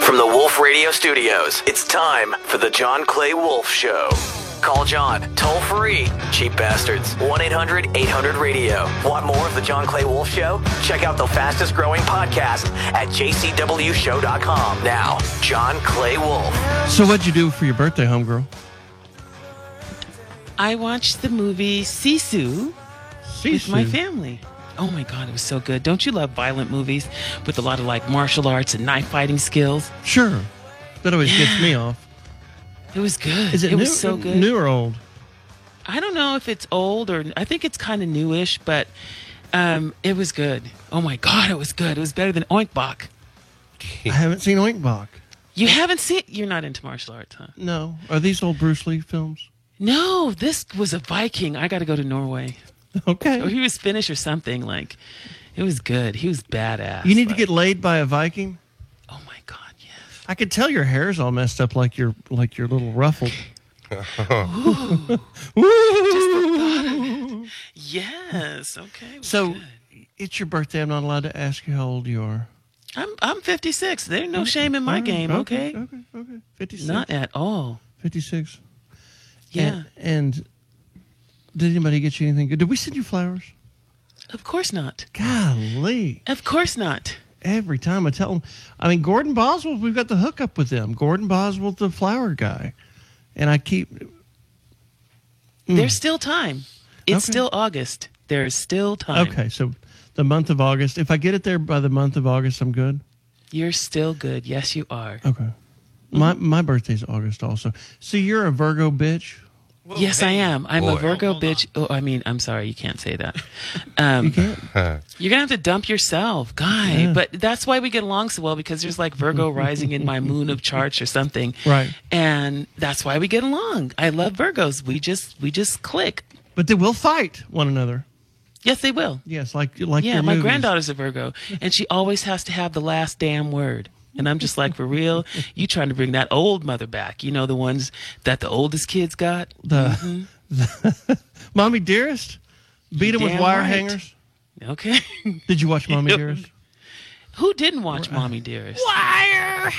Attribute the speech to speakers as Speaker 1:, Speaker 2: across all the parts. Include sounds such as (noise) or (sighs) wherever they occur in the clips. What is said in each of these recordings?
Speaker 1: From the Wolf Radio Studios, it's time for the John Clay Wolf Show. Call John, toll free, cheap bastards. 1 800 800 Radio. Want more of the John Clay Wolf Show? Check out the fastest growing podcast at jcwshow.com. Now, John Clay Wolf.
Speaker 2: So what'd you do for your birthday, homegirl?
Speaker 3: I watched the movie Sisu with my family. Oh my God, it was so good. Don't you love violent movies with a lot of like martial arts and knife fighting skills?
Speaker 2: Sure. That always gets me off.
Speaker 3: It was good.
Speaker 2: Is it, new,
Speaker 3: was so good.
Speaker 2: new or old?
Speaker 3: I don't know if it's old or I think it's kind of newish, but um, it was good. Oh my God, it was good. It was better than Oink Bok.
Speaker 2: I haven't seen Oinkbach.
Speaker 3: You haven't seen You're not into martial arts, huh?
Speaker 2: No. Are these old Bruce Lee films?
Speaker 3: No, this was a Viking. I got to go to Norway. Or
Speaker 2: Okay.
Speaker 3: he was Finnish or something. Like, it was good. He was badass.
Speaker 2: You need to
Speaker 3: Like,
Speaker 2: get laid by a Viking.
Speaker 3: Oh my God, yes.
Speaker 2: I could tell your hair's all messed up, like your like your little ruffled. (laughs)
Speaker 3: Yes. Okay.
Speaker 2: So
Speaker 3: good.
Speaker 2: it's your birthday. I'm not allowed to ask you how old you are.
Speaker 3: I'm I'm 56. There's no shame in my game. Okay.
Speaker 2: Okay. Okay. okay. Fifty-six.
Speaker 3: Not at all.
Speaker 2: Fifty-six.
Speaker 3: Yeah.
Speaker 2: And, and did anybody get you anything good? Did we send you flowers?
Speaker 3: Of course not.
Speaker 2: Golly.
Speaker 3: Of course not.
Speaker 2: Every time I tell them, I mean, Gordon Boswell, we've got the hookup with them. Gordon Boswell, the flower guy. And I keep,
Speaker 3: There's still time. It's
Speaker 2: Hmm. Okay.
Speaker 3: still August. There's still time.
Speaker 2: okay, so the month of August, if I get it there by the month of August, I'm good.
Speaker 3: You're still good. Yes, you are.
Speaker 2: Okay. My my birthday's August also. So you're a Virgo bitch.
Speaker 3: yes, I am. I'm a
Speaker 4: boy.
Speaker 3: Virgo bitch. Oh, I mean, I'm sorry. You can't say that. Um,
Speaker 2: You can't.
Speaker 3: You're gonna have to dump yourself, guy. But that's why we get along so well because there's like Virgo
Speaker 2: Mm-hmm.
Speaker 3: rising in my moon of charts or something.
Speaker 2: Right.
Speaker 3: And that's why we get along. I love Virgos. We just we just click.
Speaker 2: But they will fight one another.
Speaker 3: Yes, they will.
Speaker 2: Yes, like like
Speaker 3: Yeah,
Speaker 2: your
Speaker 3: my
Speaker 2: movies.
Speaker 3: granddaughter's a Virgo, and she always has to have the last damn word. And I'm just like, for
Speaker 2: (laughs)
Speaker 3: real, you trying to bring that old mother back? You know, the ones that the oldest kids got.
Speaker 2: The,
Speaker 3: Mm-hmm.
Speaker 2: (laughs) the- mommy dearest, beat him with
Speaker 3: Damn
Speaker 2: wire
Speaker 3: right.
Speaker 2: hangers.
Speaker 3: Okay,
Speaker 2: (laughs) Did you watch
Speaker 3: (laughs)
Speaker 2: Mommy Dearest?
Speaker 3: who didn't watch (laughs) Mommy Dearest?
Speaker 2: Wire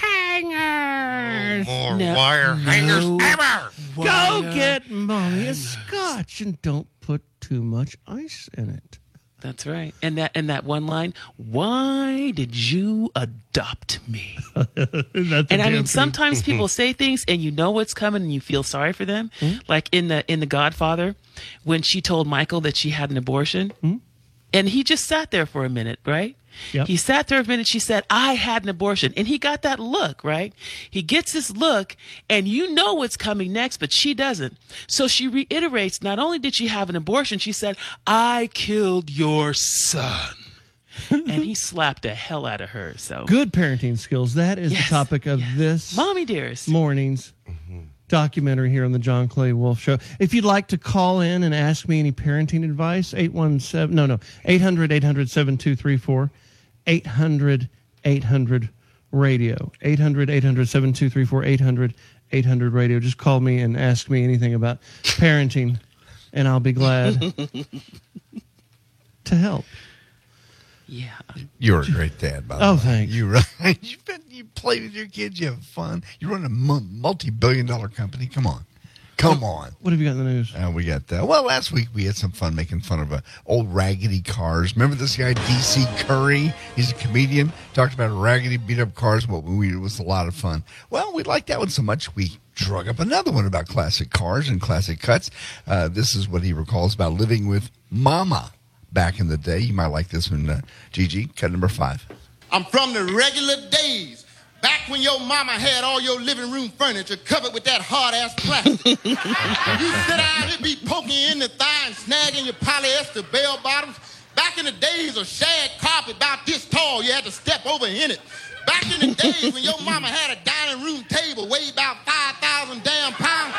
Speaker 2: hangers.
Speaker 4: More
Speaker 3: No.
Speaker 4: wire hangers
Speaker 3: No.
Speaker 4: ever.
Speaker 2: Go get mommy a scotch and don't put too much ice in it.
Speaker 3: That's right. And that and that one line, why did you adopt me?
Speaker 2: That's a Mm-hmm.
Speaker 3: And I
Speaker 2: damn
Speaker 3: mean
Speaker 2: truth.
Speaker 3: sometimes
Speaker 4: (laughs)
Speaker 3: people say things and you know what's coming and you feel sorry for them.
Speaker 2: Mm-hmm.
Speaker 3: Like in the in The Godfather, when she told Michael that she had an abortion and he just sat there for a minute, right?
Speaker 2: Mm-hmm. Yep.
Speaker 3: He sat there for a minute, she said, I had an abortion. And he got that look, right? He gets this look and you know what's coming next, but she doesn't. So she reiterates, not only did she have an abortion, she said, I killed your son.
Speaker 2: (laughs)
Speaker 3: and he slapped the hell out of her. So
Speaker 2: good parenting skills. That is
Speaker 3: Yes,
Speaker 2: the topic of this
Speaker 3: Mommy dearest.
Speaker 2: morning's documentary here on the John Clay Wolf Show. If you'd like to call in and ask me any parenting advice, 817, no, no, 800 800 7234, 800 800 radio, 800 800 7234, 800 800 radio. Just call me and ask me anything about parenting, and I'll
Speaker 5: (laughs)
Speaker 3: (laughs)
Speaker 2: be glad to help. (laughs)
Speaker 3: Yeah.
Speaker 4: You're a great dad, by the
Speaker 2: Oh,
Speaker 4: way.
Speaker 2: thanks.
Speaker 4: You right. (laughs) You've been, you play with your kids. You have fun. You run a mu- multi-billion-dollar company. Come on, come on.
Speaker 2: What have you got in the news?
Speaker 4: Uh, we got that. Well, last week we had some fun making fun of uh, old raggedy cars. Remember this guy, DC Curry? He's a comedian. Talked about raggedy, beat up cars. What we it was a lot of fun. Well, we liked that one so much we drug up another one about classic cars and classic cuts. Uh, this is what he recalls about living with Mama back in the day. You might like this one, uh, Gigi. Cut number five.
Speaker 6: I'm from the regular days. Back when your mama had all your living room furniture covered with that hard ass plastic. you sit out and be poking you in the thigh and snagging your polyester bell bottoms. Back in the days of shag carpet about this tall, you had to step over in it. Back in the days when your mama had a dining room table weighed about 5,000 damn pounds.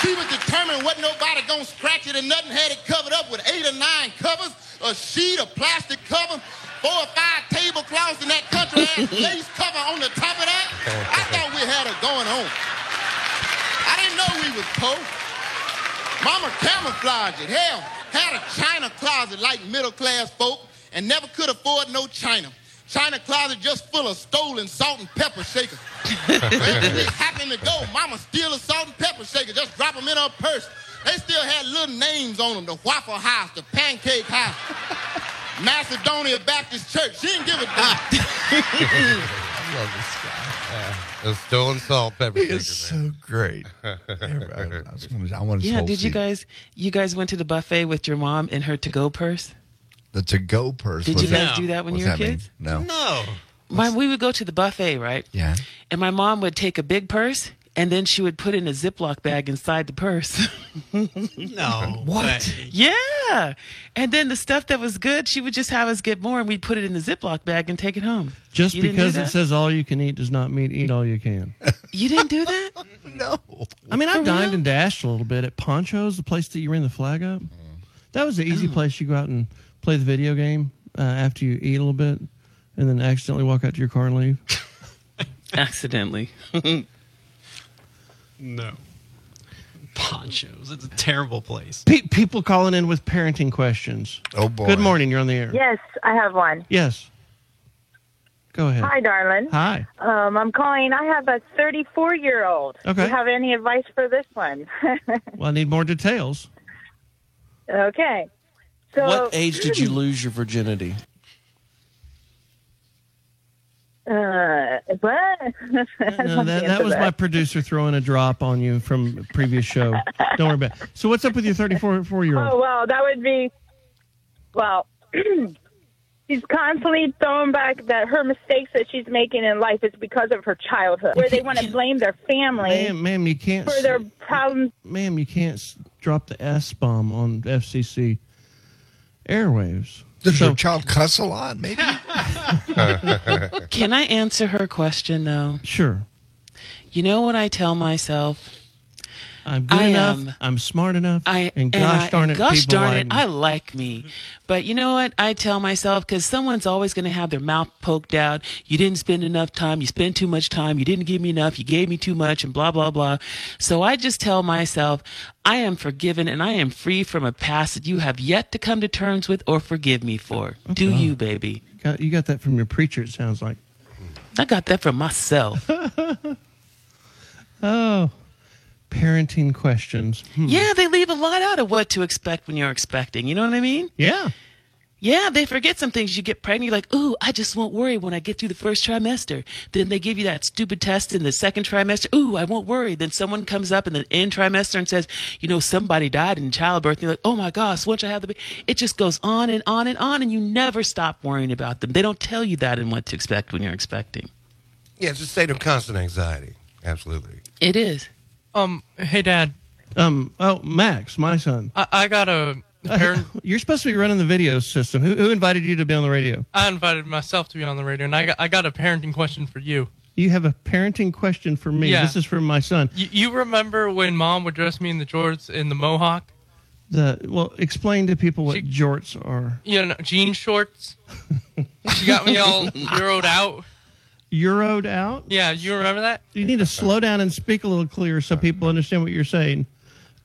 Speaker 6: She was determined wasn't nobody gonna scratch it and nothing had it covered up with eight or nine covers, a sheet, a plastic cover, four or five tablecloths and that country ass lace cover on the top of that. I thought we had it going on. I didn't know we was poor. Mama camouflaged it. Hell, had a china closet like middle class folk and never could afford no china.
Speaker 7: China closet just full of stolen salt and pepper shakers.
Speaker 8: (laughs)
Speaker 7: They happen to go. Mama steal a salt and pepper shaker, just drop them in her purse. They still had little names on them: the Waffle House, the Pancake House, Macedonia Baptist Church. She didn't give a damn.
Speaker 9: I love this guy. Yeah. The stolen salt pepper
Speaker 4: He is
Speaker 9: shaker, man.
Speaker 4: so
Speaker 9: (laughs)
Speaker 4: great. Everybody- I just wanna- I want to
Speaker 3: Yeah, did you guys you guys went to the buffet with your mom in her to go purse?
Speaker 4: the to go purse?
Speaker 3: Did
Speaker 4: What's
Speaker 3: you guys
Speaker 4: that-
Speaker 3: do that when
Speaker 4: what's
Speaker 3: you were
Speaker 4: that mean?
Speaker 3: kids?
Speaker 4: No.
Speaker 9: No.
Speaker 3: My, we would go to the buffet, right?
Speaker 4: Yeah.
Speaker 3: And my mom would take a big purse and then she would put in a Ziploc bag inside the
Speaker 2: (laughs)
Speaker 3: purse.
Speaker 9: No. What?
Speaker 3: yeah. And then the stuff that was good, she would just have us get more and we'd put it in the Ziploc bag and take it home.
Speaker 2: Just
Speaker 3: You didn't do
Speaker 2: because it
Speaker 3: that?
Speaker 2: says all you can eat does not mean eat all you can.
Speaker 3: You didn't do
Speaker 2: (laughs)
Speaker 3: that?
Speaker 4: No.
Speaker 2: I mean, I
Speaker 3: For
Speaker 2: dined
Speaker 3: real?
Speaker 2: and dashed a little bit at Poncho's, the place that you ran the flag up. That was the easy place you go out and play the video game uh, after you eat a little bit, and then accidentally walk out to your car and leave. (laughs)
Speaker 3: Accidentally.
Speaker 10: No. Ponchos. It's a terrible place.
Speaker 2: Pe- people calling in with parenting questions.
Speaker 4: Oh boy.
Speaker 2: Good morning. You're on the air.
Speaker 11: Yes, I have one.
Speaker 2: Yes. Go ahead.
Speaker 11: Hi, darling.
Speaker 2: Hi.
Speaker 11: Um, I'm calling. I have a 34 year old.
Speaker 2: Okay.
Speaker 11: Do you have any advice for this
Speaker 12: (laughs)
Speaker 11: one?
Speaker 2: Well, I need more details.
Speaker 11: okay. So,
Speaker 12: Oh.
Speaker 13: What age did you lose your virginity?
Speaker 11: Uh, what? (laughs) no,
Speaker 2: No, Uh, that, that was my producer throwing a drop on you from a previous show. Don't worry about it. So, what's up with your 34 four year
Speaker 11: Oh
Speaker 2: old?
Speaker 11: well, that would be. Well, (clears throat) she's constantly throwing back that her mistakes that she's making in life is because of her childhood, where they want to blame their family
Speaker 2: Ma'am, ma'am, you can't.
Speaker 11: for
Speaker 2: s-
Speaker 11: their problems.
Speaker 2: ma'am, you can't s- drop the S bomb on FCC airwaves.
Speaker 4: Does
Speaker 2: So-
Speaker 4: your child cuss a
Speaker 2: (laughs)
Speaker 4: lot? Maybe.
Speaker 11: (laughs)
Speaker 3: (laughs) Can I answer her question though?
Speaker 2: Sure.
Speaker 3: You know what I tell myself?
Speaker 2: I'm good
Speaker 3: I
Speaker 2: enough.
Speaker 3: am-
Speaker 2: I'm smart enough.
Speaker 3: I
Speaker 2: and gosh
Speaker 3: I-
Speaker 2: darn
Speaker 3: and
Speaker 2: it,
Speaker 3: gosh
Speaker 2: people
Speaker 3: darn
Speaker 2: like
Speaker 3: it,
Speaker 2: me.
Speaker 3: I like me. But you know what? I tell myself because someone's always going to have their mouth poked out. You didn't spend enough time. You spent too much time. You didn't give me enough. You gave me too much, and blah blah blah. So I just tell myself, I am forgiven and I am free from a past that you have yet to come to terms with or forgive me for.
Speaker 2: Oh,
Speaker 3: Do you, baby?
Speaker 2: Got- you got that from your preacher. It sounds like. (laughs)
Speaker 3: I got that from myself.
Speaker 2: Oh, parenting questions. Hmm.
Speaker 3: yeah, they leave a lot out of what to expect when you're expecting. You know what I mean?
Speaker 2: Yeah.
Speaker 3: Yeah, they forget some things. You get pregnant, you're like, ooh, I just won't worry when I get through the first trimester. Then they give you that stupid test in the second trimester. Ooh, I won't worry. Then someone comes up in the end trimester and says, you know, somebody died in childbirth. And you're like, oh my gosh, once I have the baby. It just goes on and on and on, and you never stop worrying about them. They don't tell you that and what to expect when you're expecting.
Speaker 9: Yeah, it's a state of constant anxiety. Absolutely.
Speaker 3: It is.
Speaker 5: Um, hey, Dad,
Speaker 2: Um. Oh, Max, my son.
Speaker 5: I, I got
Speaker 2: (laughs)
Speaker 5: a parent.
Speaker 2: You're supposed to be running the video system. Who, who invited you to be on the radio?
Speaker 5: I invited myself to be on the radio, and I got, I got a parenting question for you.
Speaker 2: You have a parenting question for me.
Speaker 5: Yeah.
Speaker 2: This is for my son.
Speaker 5: you. You remember when Mom would dress me in the jorts and the mohawk?
Speaker 2: The well, explain to people what
Speaker 5: She-
Speaker 2: jorts are.
Speaker 5: You know, jean
Speaker 2: (laughs)
Speaker 5: shorts. she got me all euroed out.
Speaker 2: Euroed out.
Speaker 5: Yeah, you remember that?
Speaker 2: You need to slow down and speak a little clearer so people understand what you're saying.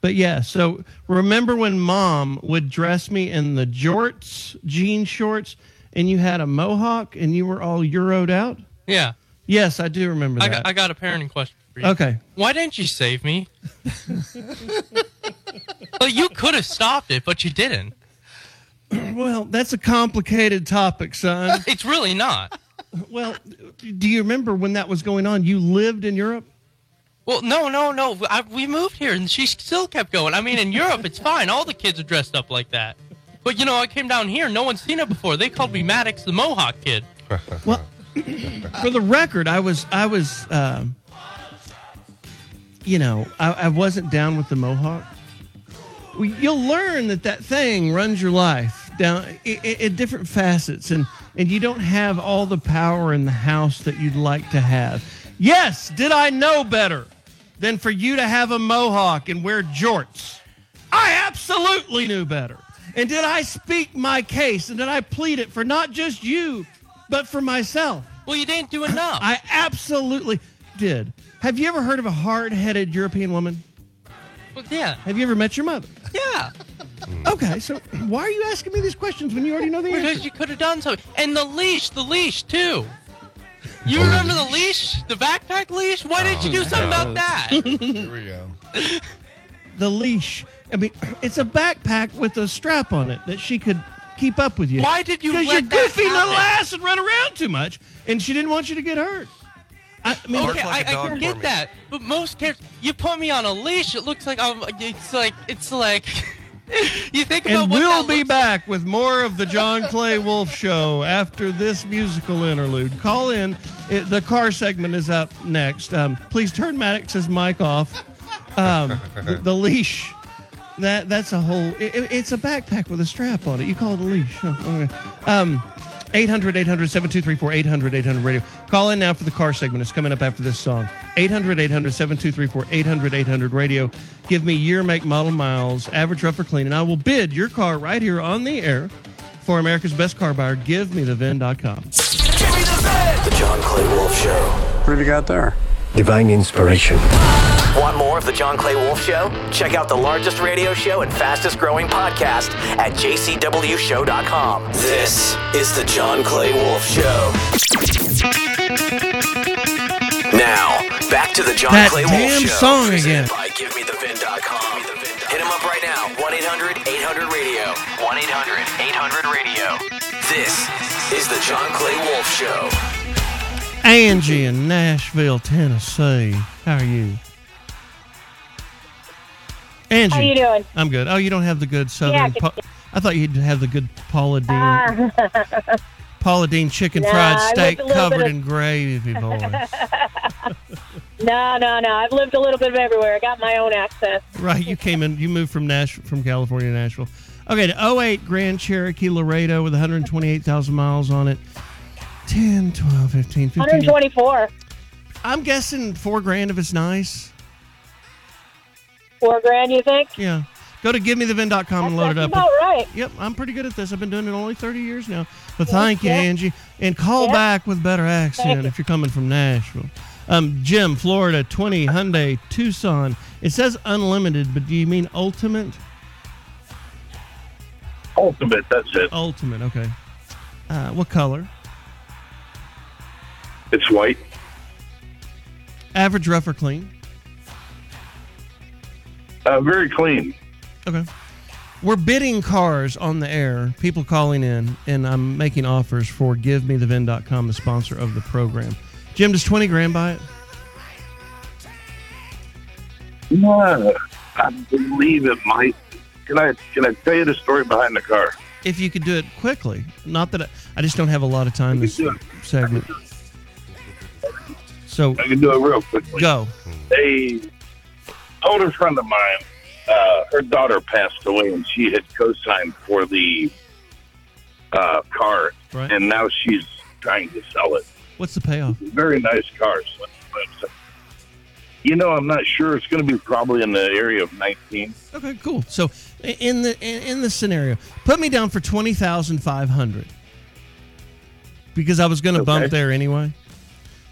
Speaker 2: But yeah, so remember when mom would dress me in the jorts, jean shorts, and you had a mohawk and you were all euroed out?
Speaker 5: Yeah,
Speaker 2: Yes, I do remember
Speaker 5: I
Speaker 2: that.
Speaker 5: got, I got a parenting question for you.
Speaker 2: okay.
Speaker 5: Why didn't you save
Speaker 2: (laughs)
Speaker 5: me? well, you could have stopped it, but you didn't.
Speaker 2: (clears throat) Well, that's a complicated topic, son.
Speaker 5: (laughs) It's really not.
Speaker 2: well, do you remember when that was going on? You lived in Europe?
Speaker 5: Well, no, no, no. I, we moved here, and she still kept going. I mean, in Europe, it's fine. All the kids are dressed up like that. But you know, I came down here. No one's seen it before. They called me Maddox the Mohawk Kid.
Speaker 2: Well, for the record, I was I was um, you know I, I wasn't down with the mohawk. Well, You'll learn that that thing runs your life down i- i- in different facets, and and you don't have all the power in the house that you'd like to have. Yes, did I know better than for you to have a mohawk and wear jorts? I absolutely knew better. And did I speak my case and did I plead it for not just you, but for myself?
Speaker 5: Well, you didn't do enough.
Speaker 2: (laughs) I absolutely did. Have you ever heard of a hard headed European woman?
Speaker 5: Well, yeah,
Speaker 2: Have you ever met your mother?
Speaker 5: yeah.
Speaker 2: (laughs) Okay, so why are you asking me these questions when you already know the answer?
Speaker 5: Because you could have done something. And the leash, the leash too. You remember the leash, the backpack leash? Why didn't you do something about that?
Speaker 4: Here we go.
Speaker 2: the leash. I mean, it's a backpack with a strap on it that she could keep up with you.
Speaker 5: Why did you
Speaker 2: Because
Speaker 5: let that
Speaker 2: you're goofy little
Speaker 5: happen?
Speaker 2: ass and run around too much, (laughs) and she didn't want you to get hurt. I, I mean,
Speaker 5: okay,
Speaker 9: like
Speaker 5: I,
Speaker 9: a
Speaker 5: I
Speaker 9: dog
Speaker 5: can
Speaker 9: for
Speaker 5: get
Speaker 9: me.
Speaker 5: that, but most characters, you put me on a leash, it looks like I'm. It's like it's like. (laughs) you think about
Speaker 2: and
Speaker 5: what
Speaker 2: we'll
Speaker 5: that
Speaker 2: be
Speaker 5: looks-
Speaker 2: back with more of the John Clay Wolf Show after this musical interlude. Call in. It, the car segment is up next. Um, please turn Maddox's mic off. Um, the, the leash. That that's a whole. It, it- it's a backpack with a strap on it. You call it a leash. Huh, okay. Um, 800 800 7234 800 800 radio. Call in now for the car segment. It's coming up after this song. 800 800 7234 800 800 radio. Give me year, make, model, miles, average, rough, or clean, and I will bid your car right here on the air for America's best car buyer. Give me the VIN.com.
Speaker 1: The John Clay Wolf Show.
Speaker 12: What have you got there?
Speaker 14: Divine inspiration.
Speaker 1: Want more of The John Clay Wolf Show? Check out the largest radio show and fastest growing podcast at jcwshow.com. This is The John Clay Wolf Show. Now, back to The John
Speaker 2: That
Speaker 1: Clay
Speaker 2: damn
Speaker 1: Wolf Show.
Speaker 2: song
Speaker 1: presented
Speaker 2: again.
Speaker 1: By GiveMeTheVin.com. Hit him up right now. 1 800 800 radio. 1 800 800 radio. This is The John Clay Wolf Show.
Speaker 2: Angie in Nashville, Tennessee. How are you? Angie.
Speaker 11: How you doing?
Speaker 2: I'm good. Oh, you don't have the good southern.
Speaker 11: Yeah, I could-
Speaker 2: pa- I thought you'd have the good Paula Dean, Paula Dean chicken
Speaker 11: Uh, Nah,
Speaker 2: fried
Speaker 11: I
Speaker 2: steak
Speaker 11: like a little
Speaker 2: covered
Speaker 11: bit of-
Speaker 2: in
Speaker 11: (laughs)
Speaker 2: gravy, boy.
Speaker 11: no, no, no. I've lived a little bit of everywhere. I got my own accent.
Speaker 2: right, you came in. You moved from Nash from California to Nashville. Okay, the 08 Grand Cherokee Laredo with 128,000 miles on it. 10, 12, 15, 15.
Speaker 11: 124.
Speaker 2: I'm guessing four grand if it's nice.
Speaker 11: Four grand, you think?
Speaker 2: Yeah. Go to givemethevin.com and load it up.
Speaker 11: About right.
Speaker 2: Yep, I'm pretty good at this. I've been doing it only 30 years now. But thank you,
Speaker 11: yeah.
Speaker 2: Angie. And call
Speaker 11: Yeah.
Speaker 2: back with better accent
Speaker 11: you.
Speaker 2: if you're coming from Nashville. Um, Jim, Florida, 20, Hyundai, Tucson. It says unlimited, but do you mean ultimate?
Speaker 15: Ultimate, that's it.
Speaker 2: Ultimate, okay. Uh, what color?
Speaker 15: It's white.
Speaker 2: Average, rough, or clean?
Speaker 15: Uh, very clean.
Speaker 2: Okay. We're bidding cars on the air, people calling in, and I'm making offers for GiveMeTheVin.com, the sponsor of the program. Jim, does 20 grand buy it?
Speaker 15: Yeah, Uh, I believe it might. Can I can I tell you the story behind the car?
Speaker 2: if you could do it quickly. Not that I, I just don't have a lot of time this segment. So
Speaker 15: I can do it real quickly.
Speaker 2: go.
Speaker 15: A older friend of mine, uh, her daughter passed away, and she had co-signed for the uh, car,
Speaker 2: Right.
Speaker 15: and now she's trying to sell it.
Speaker 2: What's the payoff?
Speaker 15: Very nice car. So, but, uh, you know, I'm not sure. It's going to be probably in the area of 19.
Speaker 2: Okay, cool. So i- in the in, in this scenario, put me down for twenty thousand five hundred because I was going to bump
Speaker 15: Okay.
Speaker 2: there anyway.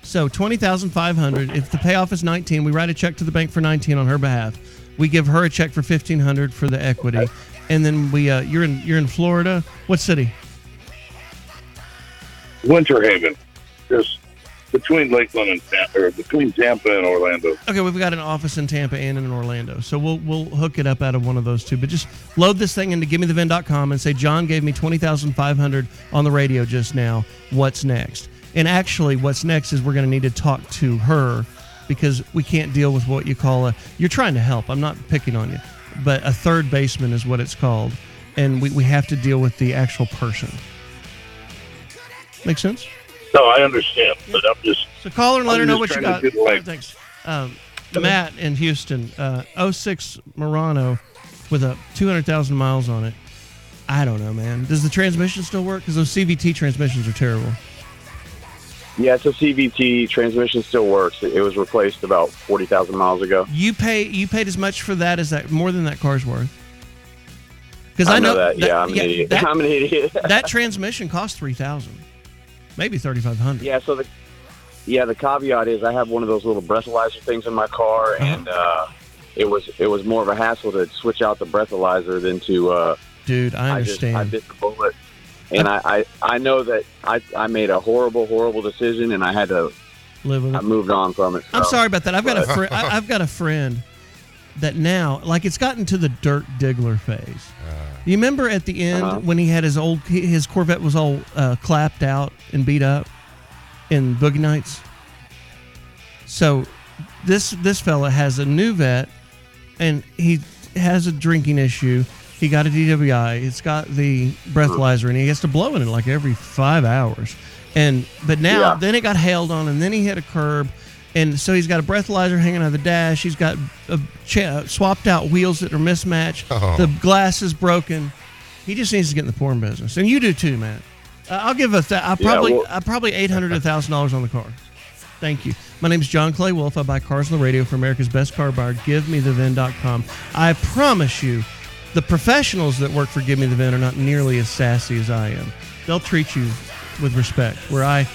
Speaker 2: So twenty thousand five hundred. If the payoff is nineteen, we write a check to the bank for nineteen on her behalf. We give her a check for fifteen hundred for the equity, and then we uh, you're in you're in Florida. What city?
Speaker 15: Winter Haven, just between Lakeland and Tampa, or between Tampa and Orlando.
Speaker 2: Okay, we've got an office in Tampa and in Orlando. So we'll we'll hook it up out of one of those two. But just load this thing into givemethevin.com and say John gave me 20,500 on the radio just now. What's next? And actually what's next is we're going to need to talk to her because we can't deal with what you call a you're trying to help. I'm not picking on you. But a third baseman is what it's called. And we, we have to deal with the actual person. Make sense?
Speaker 15: No, I understand, but I'm just
Speaker 2: So call her and let
Speaker 15: I'm
Speaker 2: her know what
Speaker 15: just
Speaker 2: you
Speaker 15: trying to
Speaker 2: got.
Speaker 15: get like-
Speaker 2: Thanks. Um, Matt in Houston, uh, 06 Murano with a 200,000 miles on it. I don't know, man. Does the transmission still work? Because those CVT transmissions are terrible.
Speaker 16: Yeah, it's a CVT. Transmission still works. It was replaced about 40,000 miles ago.
Speaker 2: You pay you paid as much for that as that more than that car's worth. Because
Speaker 16: I
Speaker 2: I
Speaker 16: know
Speaker 2: know
Speaker 16: that. Yeah, I'm an idiot.
Speaker 2: That,
Speaker 16: I'm an idiot. (laughs)
Speaker 2: that transmission costs three thousand, maybe thirty five hundred.
Speaker 16: Yeah, so the
Speaker 2: Uh-huh.
Speaker 16: yeah the caveat is I have one of those little breathalyzer things in my car, and uh, it was it was more of a hassle to switch out the breathalyzer than to. Uh,
Speaker 2: Dude, I
Speaker 16: just-
Speaker 2: understand.
Speaker 16: I bit the bullet, and I, I I know that I I made a horrible horrible decision, and I had to.
Speaker 2: Live with
Speaker 16: I moved on from it.
Speaker 2: I'm
Speaker 16: so.
Speaker 2: sorry about that. I've got a
Speaker 16: But-
Speaker 2: friend. I've got a friend that now, like, it's gotten to the Dirk Diggler phase. you remember at the end
Speaker 12: Uh-huh.
Speaker 2: when he had his old he- his Corvette was all uh, clapped out and beat up in Boogie Nights. So this this fella has a new vet, and he has a drinking issue. He got a DWI. It's got the breathalyzer, and he has to blow in it like every five hours. And but now
Speaker 12: Yeah.
Speaker 2: then it got hailed on, and then he hit a curb, and so he's got a breathalyzer hanging out of the dash. He's got uh ch- swapped out wheels that are mismatched.
Speaker 12: Oh.
Speaker 2: The glass is broken. He just needs to get in the porn business, and you do too, man. Uh, I'll give a th- I
Speaker 12: Yeah,
Speaker 2: probably
Speaker 12: well-
Speaker 2: I probably eight hundred to thousand dollars on the car. Thank you. My name's John Clay Wolf. I buy cars on the radio for America's Best Car Buyer. GiveMeTheVin.com. I promise you, the professionals that work for Give Me the Vin are not nearly as sassy as I am. They'll treat you with respect, where I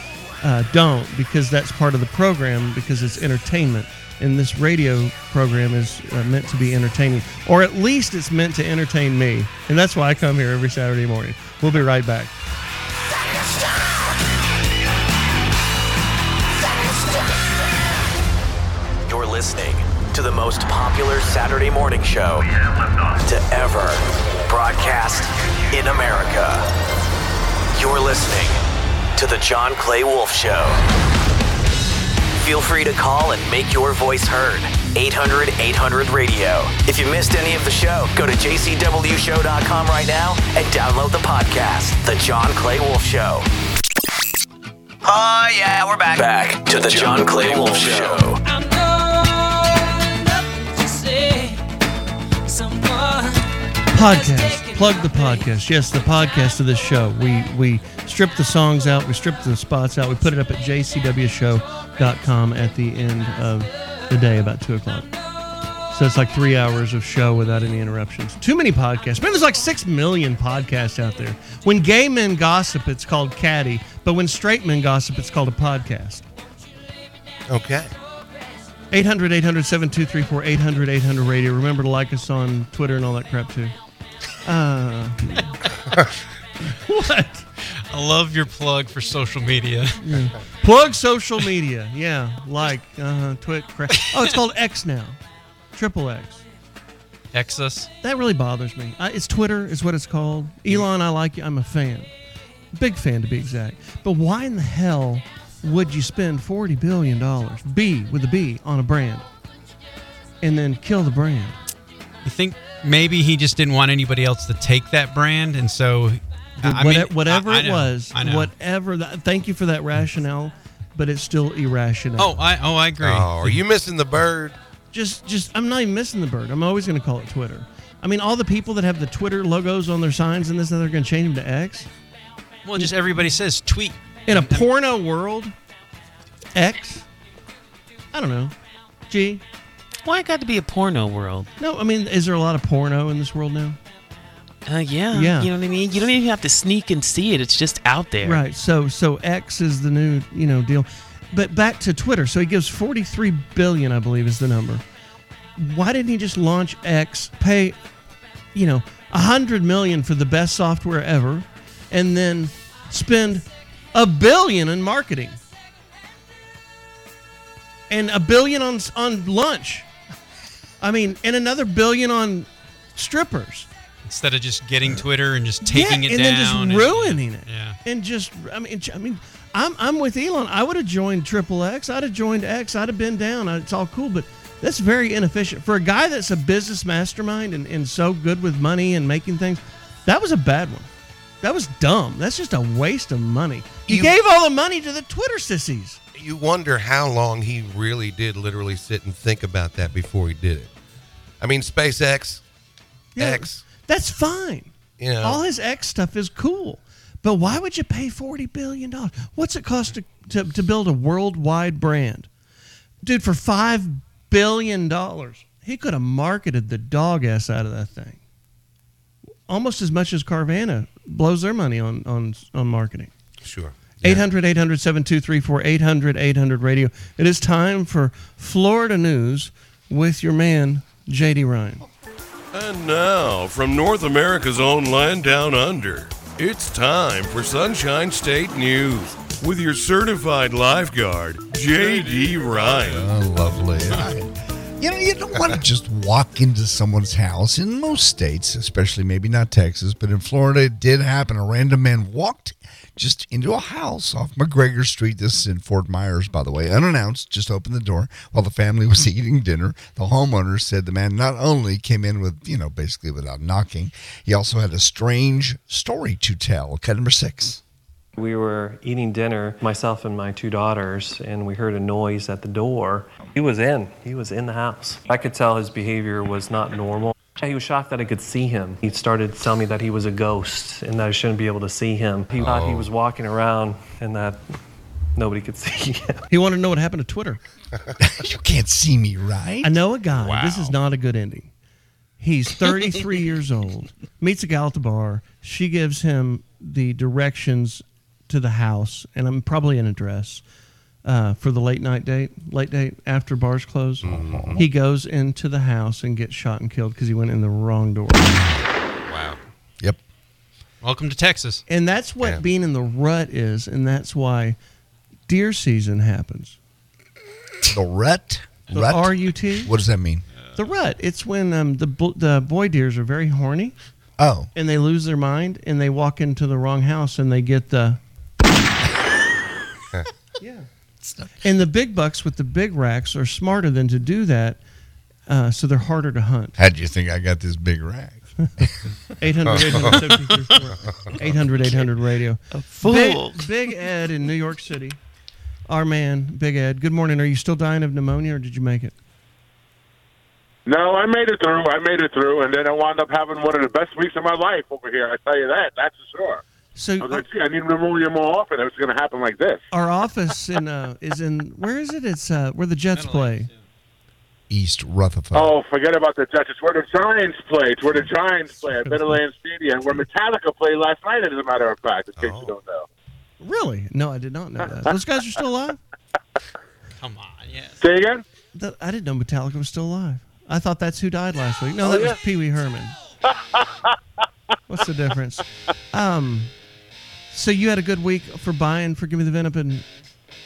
Speaker 2: uh, don't, because that's part of the program, because it's entertainment. And this radio program is uh, meant to be entertaining, or at least it's meant to entertain me. And that's why I come here every Saturday morning. We'll be right back.
Speaker 1: You're listening to the most popular Saturday morning show to ever broadcast in America. You're listening to The John Clay Wolf Show. Feel free to call and make your voice heard. 800 800 radio. If you missed any of the show, go to jcwshow.com right now and download the podcast, The John Clay Wolf Show. Oh, yeah, we're back. Back to The John Clay Wolf Show.
Speaker 2: (laughs) Podcast. Plug the podcast. Yes, the podcast of this show. We we strip the songs out, we strip the spots out, we put it up at jcwshow.com at the end of the day, about two o'clock. So it's like three hours of show without any interruptions. Too many podcasts. Man, there's like six million podcasts out there. When gay men gossip, it's called caddy, but when straight men gossip, it's called a podcast.
Speaker 9: Okay.
Speaker 2: 800 800 7234 800 800 radio. Remember to like us on Twitter and all that crap too. Uh, (laughs) what?
Speaker 10: I love your plug for social media.
Speaker 2: Yeah. Plug social media. Yeah, like uh, Twit. Crap. Oh, it's called X now. Triple X.
Speaker 10: Texas.
Speaker 2: That really bothers me. I, it's Twitter, is what it's called. Elon, I like you. I'm a fan. Big fan to be exact. But why in the hell would you spend $40 billion, B with a B, on a brand and then kill the brand?
Speaker 10: I think maybe he just didn't want anybody else to take that brand, and so
Speaker 2: Dude,
Speaker 10: I mean,
Speaker 2: whate- whatever
Speaker 10: I- I
Speaker 2: it
Speaker 10: know,
Speaker 2: was,
Speaker 10: I know.
Speaker 2: whatever. That, thank you for that rationale, but it's still irrational.
Speaker 10: Oh, I oh I agree.
Speaker 9: Oh, are you missing the bird?
Speaker 2: Just, just I'm not even missing the bird. I'm always going to call it Twitter. I mean, all the people that have the Twitter logos on their signs and this and that, they're going to change them to X.
Speaker 10: Well, just everybody says tweet.
Speaker 2: In a porno world, X. I don't know. G.
Speaker 3: Why it got to be a porno world?
Speaker 2: No, I mean, is there a lot of porno in this world now?
Speaker 3: Uh, yeah.
Speaker 2: Yeah.
Speaker 3: You know what I mean? You don't even have to sneak and see it. It's just out there.
Speaker 2: Right. So so X is the new you know deal, but back to Twitter. So he gives forty three billion, I believe, is the number. Why didn't he just launch X? Pay, you know, a hundred million for the best software ever, and then spend a billion in marketing, and a billion on on lunch. I mean, and another billion on strippers
Speaker 10: Instead of just getting Twitter and just taking
Speaker 2: yeah,
Speaker 10: it
Speaker 2: and
Speaker 10: down,
Speaker 2: then
Speaker 10: and-
Speaker 2: just ruining it.
Speaker 10: Yeah.
Speaker 2: and just I mean, j- I mean, I'm I'm with Elon. I would have joined Triple X. I'd have joined X. I'd have been down. I- It's all cool, but that's very inefficient for a guy that's a business mastermind and, and so good with money and making things. That was a bad one. That was dumb. That's just a waste of money. You, gave all the money to the Twitter sissies.
Speaker 9: You wonder how long he really did literally sit and think about that before he did it. I mean, SpaceX, X.
Speaker 2: That's fine.
Speaker 9: You know.
Speaker 2: All his X stuff is cool. But why would you pay forty billion dollars? What's it cost to, to, to build a worldwide brand? Dude, for five billion dollars, he could have marketed the dog ass out of that thing. Almost as much as Carvana blows their money on on, on marketing.
Speaker 9: Sure.
Speaker 2: 800 800 7234 800 800 radio. It is time for Florida News with your man, JD Ryan.
Speaker 12: And now, from North America's own land down under, it's time for Sunshine State News with your certified lifeguard, J.D. Ryan.
Speaker 4: lovely. You know, you don't want to just walk into someone's house in most states, especially maybe not Texas, but in Florida, it did happen. A random man walked just into a house off McGregor Street. This is in Fort Myers, by the way, unannounced, just opened the door while the family (laughs) was eating dinner. The homeowner said the man not only came in with, you know, basically without knocking, he also had a strange story to tell. Cut number six.
Speaker 14: We were eating dinner, myself and my two daughters, and we heard a noise at the door. He was in. He was in the house. I could tell his behavior was not normal. He was shocked that I could see him. He started telling me that he was a ghost and that I shouldn't be able to see him. He thought he
Speaker 2: Oh.
Speaker 14: was walking around and that nobody could (laughs) see him.
Speaker 2: He wanted to know what happened to Twitter.
Speaker 4: (laughs) you can't see me, right?
Speaker 2: I know a guy. This is not a good ending.
Speaker 4: (laughs)
Speaker 2: He's 33 years old, meets a gal at the bar. She gives him the directions to the house, and I'm probably an address uh, for the late night date, late date after bars close. He goes into the house and gets shot and killed because he went in the wrong door.
Speaker 9: Wow.
Speaker 4: Yep.
Speaker 10: Welcome to Texas.
Speaker 2: And that's what being in the rut is, and that's why deer season happens.
Speaker 4: The rut?
Speaker 2: The
Speaker 4: Rut?
Speaker 2: R-U-T?
Speaker 4: What does that mean?
Speaker 2: The rut. It's when um, the bo- the boy deers are very horny.
Speaker 4: Oh.
Speaker 2: And they lose their mind and they walk into the wrong house and they get the. yeah. And the big bucks with the big racks are smarter than to do that, uh, so they're harder to hunt.
Speaker 4: How do you think I got this big rack? (laughs)
Speaker 2: 800 800 800 radio.
Speaker 3: fool.
Speaker 2: Big, Big Ed in New York City. Our man, Big Ed. Good morning. Are you still dying of pneumonia or did you make it?
Speaker 17: No, I made it through. I made it through, and then I wound up having one of the best weeks of my life over here. I tell you that, that's for sure.
Speaker 2: So
Speaker 17: I was like, gee, I need pneumonia more often. It was going to happen like this.
Speaker 2: Our office in uh, is in where is it? It's uh, where the Jets play.
Speaker 4: East Rutherford.
Speaker 17: Oh, forget about the Jets. It's where the Giants play. It's where the Giants play at Meadowlands Stadium, where Metallica played last night, as a matter of fact, in case you don't know.
Speaker 2: Really? No, I did not know that. Those guys are still alive.
Speaker 10: Come on, yes.
Speaker 17: Say again?
Speaker 2: That- I didn't know Metallica was still alive. I thought that's who died last week. No,
Speaker 17: Oh,
Speaker 2: that
Speaker 17: yeah.
Speaker 2: was Pee Wee
Speaker 17: (laughs)
Speaker 2: Herman. What's the difference? Um, so you had a good week for buying for Give Me the Vent up in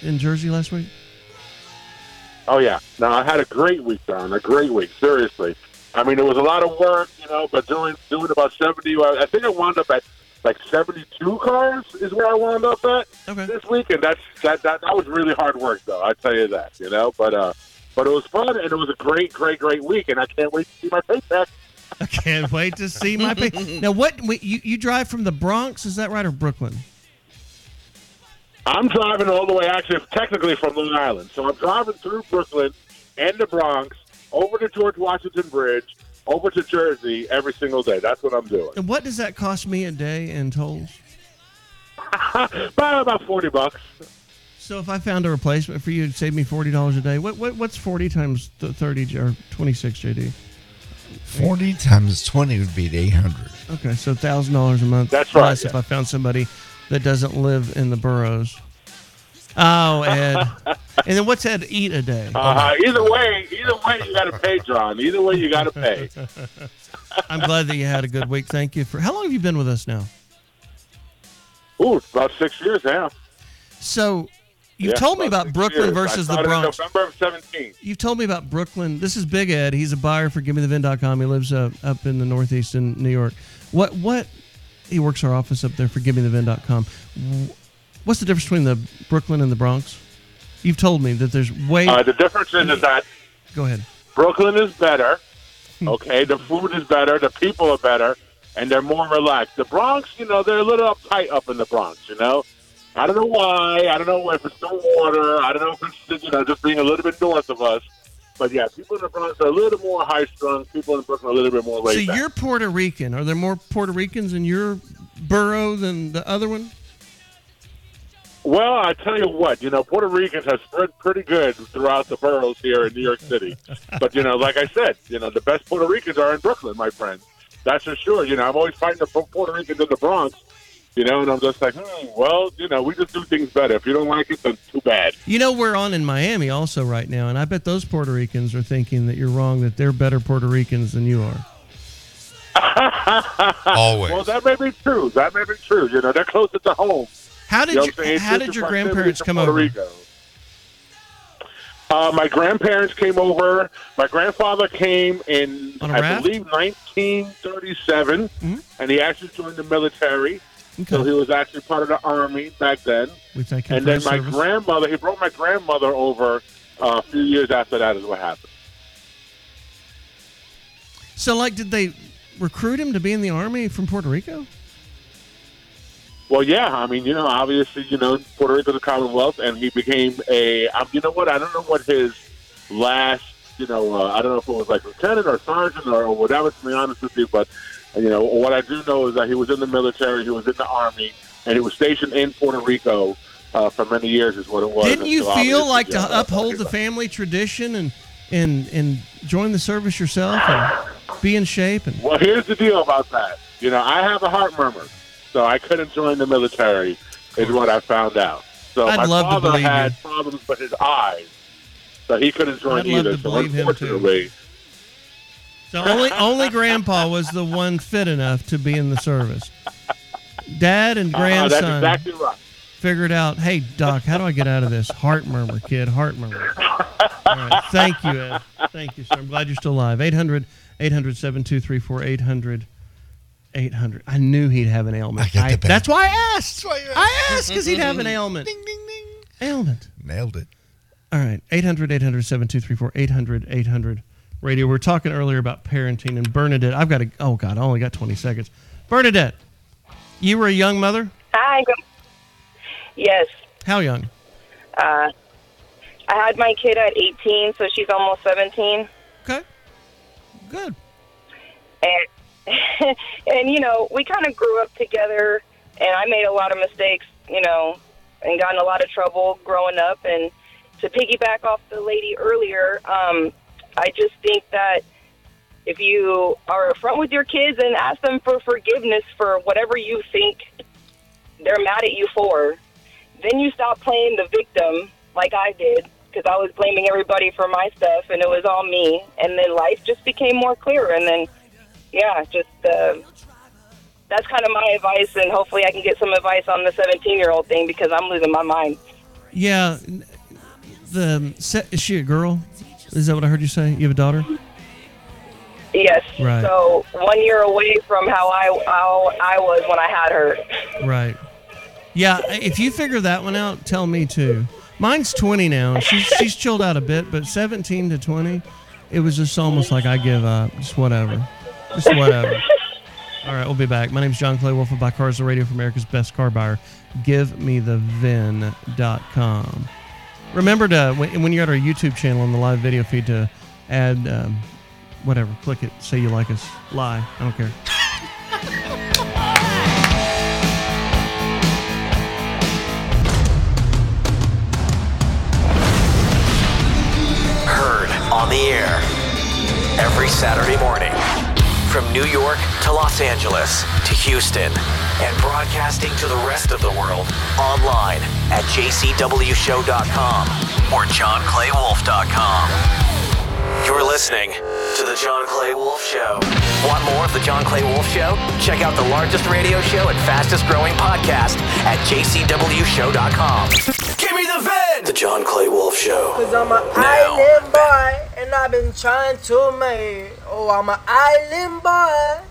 Speaker 2: in Jersey last week.
Speaker 17: Oh yeah. No, I had a great week, Don. A great week. Seriously. I mean, it was a lot of work, you know, but doing doing about seventy. I I think I wound up at like seventy-two cars is where I wound up at this weekend. That's that, that that was really hard work, though. I tell you that, you know. But uh, but it was fun, and it was a great, great, great week, and I can't wait to see my paycheck.
Speaker 2: I can't wait to see my.
Speaker 17: (laughs)
Speaker 2: Pee- now what? wait, You you drive from the Bronx? Is that right or Brooklyn?
Speaker 17: I'm driving all the way, actually, technically from Long Island. So I'm driving through Brooklyn and the Bronx, over to George Washington Bridge, over to Jersey every single day. That's what I'm doing.
Speaker 2: And what does that cost me a day in tolls?
Speaker 17: (laughs) About about forty bucks.
Speaker 2: So if I found a replacement for you, it'd save me forty dollars a day. What, what what's forty times th- thirty J- or twenty six JD?
Speaker 4: 40 times 20 would be 800.
Speaker 2: Okay, so thousand dollars a month.
Speaker 4: That's
Speaker 2: plus
Speaker 4: right,
Speaker 2: If I found somebody that doesn't live in the boroughs. Oh,
Speaker 4: (laughs)
Speaker 2: Ed. and then what's Ed eat a day? (laughs)
Speaker 4: Uh-huh,
Speaker 17: Uh, either way, either way, you got to pay, John. Either way, you got to pay.
Speaker 2: I'm glad that you had a good week. Thank you for how long have you been with us now?
Speaker 17: Ooh, it's about six years now.
Speaker 2: So you've
Speaker 17: Yeah,
Speaker 2: told me about
Speaker 17: six
Speaker 2: Brooklyn
Speaker 17: years. I
Speaker 2: versus the
Speaker 17: started in
Speaker 2: Bronx.
Speaker 17: November of seventeen.
Speaker 2: You've told me about Brooklyn. This is Big Ed. He's a buyer for GiveMeTheVin.com. He lives up, up in the Northeast in New York. What what? He works our office up there for GiveMeTheVin.com. Wh- What's the difference between the Brooklyn and the Bronx? You've told me that there's way.
Speaker 17: Uh, the difference is, is that
Speaker 2: Go ahead.
Speaker 17: Brooklyn is better. Okay, the food is better, the people are better, and they're more relaxed. The Bronx, you know, they're a little uptight up in the Bronx. You know, I don't know why. I don't know if it's the water. I don't know if it's you know just being a little bit north of us. But yeah, people in the Bronx are a little more high strung. People in Brooklyn are a little bit more laid
Speaker 2: so
Speaker 17: back.
Speaker 2: you're Puerto Rican. Are there more Puerto Ricans in your borough than the other one?
Speaker 17: Well, I tell you what, you know, Puerto Ricans have spread pretty good throughout the boroughs here in New York City. But you know, like I said, you know, the best Puerto Ricans are in Brooklyn, my friend. That's for sure. You know, I'm always fighting the Pu- Puerto Ricans in the Bronx, You know, and I'm just like, hmm, well, you know, we just do things better. If you don't like it, then too bad.
Speaker 2: You know, we're on in Miami also right now, and I bet those Puerto Ricans are thinking that you're wrong, that they're better Puerto Ricans than you are. (laughs)
Speaker 17: Always. Well, that may be true. That may be true. You know, they're closer to home.
Speaker 2: How did
Speaker 17: know
Speaker 2: you-
Speaker 17: what I'm saying?
Speaker 2: how
Speaker 17: It's
Speaker 2: did
Speaker 17: just
Speaker 2: your
Speaker 17: proximity
Speaker 2: grandparents
Speaker 17: to
Speaker 2: come
Speaker 17: Puerto
Speaker 2: over?
Speaker 17: Rico. Uh, my grandparents came over. My grandfather came in,
Speaker 2: On a
Speaker 17: I
Speaker 2: raft? Mm-hmm.
Speaker 17: believe, 1937, and he actually joined the military. So he was actually part of the army back then.
Speaker 2: We thank you
Speaker 17: And
Speaker 2: for
Speaker 17: then
Speaker 2: your
Speaker 17: my
Speaker 2: service.
Speaker 17: grandmother, he brought my grandmother over uh, a few years after that is what happened.
Speaker 2: so, like, did they recruit him to be in the army from Puerto Rico?
Speaker 17: Well, yeah, I mean, you know, obviously, you know, Puerto Rico the Commonwealth, and he became a. Um, you know what? I don't know what his last. You know, uh, I don't know if it was like lieutenant or sergeant or, or whatever. To be honest with you, but you know, what I do know is that he was in the military, he was in the army, and he was stationed in Puerto Rico uh, for many years. Is what it was.
Speaker 2: Didn't
Speaker 17: And
Speaker 2: you feel
Speaker 17: so Uh, obviously,
Speaker 2: like
Speaker 17: yeah,
Speaker 2: to uphold the family tradition and and and join the service yourself and be in shape and
Speaker 17: Well, here's the deal about that. You know, I have a heart murmur, so I couldn't join the military, is what I found out. So
Speaker 2: I'd
Speaker 17: my
Speaker 2: love to
Speaker 17: father
Speaker 2: believe you.
Speaker 17: had problems with his eyes, so he couldn't join
Speaker 2: I'd love
Speaker 17: either.
Speaker 2: to
Speaker 17: so
Speaker 2: believe him, too.
Speaker 17: unfortunately,
Speaker 2: so only only grandpa was the one fit enough to be in the service. Dad and
Speaker 17: Uh,
Speaker 2: grandson
Speaker 17: that's exactly right.
Speaker 2: figured out, hey doc, how do I get out of this? Heart murmur, kid, heart murmur. All right. Thank you, Ed. Thank you, sir. I'm glad you're still alive. 800 800 7234 800 800. I knew he'd have an ailment. I- that's why I asked. I asked because he'd have an ailment. Ding,
Speaker 4: ding, ding.
Speaker 2: Ailment.
Speaker 4: Nailed it.
Speaker 2: All right. 800 800 7234 800 800 radio. We were talking earlier about parenting and Bernadette. I've got a, oh God, I only got 20 seconds. Bernadette, you were a young mother?
Speaker 18: Hi. Yes.
Speaker 2: How young?
Speaker 18: Uh, I had my kid at 18, so she's almost 17.
Speaker 2: Okay. Good.
Speaker 18: And, (laughs) and you know, we kind of grew up together, and I made a lot of mistakes, you know, and got in a lot of trouble growing up. And to piggyback off the lady earlier, um, I just think that if you are upfront with your kids and ask them for forgiveness for whatever you think they're mad at you for, then you stop playing the victim like I did because I was blaming everybody for my stuff and it was all me. And then life just became more clear. And then, yeah, just uh, that's kind of my advice. And hopefully I can get some advice on the 17 year old thing because I'm losing my mind.
Speaker 2: Yeah. n- The, se- is she a girl? Is that what I heard you say? You have a daughter?
Speaker 18: Yes.
Speaker 2: Right.
Speaker 18: So one year away from how I, how I was when I had her.
Speaker 2: Right. Yeah, if you figure that one out, tell me too. Mine's 20 now. and She's she's chilled out a bit, but 17 to 20, it was just almost like I give up. Just whatever. Just whatever. All right, we'll be back. My name's John Clay Wolf of Buy Cars the Radio for America's Best Car Buyer. Give me the VIN.com. Remember to, when when you're at our YouTube channel on the live video feed, to add um, whatever. Click it. Say you like us. Lie. I don't care.
Speaker 1: Heard on the air every Saturday morning from New York to Los Angeles to Houston and broadcasting to the rest of the world online at jcwshow.com or johnclaywolf.com. You're listening to The John Clay Wolf Show. Want more of The John Clay Wolf Show? Check out the largest radio show and fastest growing podcast at jcwshow.com. Give me the vet! The John Clay Wolf Show.
Speaker 19: Cause I'm an island boy, and I've been trying to make. Oh, I'm an island boy.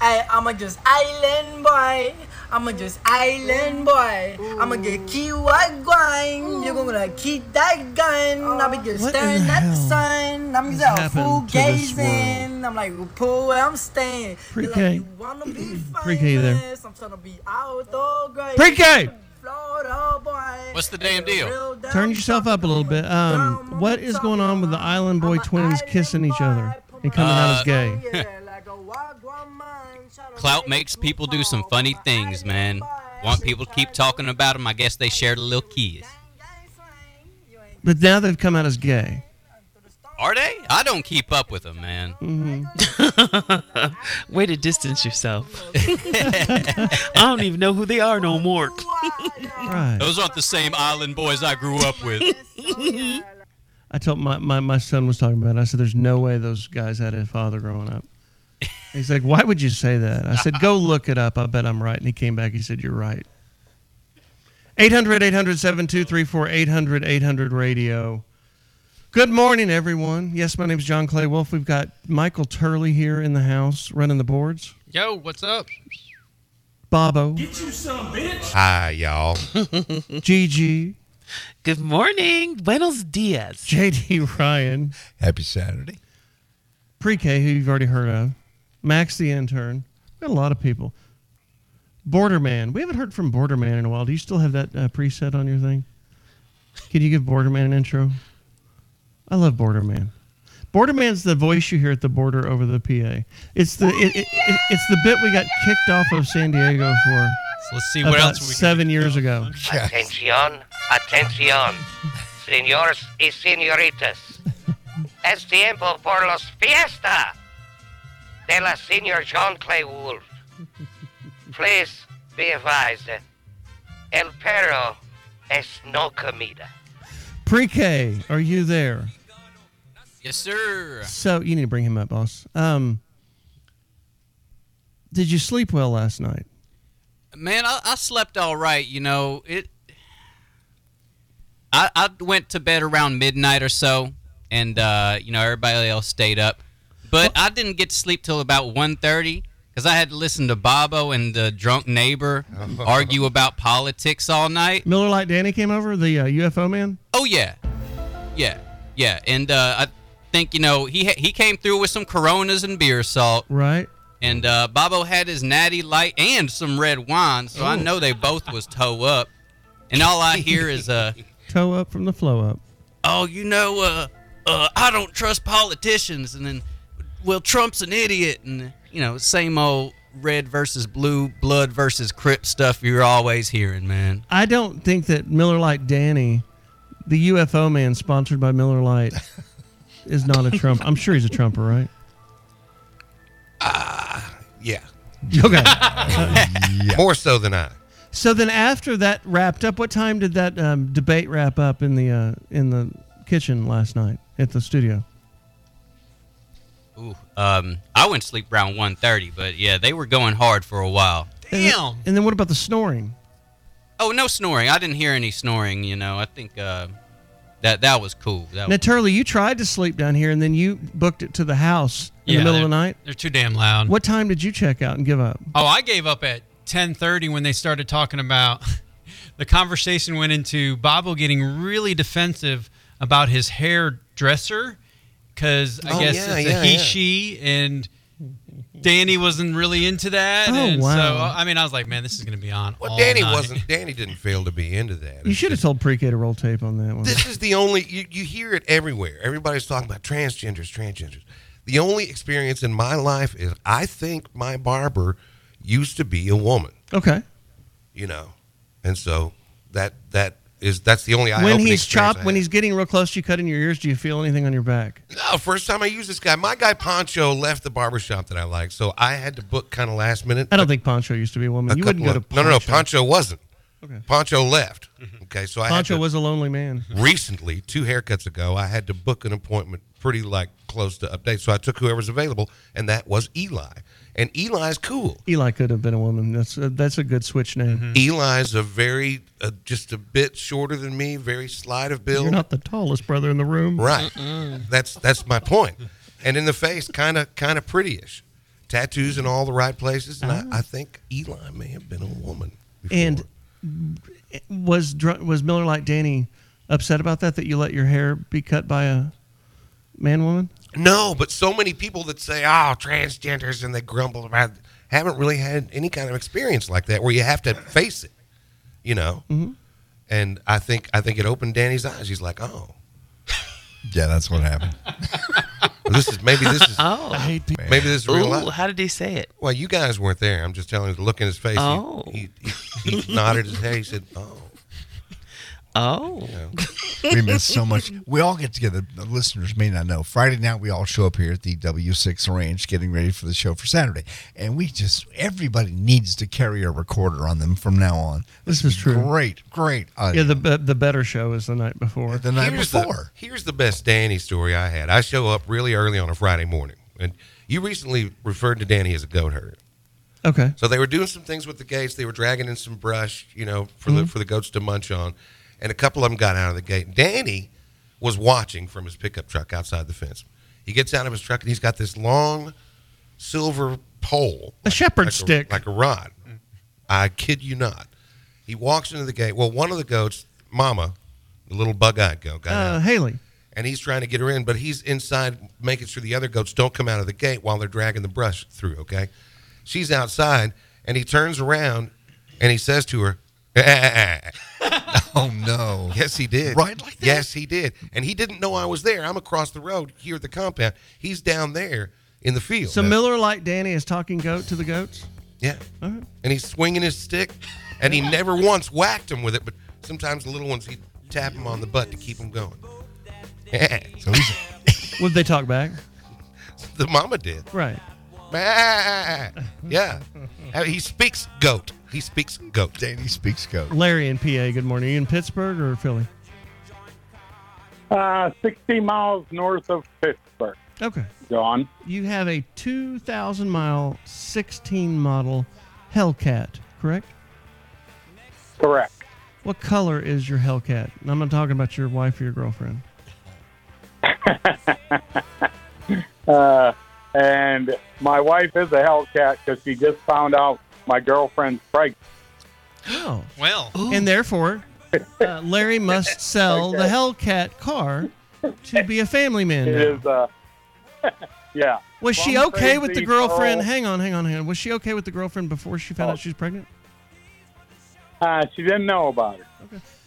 Speaker 19: Ay, I'm a just island boy. I'm a just island boy. I'm a get key white going. You're gonna keep that gun. I'll be just
Speaker 20: Oh. What in
Speaker 19: staring
Speaker 20: the
Speaker 19: at the
Speaker 20: hell
Speaker 19: sun. I'm
Speaker 20: has
Speaker 19: just out
Speaker 20: happened
Speaker 19: full
Speaker 20: to this
Speaker 19: gazing. I'm like, pull where I'm staying. They're like,
Speaker 2: Pre-K.
Speaker 19: you wanna be
Speaker 2: Pre-K there.
Speaker 19: famous? I'm trying to be out the grave.
Speaker 2: Pre-K.
Speaker 19: Florida boy.
Speaker 10: What's the damn deal?
Speaker 2: Turn yourself up a little bit. Um, what is going on with the Island Boy twins kissing each other and coming
Speaker 10: Uh,
Speaker 2: out as (laughs) gay?
Speaker 10: Clout makes people do some funny things, man. Want people to keep talking about them? I guess they shared a little kiss.
Speaker 2: But now they've come out as gay. (laughs)
Speaker 10: Are they? I don't keep up with them, man.
Speaker 2: (laughs)
Speaker 3: Mm-hmm. (laughs) Way to distance yourself. (laughs) I don't even know who they are no
Speaker 4: (laughs)
Speaker 3: more.
Speaker 10: Those aren't the same island boys I grew up with.
Speaker 2: I told my, my, my son was talking about it. I said, There's no way those guys had a father growing up. He's like, Why would you say that? I said, Go look it up. I bet I'm right. And he came back. He said, You're right. 800 800 7234 800 800 radio. Good morning, everyone. Yes, my name's John Clay Wolf. We've got Michael Turley here in the house running the boards.
Speaker 5: Yo, what's up?
Speaker 3: (laughs)
Speaker 2: Bobo,
Speaker 5: Get you some, bitch.
Speaker 9: Hi, y'all.
Speaker 2: Gigi,
Speaker 3: Good morning. Buenos dias.
Speaker 2: JD Ryan,
Speaker 4: Happy Saturday.
Speaker 2: Pre K, who you've already heard of, Max the intern. We've got a lot of people. Borderman. We haven't heard from Borderman in a while. Do you still have that uh, preset on your thing? Can you give Borderman an intro? I love Borderman. Borderman's the voice you hear at the border over the PA. It's the it, it, it- it's the bit we got kicked off of San Diego for.
Speaker 10: So let's see what
Speaker 2: about
Speaker 10: else we can-
Speaker 2: seven years ago.
Speaker 20: Atención, atención, señores y señoritas. Es tiempo por los fiesta de la señor John Clay Wolf. Please be advised, el perro es no comida.
Speaker 2: Pre K, are you there?
Speaker 10: Yes, sir.
Speaker 2: So you need to bring him up, boss. Um, did you sleep well last night?
Speaker 10: Man, I, I slept all right. You know it. I, I went to bed around midnight or so, and uh, you know everybody else stayed up, but I didn't get to sleep till about 1.30 because I had to listen to Bobo and the drunk neighbor argue about politics all night.
Speaker 2: Miller Lite Danny came over, the uh, UFO man.
Speaker 10: Oh yeah, yeah, yeah. And uh, I think you know he ha- he came through with some Coronas and beer salt,
Speaker 2: Right.
Speaker 10: and uh, Bobo had his Natty Light and some red wine. So I
Speaker 2: Ooh.
Speaker 10: know they both was toe up. And all I hear is, uh,
Speaker 2: Toe up from the flow up.
Speaker 10: (laughs) "Oh, you know, uh, uh, I don't trust politicians." And then, well, Trump's an idiot, and you know, same old red versus blue, blood versus crip stuff you're always hearing, man.
Speaker 2: I don't think that Miller Lite Danny, the UFO man sponsored by Miller Lite, is not a Trump. I'm sure he's a Trumper, right?
Speaker 9: Yeah.
Speaker 2: Okay.
Speaker 9: More so than I.
Speaker 2: So then, after that wrapped up, what time did that um, debate wrap up in the uh, in the kitchen last night at the studio?
Speaker 10: Ooh, um, I went to sleep around 1.30, but yeah, they were going hard for a while.
Speaker 2: Damn. And then what about the snoring?
Speaker 10: Oh, no snoring. I didn't hear any snoring. You know, I think uh, that that was cool. That
Speaker 2: Now,
Speaker 10: was,
Speaker 2: Turley, you tried to sleep down here, and then you booked it to the house in
Speaker 21: Yeah,
Speaker 2: the middle of the
Speaker 21: they're-
Speaker 2: night.
Speaker 21: They're too damn loud.
Speaker 2: What time did you check out and give up?
Speaker 21: Oh, I gave up at 10:30 when they started talking about (laughs) the conversation went into Bobo getting really defensive about his hairdresser cuz I
Speaker 9: Oh,
Speaker 21: guess
Speaker 9: yeah,
Speaker 21: it's
Speaker 9: yeah,
Speaker 21: a he
Speaker 9: yeah.
Speaker 21: she and Danny wasn't really into that
Speaker 2: Oh,
Speaker 21: and so
Speaker 2: wow.
Speaker 21: I mean I was like man this is going to be on
Speaker 9: Well,
Speaker 21: all
Speaker 9: Danny
Speaker 21: night.
Speaker 9: wasn't. Danny didn't feel to be into that.
Speaker 2: You should have told Pre-K to roll tape on that one.
Speaker 9: This is the only you, you hear it everywhere. Everybody's talking about transgenders, transgenders. The only experience in my life is I think my barber used to be a woman,
Speaker 2: Okay.
Speaker 9: you know, and so that that is that's the only eye
Speaker 2: when he's chopped, when he's getting real close to you, cutting your ears, do you feel anything on your back?
Speaker 9: No, Oh, first time I used this guy, my guy Poncho left the barbershop that I like, so I had to book kind of last minute.
Speaker 2: I don't think Poncho used to be a woman.
Speaker 9: a
Speaker 2: you wouldn't go
Speaker 9: couple
Speaker 2: to
Speaker 9: of- no, no, no. Poncho wasn't. Poncho left. Okay, so I had
Speaker 2: Poncho
Speaker 9: to-
Speaker 2: was a lonely man.
Speaker 9: recently, two haircuts ago, I had to book an appointment pretty like close to update. So I took whoever's available, and that was Eli. And Eli's cool.
Speaker 2: Eli could have been a woman. That's a, that's a good switch name.
Speaker 21: Mm-hmm.
Speaker 9: Eli's a very uh, just a bit shorter than me, very slight of build.
Speaker 2: You're not the tallest brother in the room,
Speaker 9: right. That's that's my point. And in the face, kind of kind of prettyish, tattoos in all the right places. And I, I think Eli may have been a woman.
Speaker 2: Ah. And was dr- was Miller like Danny upset about that? That you let your hair be cut by a man woman?
Speaker 9: No, but so many people that say, "Oh, transgenders," and they grumble about, it, haven't really had any kind of experience like that where you have to face it, you know.
Speaker 3: Mm-hmm.
Speaker 2: Mhm.
Speaker 9: And I think I think it opened Danny's eyes. He's like, "Oh,
Speaker 4: Yeah, that's what happened.
Speaker 9: this is maybe this is
Speaker 3: (laughs) Oh. I hate people.
Speaker 9: maybe this is real
Speaker 3: Ooh,
Speaker 9: life."
Speaker 3: how did he say it?
Speaker 9: Well, you guys weren't there. I'm just telling you. Look in his face. He-
Speaker 3: Oh.
Speaker 9: He, he, he nodded his head. He said, "Oh."
Speaker 3: (laughs) Oh.
Speaker 9: You know.
Speaker 4: we miss
Speaker 3: (laughs)
Speaker 4: so much. We all get together. The listeners may not know. Friday night, we all show up here at the W6 Ranch getting ready for the show for Saturday. And we just, everybody needs to carry a recorder on them from now on. This, is true. Great, great. Uh,
Speaker 2: yeah,
Speaker 4: audio.
Speaker 2: the be- the better show is the night before.
Speaker 4: The night
Speaker 9: here's
Speaker 4: before.
Speaker 9: The, here's the best Danny story I had. I show up really early on a Friday morning, and you recently referred to Danny as a goat herd.
Speaker 2: Okay.
Speaker 9: So they were doing some things with the gates. They were dragging in some brush, you know, for the
Speaker 2: Mhm.
Speaker 9: for the goats to munch on, and a couple of them got out of the gate. Danny was watching from his pickup truck outside the fence. He gets out of his truck and he's got this long silver pole,
Speaker 2: A shepherd's
Speaker 9: like
Speaker 2: stick.
Speaker 9: like a rod. I kid you not. He walks into the gate. Well, one of the goats, Mama, the little bug-eyed goat, got
Speaker 2: Uh,
Speaker 9: out
Speaker 2: Haley.
Speaker 9: and he's trying to get her in, but he's inside making sure the other goats don't come out of the gate while they're dragging the brush through, okay? She's outside, and he turns around and he says to her, (laughs)
Speaker 4: Oh, no.
Speaker 9: Yes, he did. Right like that? Yes, he did. And he didn't know I was there. I'm across the road here at the compound. He's down there in the field.
Speaker 2: So Miller like Danny is talking goat to the
Speaker 4: (laughs)
Speaker 2: goats.
Speaker 9: Yeah.
Speaker 2: All right.
Speaker 9: And he's swinging his stick, and he never once whacked him with it, but sometimes the little ones, he'd tap him on the butt to keep him going. so
Speaker 2: (laughs)
Speaker 9: he's,
Speaker 2: Would they talk
Speaker 4: (laughs)
Speaker 2: back?
Speaker 9: the mama did.
Speaker 2: Right.
Speaker 9: yeah. Uh, He speaks goat. He speaks goat.
Speaker 4: Danny speaks goat.
Speaker 2: Larry in PA. Good morning. Are you in Pittsburgh or Philly?
Speaker 22: Uh, 60 miles north of Pittsburgh.
Speaker 2: Okay.
Speaker 22: John.
Speaker 2: You have a 2,000 mile 16 model Hellcat, correct?
Speaker 22: Correct.
Speaker 2: What color is your Hellcat? And I'm not talking about your wife or your girlfriend.
Speaker 22: Uh, and my wife is a Hellcat because she just found out my girlfriend's pregnant.
Speaker 2: Oh.
Speaker 21: Well.
Speaker 2: And therefore, uh, Larry must sell the Hellcat car to be a family man.
Speaker 22: It
Speaker 2: now.
Speaker 22: is, uh, (laughs) yeah.
Speaker 2: Was she
Speaker 22: Plum
Speaker 2: okay with the
Speaker 22: crazy
Speaker 2: girlfriend?
Speaker 22: girl.
Speaker 2: Hang on, hang on, hang on. Was she okay with the girlfriend before she found out she was pregnant?
Speaker 22: Uh, she didn't know about it.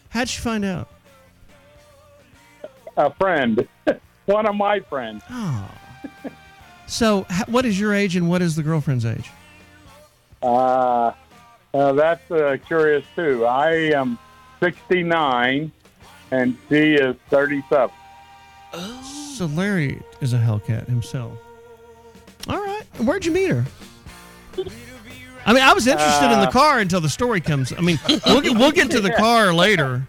Speaker 2: How'd she find out?
Speaker 22: A friend, (laughs) one of my friends.
Speaker 2: Oh. So, h- what is your age and what is the girlfriend's age?
Speaker 22: Uh, uh, that's uh, curious too. I am 69, and she is 37.
Speaker 2: So, Larry is a Hellcat himself. All right. Where'd you meet her? I mean, I was interested in the
Speaker 22: Uh,
Speaker 2: car until the story comes. I mean, we'll get, we'll get to the
Speaker 22: (laughs) Yeah.
Speaker 2: car later.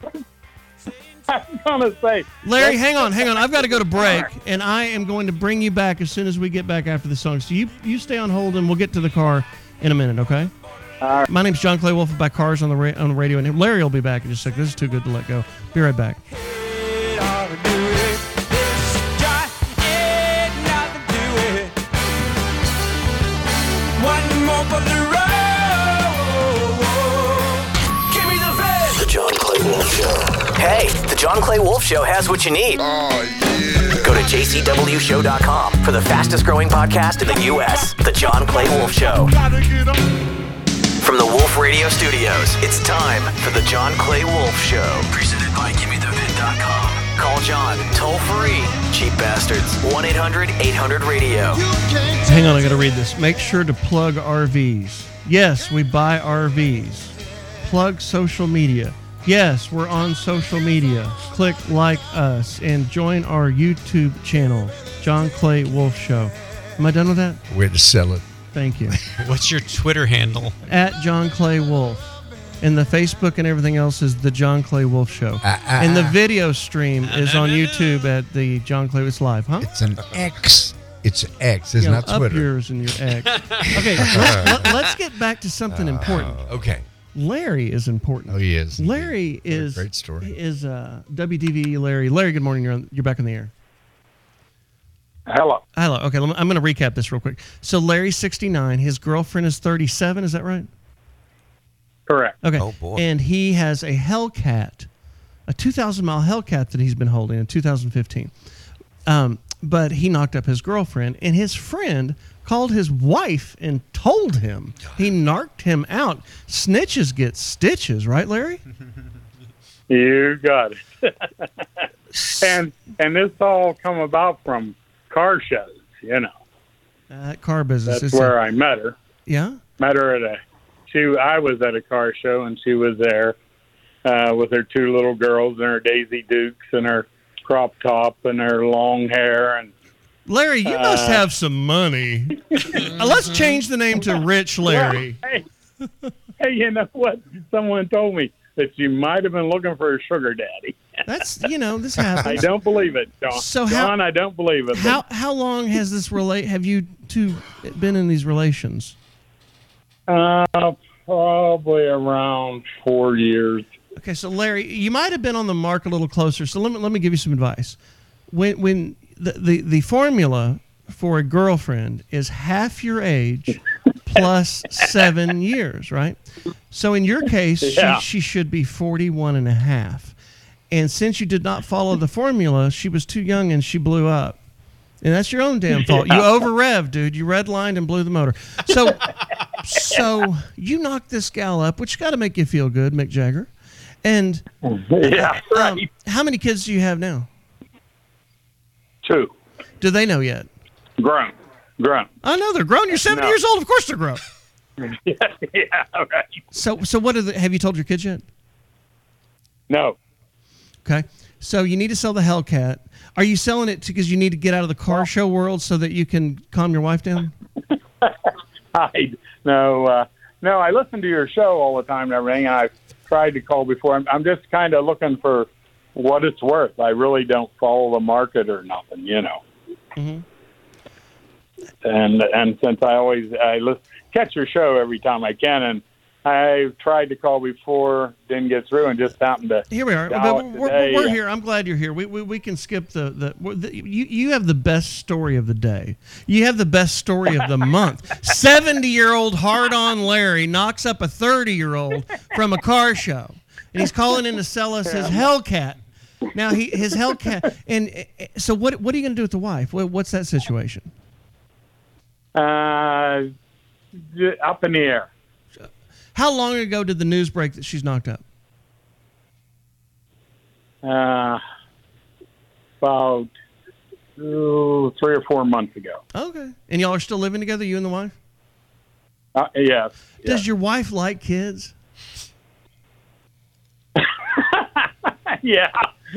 Speaker 22: I'm gonna say,
Speaker 2: Larry, hang on, hang on.
Speaker 13: (laughs)
Speaker 2: I've got to go to break, and I am going to bring you back as soon as we get back after the song. So you you stay on hold, and we'll get to the car in a minute, okay?
Speaker 22: All right.
Speaker 2: My name's John Clay Wolf by Cars on the ra- on the radio, and Larry will be back in just a second. This is too good to let go. Be right back.
Speaker 23: One more for the road. Give me the best.
Speaker 1: The John Clay Wolf Show. Hey, the John Clay Wolf Show has what you need. Oh, yeah. Go to jcwshow.com for the fastest growing podcast in the U.S. The John Clay Wolf Show. From the Wolf Radio Studios, it's time for the John Clay Wolf Show. Presented by GimmeTheVid.com. Call John toll free. Cheap bastards. 1 800 800 radio.
Speaker 2: Hang on, I got to read this. Make sure to plug RVs. Yes, we buy RVs. Plug social media. Yes, we're on social media. Click like us and join our YouTube channel, John Clay Wolf Show. Am I done with that?
Speaker 4: Where to sell it.
Speaker 2: Thank
Speaker 4: (laughs)
Speaker 2: you.
Speaker 21: (laughs) What's your Twitter handle?
Speaker 2: At John Clay Wolf. And the Facebook and everything else is the John Clay Wolf Show.
Speaker 4: Ah,
Speaker 2: and the video stream is on YouTube at the John Clay. It's live, huh?
Speaker 4: It's an X. It's an X. It's
Speaker 2: You know,
Speaker 4: not
Speaker 2: up
Speaker 4: Twitter.
Speaker 2: yours and your
Speaker 4: (laughs)
Speaker 2: X. okay, let, us get back to something important.
Speaker 4: Uh, Okay.
Speaker 2: Larry is important.
Speaker 4: Oh, he is.
Speaker 2: Larry is
Speaker 4: great story.
Speaker 2: he Is uh, WDVE Larry? Larry, good morning. You're on, you're back on the air.
Speaker 22: Hello.
Speaker 2: Hello. Okay, lemme- I'm going to recap this real quick. So Larry's 69. His girlfriend is 37. Is that right?
Speaker 22: Correct.
Speaker 2: Okay.
Speaker 22: Oh, boy.
Speaker 2: And he has a Hellcat, a 2,000 mile Hellcat that he's been holding in 2015. Um, but he knocked up his girlfriend, and his friend called his wife and told him. He narked him out. Snitches get stitches, right,
Speaker 22: (laughs)
Speaker 2: Larry?
Speaker 22: You got it. and and this all come about from car shows, you know.
Speaker 2: Uh, car business.
Speaker 22: That's
Speaker 2: is
Speaker 22: where Uh, I met her.
Speaker 2: Yeah.
Speaker 22: Met her at a she I was at a car show and she was there.
Speaker 13: uh, with her two little girls and her Daisy Dukes and her crop top and her long hair and
Speaker 2: Larry, you must
Speaker 13: Uh,
Speaker 2: have some
Speaker 22: (laughs)
Speaker 2: money. Uh, Let's change the name to Rich Larry.
Speaker 13: (laughs) Hey, hey, you know what? Someone told me that you might have been looking for a sugar daddy. (laughs)
Speaker 2: That's you know this happens.
Speaker 13: I don't believe it, John.
Speaker 2: So how-
Speaker 13: John, I don't believe it. but
Speaker 2: How how long has this relate? Have you two been in these relations?
Speaker 13: Uh, probably around four years. (laughs)
Speaker 2: Okay, so Larry, you might have been on the mark a little closer. So let me let me give you some advice. When when the the, the formula for a girlfriend is half your age plus seven years, right? So in your case,
Speaker 13: Yeah.
Speaker 2: she, she should be 41 and a half. And since you did not follow the formula, she was too young and she blew up. And that's your own damn fault. You
Speaker 14: Yeah.
Speaker 2: over rev, dude. You redlined and blew the motor. So, so you knocked this gal up, which got to make you feel good, Mick Jagger. And
Speaker 13: (laughs) Yeah,
Speaker 2: um, how many kids do you have now?
Speaker 13: Two.
Speaker 2: Do they know yet?
Speaker 13: Grown. Grown.
Speaker 2: I know they're grown. You're seventy
Speaker 13: No.
Speaker 2: years old. Of course they're grown.
Speaker 13: yeah, right.
Speaker 2: So, so what are the, have you told your kids yet?
Speaker 13: No.
Speaker 2: Okay. So you need to sell the Hellcat. Are you selling it because you need to get out of the car show world so that you can calm your wife down?
Speaker 13: I no, uh, no. I listen to your show all the time and everything. And I've tried to call before. I'm, I'm just kind of looking for what it's worth. I really don't follow the market or nothing, you know.
Speaker 2: Mhm.
Speaker 13: And and since I always I listen, catch your show every time I can, and I've tried to call before, didn't get through, and just happened to
Speaker 2: Here we are.
Speaker 13: dial
Speaker 2: But
Speaker 13: it
Speaker 2: we're,
Speaker 13: today.
Speaker 2: we're here. I'm glad you're here. We, we, we can skip the, the, we're- the you, you have the best story of the day. You have the best story of the month. 70 year old hard on Larry knocks up a 30 year old from a car show. And he's calling in to sell us his Hellcat. Now, he his Hellcat. And eh, eh, so, what, what are you going to do with the wife? What, what's that situation?
Speaker 13: Uh, j- up in the air.
Speaker 2: How long ago did the news break that she's knocked up?
Speaker 13: Uh, about ooh, three or four months ago.
Speaker 2: Okay. And y'all are still living together, you and the wife?
Speaker 13: Uh, yes.
Speaker 2: Does your wife like kids?
Speaker 13: (laughs) yeah.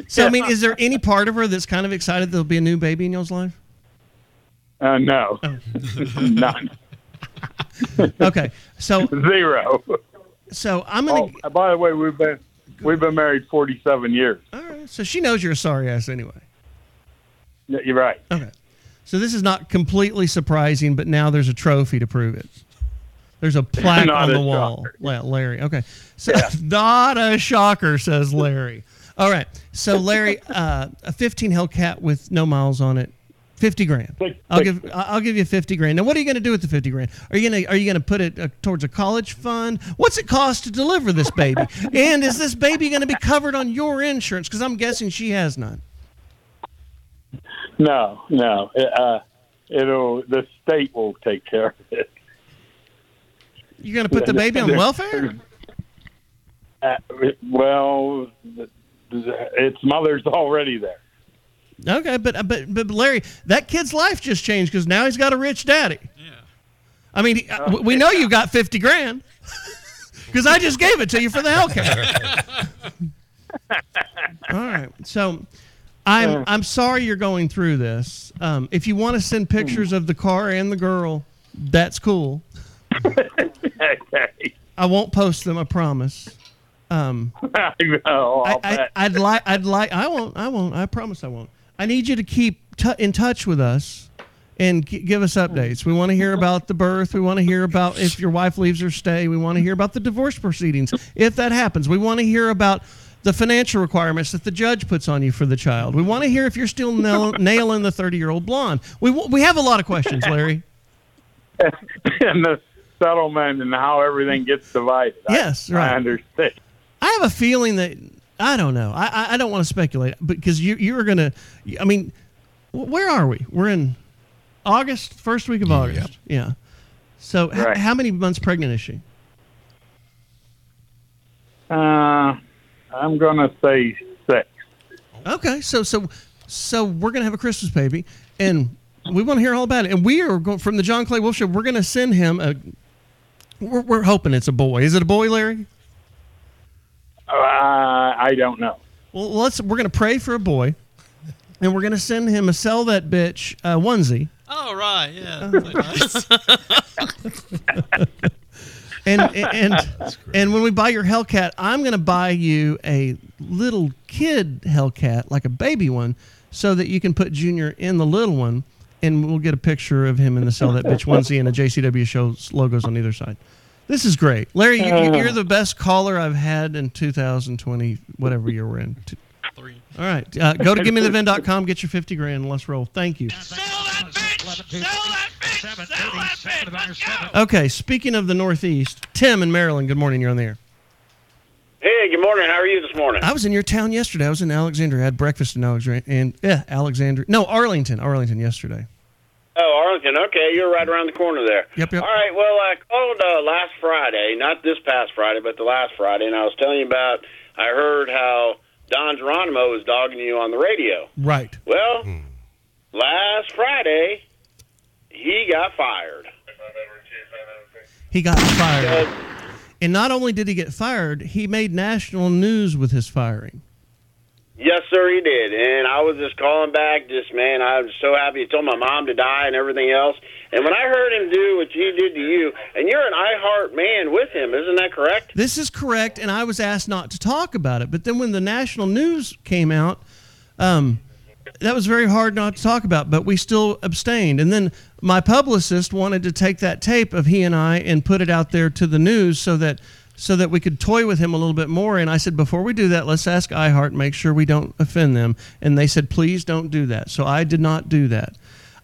Speaker 2: So I mean, is there any part of her that's kind of excited there'll be a new baby in y'all's life?
Speaker 13: Uh, no. None.
Speaker 2: okay. So
Speaker 13: zero.
Speaker 2: So I'm gonna.
Speaker 13: Oh, by the way, we've been we've been married 47 years.
Speaker 2: All right. So she knows you're a sorry ass anyway.
Speaker 13: Yeah, You're right.
Speaker 2: Okay. So this is not completely surprising, but now there's a trophy to prove it. There's a
Speaker 13: (laughs)
Speaker 2: plaque
Speaker 13: Not
Speaker 2: on
Speaker 13: a
Speaker 2: the wall. La- Larry. Okay. So (laughs) not a shocker, says Larry. All right. So Larry, uh, a 15 Hellcat with no miles on it, 50 grand. I'll give I- I'll give you 50 grand. Now what are you going to do with the 50 grand? Are you going to are you going to put it uh, towards a college fund? What's it cost to deliver this baby? and is this baby going to be covered on your insurance cuz I'm guessing she has none.
Speaker 13: No, no. It, uh, it'll the state will take care of it.
Speaker 2: You're going to put the baby on welfare?
Speaker 13: (laughs) Uh, well, th- th- its mother's already there.
Speaker 2: Okay, but uh, but but Larry, that kid's life just changed cuz now he's got a rich daddy. Yeah. I mean, he- uh, w- we know you got 50 grand. (laughs) Cuz I just gave it to you for the
Speaker 8: (laughs)
Speaker 2: Hellcat. All right. So I'm I'm sorry you're going through this. Um, if you want to send pictures of the car and the girl, that's cool. I won't post them, I promise. Um,
Speaker 13: I know. I'll
Speaker 2: I,
Speaker 13: bet.
Speaker 2: I, would like I'd like I won't I won't I promise I won't. I need you to keep t- in touch with us and g- give us updates. We want to hear about the birth. We want to hear about if your wife leaves her stay. We want to hear about the divorce proceedings if that happens. We want to hear about the financial requirements that the judge puts on you for the child. We want to hear if you're still nail- nailing the 30-year-old blonde. We w- we have a lot of questions, Larry.
Speaker 13: (laughs) and the settlement and how everything gets divided.
Speaker 2: Yes,
Speaker 13: I,
Speaker 2: right.
Speaker 13: I understand.
Speaker 2: I have a feeling that I don't know. I I, I don't want to speculate because you you're gonna. I mean, wh- where are we? We're in August, first week of August. Yeah. So h-
Speaker 13: Right.
Speaker 2: how many months pregnant is she?
Speaker 13: Uh, I'm gonna say six.
Speaker 2: Okay. So so so we're gonna have a Christmas baby, and we want to hear all about it. And we are going from the John Clay Wolf Show. We're gonna send him a. We're, we're hoping it's a boy. Is it a boy, Larry?
Speaker 13: Uh, I don't know.
Speaker 2: Well, let's. We're gonna pray for a boy, and we're gonna send him a sell that bitch uh, onesie.
Speaker 21: Oh right, (laughs) yeah.
Speaker 2: (laughs) and and and, and when we buy your Hellcat, I'm going to buy you a little kid Hellcat, like a baby one, so that you can put Junior in the little one, and we'll get a picture of him in the sell that bitch onesie and a JCW show's logos on either side. This is great, Larry. You, you- you're the best caller I've had in 2020, whatever year we're in. Three. All right, uh, go to gimmethevin.com, get your 50 grand, and let's roll. Thank you. Okay, speaking of the Northeast, Tim in Maryland. Good morning. You're on the air.
Speaker 24: Hey, good morning. How are you this morning?
Speaker 2: I was in your town yesterday. I was in Alexandria. I had breakfast in Alexandria. And, yeah, Alexandria. No, Arlington. Arlington yesterday.
Speaker 24: Oh, Arlington. Okay, you're right around the corner there.
Speaker 2: Yep, yep.
Speaker 24: All right. Well, I called uh, last Friday, not this past Friday, but the last Friday, and I was telling you about. I heard how Don Geronimo was dogging you on the radio.
Speaker 2: Right.
Speaker 24: Well,
Speaker 2: Hmm.
Speaker 24: last Friday, he got fired.
Speaker 2: He got fired. And not only did he get fired, he made national news with his firing.
Speaker 24: Yes, sir, he did. And I was just calling back, just man, I was so happy. He told my mom to die and everything else. And when I heard him do what he did to you, and you're an I Heart man with him, isn't that correct?
Speaker 2: This is correct, and I was asked not to talk about it. But then when the national news came out, um, that was very hard not to talk about, but we still abstained. And then my publicist wanted to take that tape of he and I and put it out there to the news so that so that we could toy with him a little bit more. And I said, before we do that, let's ask iHeart, and make sure we don't offend them. And they said, please don't do that. So I did not do that.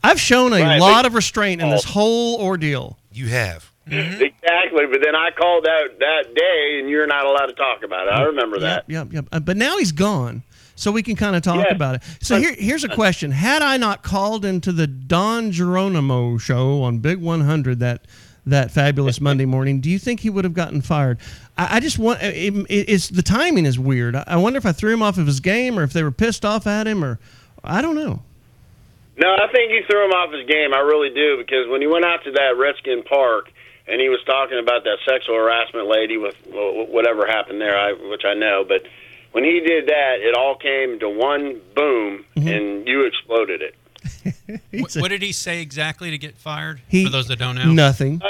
Speaker 2: I've shown a
Speaker 24: Right,
Speaker 2: lot
Speaker 24: but- Oh.
Speaker 2: of restraint in this whole ordeal.
Speaker 9: You have.
Speaker 24: Exactly. But then I called out that day, and you're not allowed to talk about it. I remember that.
Speaker 2: Yep, yep. Uh, but now he's gone, so we can kind of talk
Speaker 24: Yes.
Speaker 2: about it. So here, here's a question: Had I not called into the Don Geronimo show on Big 100 that that fabulous Monday morning, do you think he would have gotten fired? I, I just want uh, it, it- it's the timing is weird. I, I wonder if I threw him off of his game, or if they were pissed off at him, or I don't know.
Speaker 24: No, I think you threw him off his game. I really do because when he went out to that Redskin Park and he was talking about that sexual harassment lady with wh- whatever happened there, I, which I know, but when he did that, it all came to one boom,
Speaker 2: Mm-hmm.
Speaker 24: and you exploded it.
Speaker 21: what, what did he say exactly to get fired?
Speaker 2: He-
Speaker 21: For those that don't know,
Speaker 2: Nothing.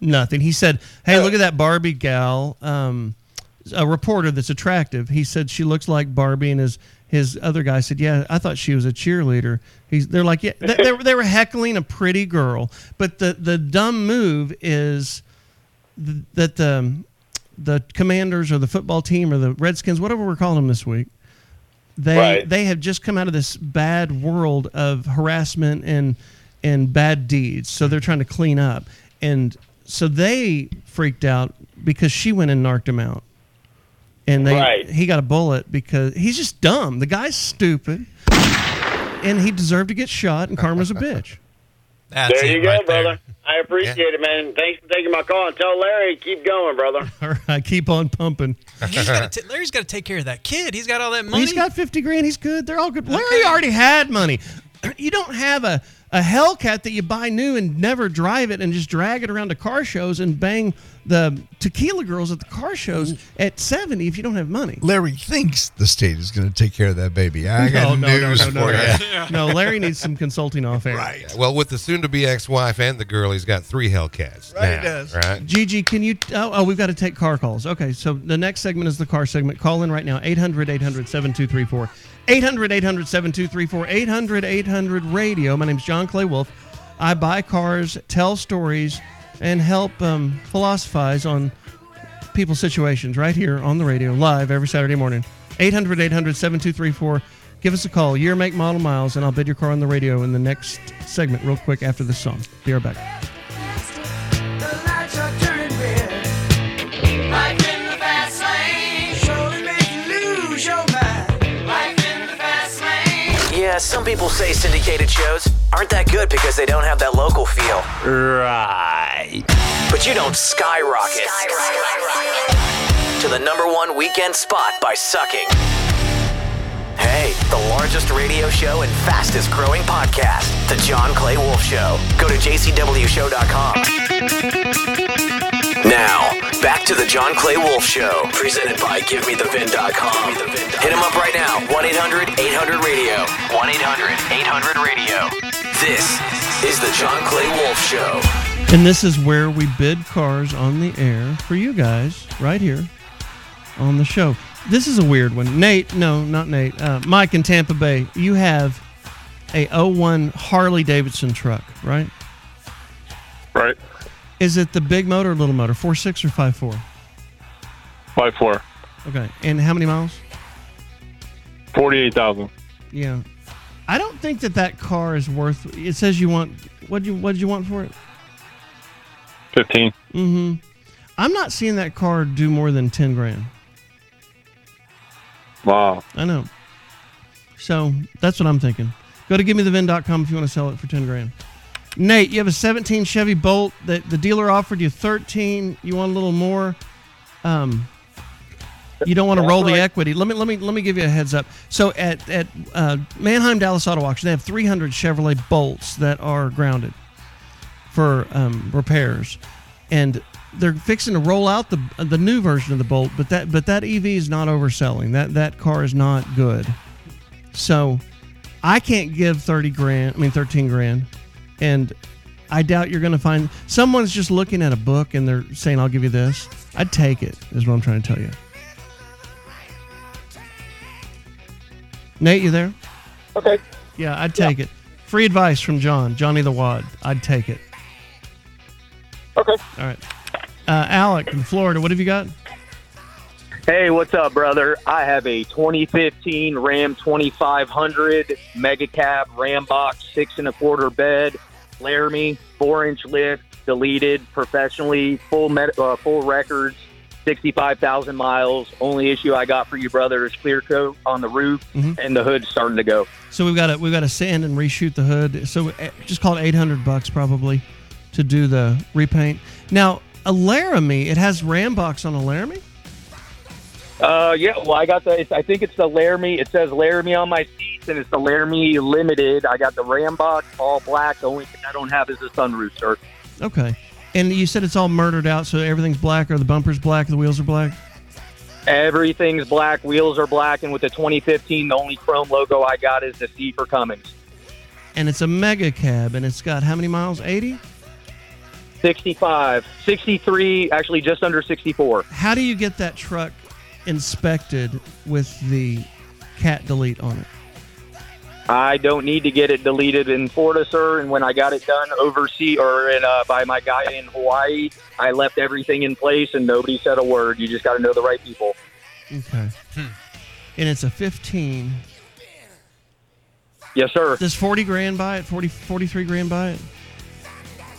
Speaker 2: Nothing. He said, "Hey, look at that Barbie gal, um, a reporter that's attractive." He said she looks like Barbie, and his his other guy said, "Yeah, I thought she was a cheerleader." He's they're like, "Yeah, they, they, were- they were heckling a pretty girl." But the the dumb move is th- that the the commanders or the football team or the Redskins, whatever we're calling them this week, they
Speaker 25: Right.
Speaker 2: they have just come out of this bad world of harassment and and bad deeds. So they're trying to clean up, and so they freaked out because she went and narked him out, and they
Speaker 24: Right.
Speaker 2: he got a bullet because he's just dumb. The guy's stupid, and he deserved to get shot. And karma's a
Speaker 21: (laughs)
Speaker 2: bitch.
Speaker 24: there you go, brother. I appreciate it, man. Thanks for taking my call. And tell Larry, keep going, brother.
Speaker 2: All right, keep on pumping.
Speaker 21: He's (laughs) gotta ta- Larry's got to take care of that kid. He's got all that money.
Speaker 2: He's got 50 grand. He's good. They're all good. Larry already had money. (clears throat) You don't have a, a Hellcat that you buy new and never drive it and just drag it around to car shows and bang the tequila girls at the car shows at 70 if you don't have money.
Speaker 4: Larry thinks the state is going to take care of that baby. I got
Speaker 2: (laughs) no, no,
Speaker 4: news
Speaker 2: no, no,
Speaker 4: for
Speaker 2: no. (laughs)
Speaker 4: you.
Speaker 2: No, Larry needs some consulting off air. Right.
Speaker 9: Well, with the soon-to-be ex-wife and the girl, he's got three Hellcats.
Speaker 2: Right, he
Speaker 9: now,
Speaker 2: does.
Speaker 9: Right.
Speaker 2: Gigi, can you? Oh, oh, we've got to take car calls. Okay, so the next segment is the car segment. Call in right now 800 800 7234. 800 800 7234. 800 800 radio. My name's John Clay Wolf. I buy cars, tell stories, and help um, philosophize on people's situations right here on the radio live every Saturday morning. 800 800 7234. Give us a call, year, make, model, miles, and I'll bid your car on the radio in the next segment, real quick after this song. Be right back.
Speaker 8: The lights are turning red. Life in the fast lane. Surely make you lose your mind. Life in the fast lane.
Speaker 1: Yeah, some people say syndicated shows aren't that good because they don't have that local feel. Right. But you don't skyrocket, to the number one weekend spot by sucking. Hey, the largest radio show and fastest growing podcast, The John Clay Wolf Show. Go to jcwshow.com. Now, back to the John Clay Wolf Show, presented by GiveMeTheVin.com. Hit him up right now, 1 800 800 Radio. 1 800 800 Radio. This is the John Clay Wolf Show.
Speaker 2: And this is where we bid cars on the air for you guys, right here on the show. This is a weird one. Nate, no, not Nate. Uh, Mike in Tampa Bay, you have a 01 Harley Davidson truck, right?
Speaker 13: Right.
Speaker 2: Is it the big motor or little motor? Four six or five four?
Speaker 13: Five four.
Speaker 2: Okay. And how many miles?
Speaker 13: Forty eight thousand.
Speaker 2: Yeah. I don't think that that car is worth. It says you want what you what did you want for it?
Speaker 13: Fifteen.
Speaker 2: Mm-hmm. I'm not seeing that car do more than ten grand.
Speaker 13: Wow.
Speaker 2: I know. So that's what I'm thinking. Go to givemethevin.com if you want to sell it for 10 grand. Nate, you have a 17 Chevy Bolt that the dealer offered you 13. You want a little more. Um, you don't want to roll the equity. Let me let me let me give you a heads up. So at at uh, Manheim Dallas Auto Auction, they have 300 Chevrolet Bolts that are grounded for um, repairs, and they're fixing to roll out the the new version of the Bolt. But that but that EV is not overselling. That that car is not good. So I can't give 30 grand, I mean 13 grand. And I doubt you're going to find someone's just looking at a book and they're saying I'll give you this. I'd take it. Is what I'm trying to tell you. Nate, you there?
Speaker 13: Okay.
Speaker 2: Yeah, I'd take it. Free advice from John, Johnny the Wad. I'd take it.
Speaker 13: Okay.
Speaker 2: All right. Uh, Alec in Florida, what have you got?
Speaker 26: Hey, what's up, brother? I have a 2015 Ram 2500 Mega Cab Ram Box six and a quarter bed, Laramie four inch lift, deleted professionally, full med- uh, full records, 65,000 miles. Only issue I got for you, brother, is clear coat on the roof
Speaker 2: Mhm.
Speaker 26: and the hood's starting to go.
Speaker 2: So we've got to we've got to sand and reshoot the hood. So eh, just call it eight hundred bucks probably to do the repaint. Now a Laramie, it has Ram box on a Laramie.
Speaker 26: Uh, yeah, well, I got the. It's, I think it's the Laramie. It says Laramie on my seats, and it's the Laramie Limited. I got the Ram box, all black. The only thing I don't have is the sunroof, sir.
Speaker 2: Okay, and you said it's all murdered out, so everything's black, or the bumper's black, the wheels are black.
Speaker 26: Everything's black, wheels are black, and with the 2015, the only chrome logo I got is the C for Cummins.
Speaker 2: And it's a mega cab, and it's got how many miles? Eighty.
Speaker 26: 65, 63, actually just under 64.
Speaker 2: How do you get that truck inspected with the cat delete on it?
Speaker 26: I don't need to get it deleted in Florida, sir. And when I got it done overseas or in, uh, by my guy in Hawaii, I left everything in place and nobody said a word. You just got to know the right people.
Speaker 2: Okay. Hmm. And it's a fifteen.
Speaker 26: Yes, sir.
Speaker 2: Does forty grand buy it? 40, 43 grand buy it?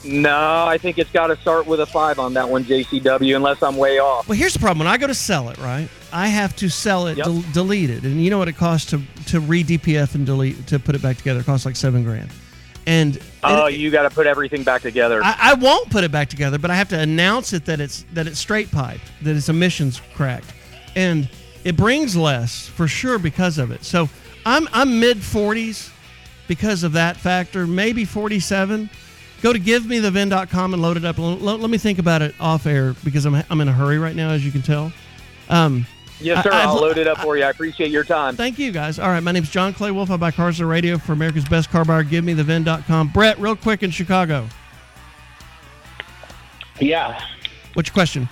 Speaker 26: No, I think it's got to start with a five on that one, JCW, unless I'm way off.
Speaker 2: Well, here's the problem. When I go to sell it, right, I have to sell it, del- delete it, and you know what it costs to to re DPF and delete to put it back together. It costs like seven grand, and
Speaker 26: Oh, you got to put everything back together.
Speaker 2: I, I won't put it back together, but I have to announce it that it's that it's straight piped, that it's emissions cracked, and it brings less for sure because of it. So I'm I'm mid 40s because of that factor, maybe 47. Go to givemethevin.com and load it up. L- l- let me think about it off air because I'm I'm in a hurry right now, as you can tell. Um,
Speaker 26: yes, sir.
Speaker 2: I-
Speaker 26: I,
Speaker 2: I've-
Speaker 26: will load it up for you. I appreciate your time.
Speaker 2: Thank you, guys. All right, my name's John Clay Wolf. I buy cars on the radio for America's Best Car Buyer. GiveMeTheVin.com. Brett, real quick in Chicago,
Speaker 8: Yeah.
Speaker 2: what's your question?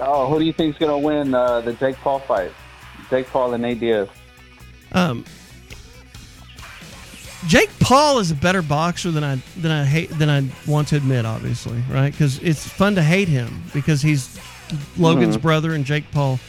Speaker 8: Oh, who do you think's gonna win uh, the Jake Paul fight? Jake Paul and Nate Diaz.
Speaker 2: Um, Jake Paul is a better boxer than I than I hate than I want to admit, obviously, right? Because it's fun to hate him because he's Logan's
Speaker 8: Mhm.
Speaker 2: brother and Jake Paul.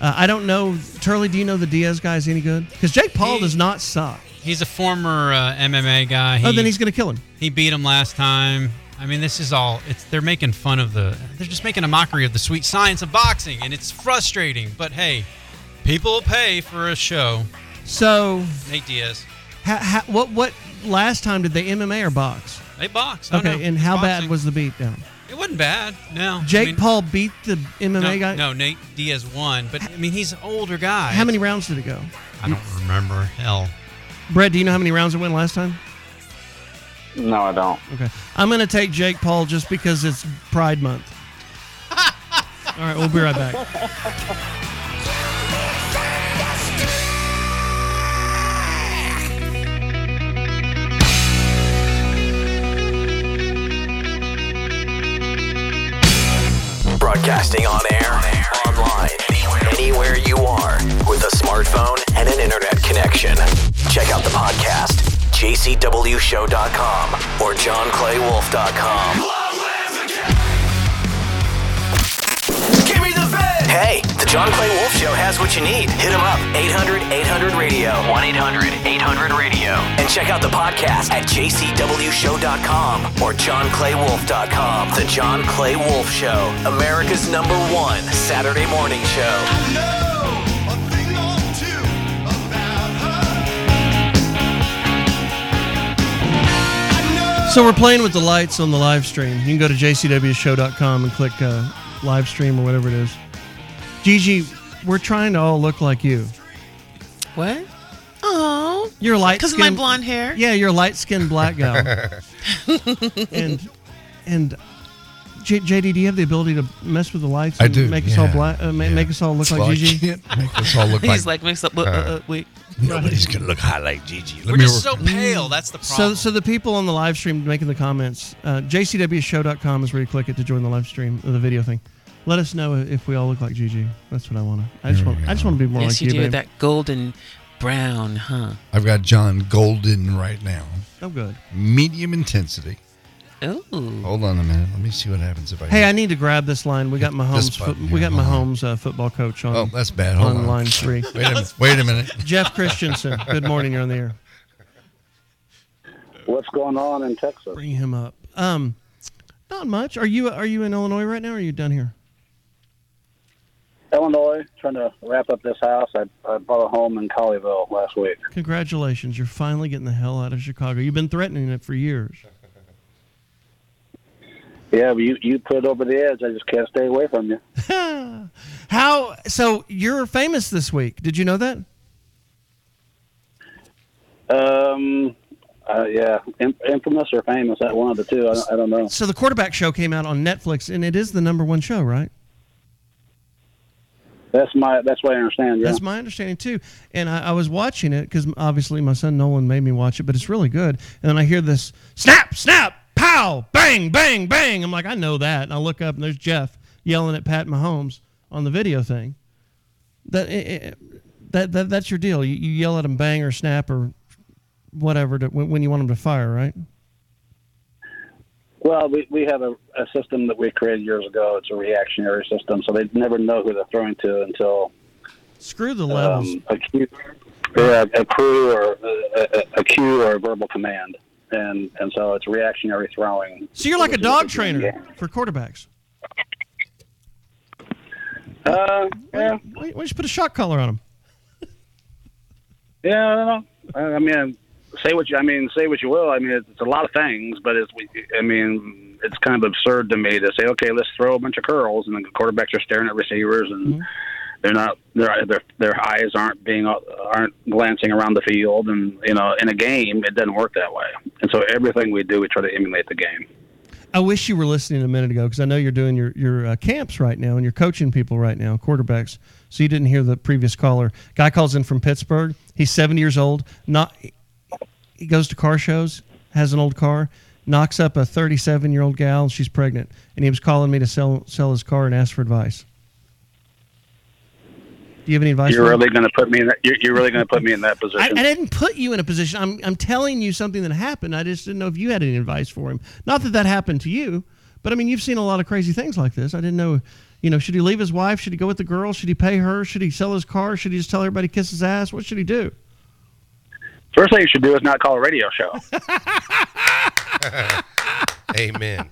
Speaker 2: Uh, I don't know, Turley. Do you know the Diaz guy is any good? Because Jake Paul does not suck.
Speaker 21: He's a former uh, MMA guy.
Speaker 2: oh, then he's going to kill him.
Speaker 21: He beat him last time. I mean, this is all. It's they're making fun of the. They're just making a mockery of the sweet science of boxing, and it's frustrating. But hey, people will pay for a show.
Speaker 2: So,
Speaker 21: Nate Diaz,
Speaker 2: ha, ha, what what last time did they MMA or box?
Speaker 21: they box.
Speaker 2: okay, and how bad was the beatdown?
Speaker 21: It wasn't bad. No, I
Speaker 2: Jake
Speaker 21: mean,
Speaker 2: Paul beat the MMA
Speaker 21: no,
Speaker 2: guy.
Speaker 21: No, Nate Diaz won, but I mean, he's an older guy.
Speaker 2: How many rounds did it go?
Speaker 21: I don't remember. Hell,
Speaker 2: Brett, do you know how many rounds it went last time?
Speaker 8: No, I don't.
Speaker 2: Okay. I'm going to take Jake Paul just because it's Pride
Speaker 3: (laughs)
Speaker 2: Month. All right, we'll be right back.
Speaker 1: Broadcasting on air, online, anywhere you are, with a smartphone and an internet connection. Check out the podcast, jcwshow.com or johnclaywolf.com.
Speaker 23: Give me the bed.
Speaker 1: Hey, the John Clay Wolf Show has what you need. Hit him up, 800 800 radio, 1 800 800 radio. And check out the podcast at jcwshow.com or johnclaywolf.com. The John Clay Wolf Show, America's number one Saturday morning show.
Speaker 2: So we're playing with the lights on the live stream. You can go to jcwshow.com and click uh, live stream or whatever it is. Gigi, we're trying to all look like you.
Speaker 3: What? Oh,
Speaker 2: You're light
Speaker 3: because of my
Speaker 2: skin-
Speaker 3: blonde hair.
Speaker 2: Yeah, you're a light skinned
Speaker 3: (laughs)
Speaker 2: black guy.
Speaker 4: (laughs)
Speaker 2: and and J- JD, do you have the ability to mess with the lights?
Speaker 4: I
Speaker 2: and
Speaker 4: do,
Speaker 2: Make us all
Speaker 4: yeah,
Speaker 2: black. Uh, ma- Make us all look
Speaker 4: Well, I
Speaker 2: like Gigi.
Speaker 4: can't (laughs) make us all look
Speaker 3: (laughs) He's like,
Speaker 4: like-
Speaker 3: mix up. Uh, uh, uh, wait.
Speaker 4: Nobody's gonna look hot like Gigi.
Speaker 3: We're just so pale, that's the
Speaker 2: So, so the people on the live stream making the comments, uh, jcwshow.com is where you click it to join the live stream of the video thing. Let us know if we all look like Gigi. That's what I want to. I just want. I just want to be more
Speaker 3: yes,
Speaker 2: like you,
Speaker 3: you do.
Speaker 2: babe.
Speaker 3: That golden brown, huh?
Speaker 4: I've got John Golden right now.
Speaker 2: Oh, good.
Speaker 4: Medium intensity.
Speaker 3: Ooh.
Speaker 4: Hold on a minute. Let me see what happens if I.
Speaker 2: Hey, I need to grab this line. We got Mahomes. Foot,
Speaker 4: button
Speaker 2: we
Speaker 4: here,
Speaker 2: got
Speaker 4: hold
Speaker 2: Mahomes uh, football coach on.
Speaker 4: Oh, that's bad. Hold
Speaker 2: on,
Speaker 4: on.
Speaker 2: line three.
Speaker 4: (laughs) Wait a minute. Wait a minute.
Speaker 2: (laughs) Jeff Christensen. Good morning. You're on the air.
Speaker 11: What's going on in Texas?
Speaker 2: Bring him up. Um, not much. Are you are you in Illinois right now? or Are you down here?
Speaker 11: Illinois, trying to wrap up this house. I, I bought a home in Colleyville last week.
Speaker 2: Congratulations. You're finally getting the hell out of Chicago. You've been threatening it for years.
Speaker 11: Yeah, but you, you put it over the edge. I just can't stay away from you.
Speaker 2: (laughs) How? So you're famous this week. Did you know that?
Speaker 11: Um, uh, yeah, in, infamous or famous, that one of the two. I don't, I don't know.
Speaker 2: So the quarterback show came out on Netflix, and it is the number one show, right?
Speaker 11: That's my that's what I understand. Yeah.
Speaker 2: That's my understanding too. And I, I was watching it because obviously my son Nolan made me watch it, but it's really good. And then I hear this snap, snap, pow, bang, bang, bang. I'm like, I know that. And I look up and there's Jeff yelling at Pat Mahomes on the video thing. That it, it- that, that that's your deal. You, you yell at him, bang or snap or whatever to, when, when you want him to fire, right?
Speaker 11: well, we, we have a, a system that we created years ago. It's a reactionary system, so they never know who they're throwing to until
Speaker 2: Screw the levels.
Speaker 11: um, a cue, yeah, a crew or a, a, a cue or a verbal command, and and so it's reactionary throwing.
Speaker 2: so you're like a dog trainer
Speaker 11: Yeah.
Speaker 2: for quarterbacks.
Speaker 11: Uh,
Speaker 2: yeah. Why, why don't you put a shock collar on him?
Speaker 11: Yeah, I don't know. I I mean, say what you. I mean, say what you will. I mean, it's, it's a lot of things, but it's. we- I mean, it's kind of absurd to me to say, okay, let's throw a bunch of curls, and the quarterbacks are staring at receivers, and they're not. Their their their eyes aren't being aren't glancing around the field, and you know, in a game, it doesn't work that way. And so everything we do, we try to emulate the game.
Speaker 2: I wish you were listening a minute ago because I know you're doing your your uh, camps right now and you're coaching people right now, quarterbacks. So you didn't hear the previous caller. Guy calls in from Pittsburgh. He's 70 years old. Not he goes to car shows, has an old car, knocks up a 37 year old gal. and She's pregnant, and he was calling me to sell sell his car and ask for advice. Do you have any advice?
Speaker 11: You're
Speaker 2: for him?
Speaker 11: really going to put me in that. You're, you're really going to put me in that
Speaker 2: I,
Speaker 11: position.
Speaker 2: I didn't put you in a position. I'm, I'm telling you something that happened. I just didn't know if you had any advice for him. Not that that happened to you, but I mean, you've seen a lot of crazy things like this. I didn't know, you know, should he leave his wife? Should he go with the girl? Should he pay her? Should he sell his car? Should he just tell everybody to kiss his ass? What should he do?
Speaker 11: First thing you should do is not call a radio show.
Speaker 9: Amen.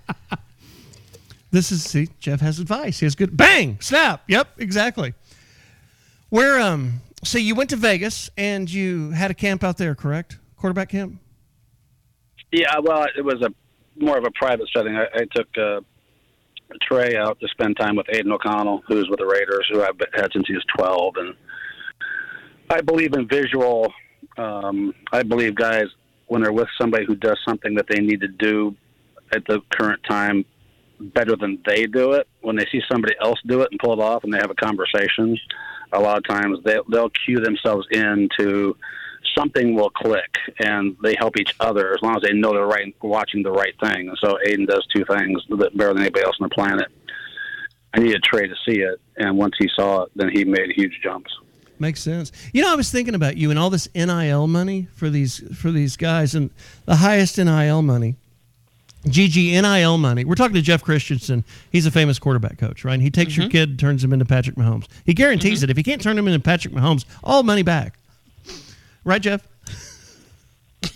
Speaker 2: This is see, Jeff has advice. He has good bang, snap. Yep, exactly. Where um, so you went to Vegas and you had a camp out there, correct? Quarterback camp.
Speaker 11: Yeah, well, it was a more of a private setting. I, I took uh, Trey out to spend time with Aiden O'Connell, who's with the Raiders, who I've had since he was twelve, and I believe in visual. Um, I believe guys when they're with somebody who does something that they need to do at the current time better than they do it, when they see somebody else do it and pull it off and they have a conversation, a lot of times they, they'll cue themselves into something will click and they help each other as long as they know they're right watching the right thing. And so Aiden does two things that better than anybody else on the planet. I needed Trey to see it, and once he saw it, then he made huge jumps.
Speaker 2: Makes sense. You know, I was thinking about you and all this NIL money for these for these guys, and the highest NIL money, GG NIL money. We're talking to Jeff Christensen. He's a famous quarterback coach, right? He takes your
Speaker 1: Mhm.
Speaker 2: kid, turns him into Patrick Mahomes. He guarantees it. If he can't turn him into Patrick Mahomes, all money back. Right, Jeff?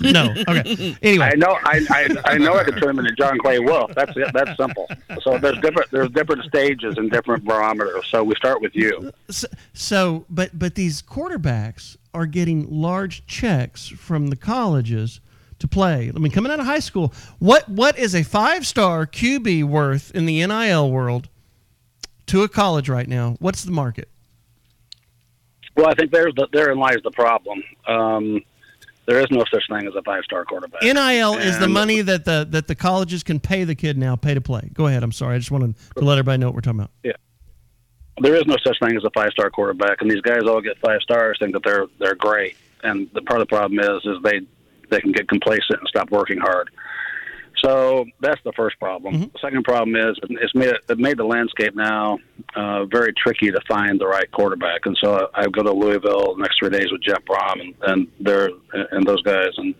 Speaker 2: no. Okay. Anyway,
Speaker 11: I know I, I, I know I could turn him into John Clay Wolf. That's it. That's simple. So there's different there's different stages and different barometers. So we start with you.
Speaker 2: So, so but but these quarterbacks are getting large checks from the colleges to play. I mean, coming out of high school, what what is a five star QB worth in the NIL world to a college right now? What's the market?
Speaker 11: Well, I think there's the, therein lies the problem. Um, there is no such thing as a five star quarterback.
Speaker 2: NIL is the
Speaker 11: And- uh,
Speaker 2: money that the that the colleges can pay the kid now, pay to play. Go ahead. I'm sorry. I just wanted to let everybody know what we're talking about.
Speaker 11: Yeah. There is no such thing as a five star quarterback, and these guys all get five stars, think that they're they're great. And the part of the problem is is they they can get complacent and stop working hard. So that's the first problem. The second problem is it's made it made the landscape now uh, very tricky to find the right quarterback. And so I, I go to Louisville the next three days with Jeff Brom and, and they're and those guys and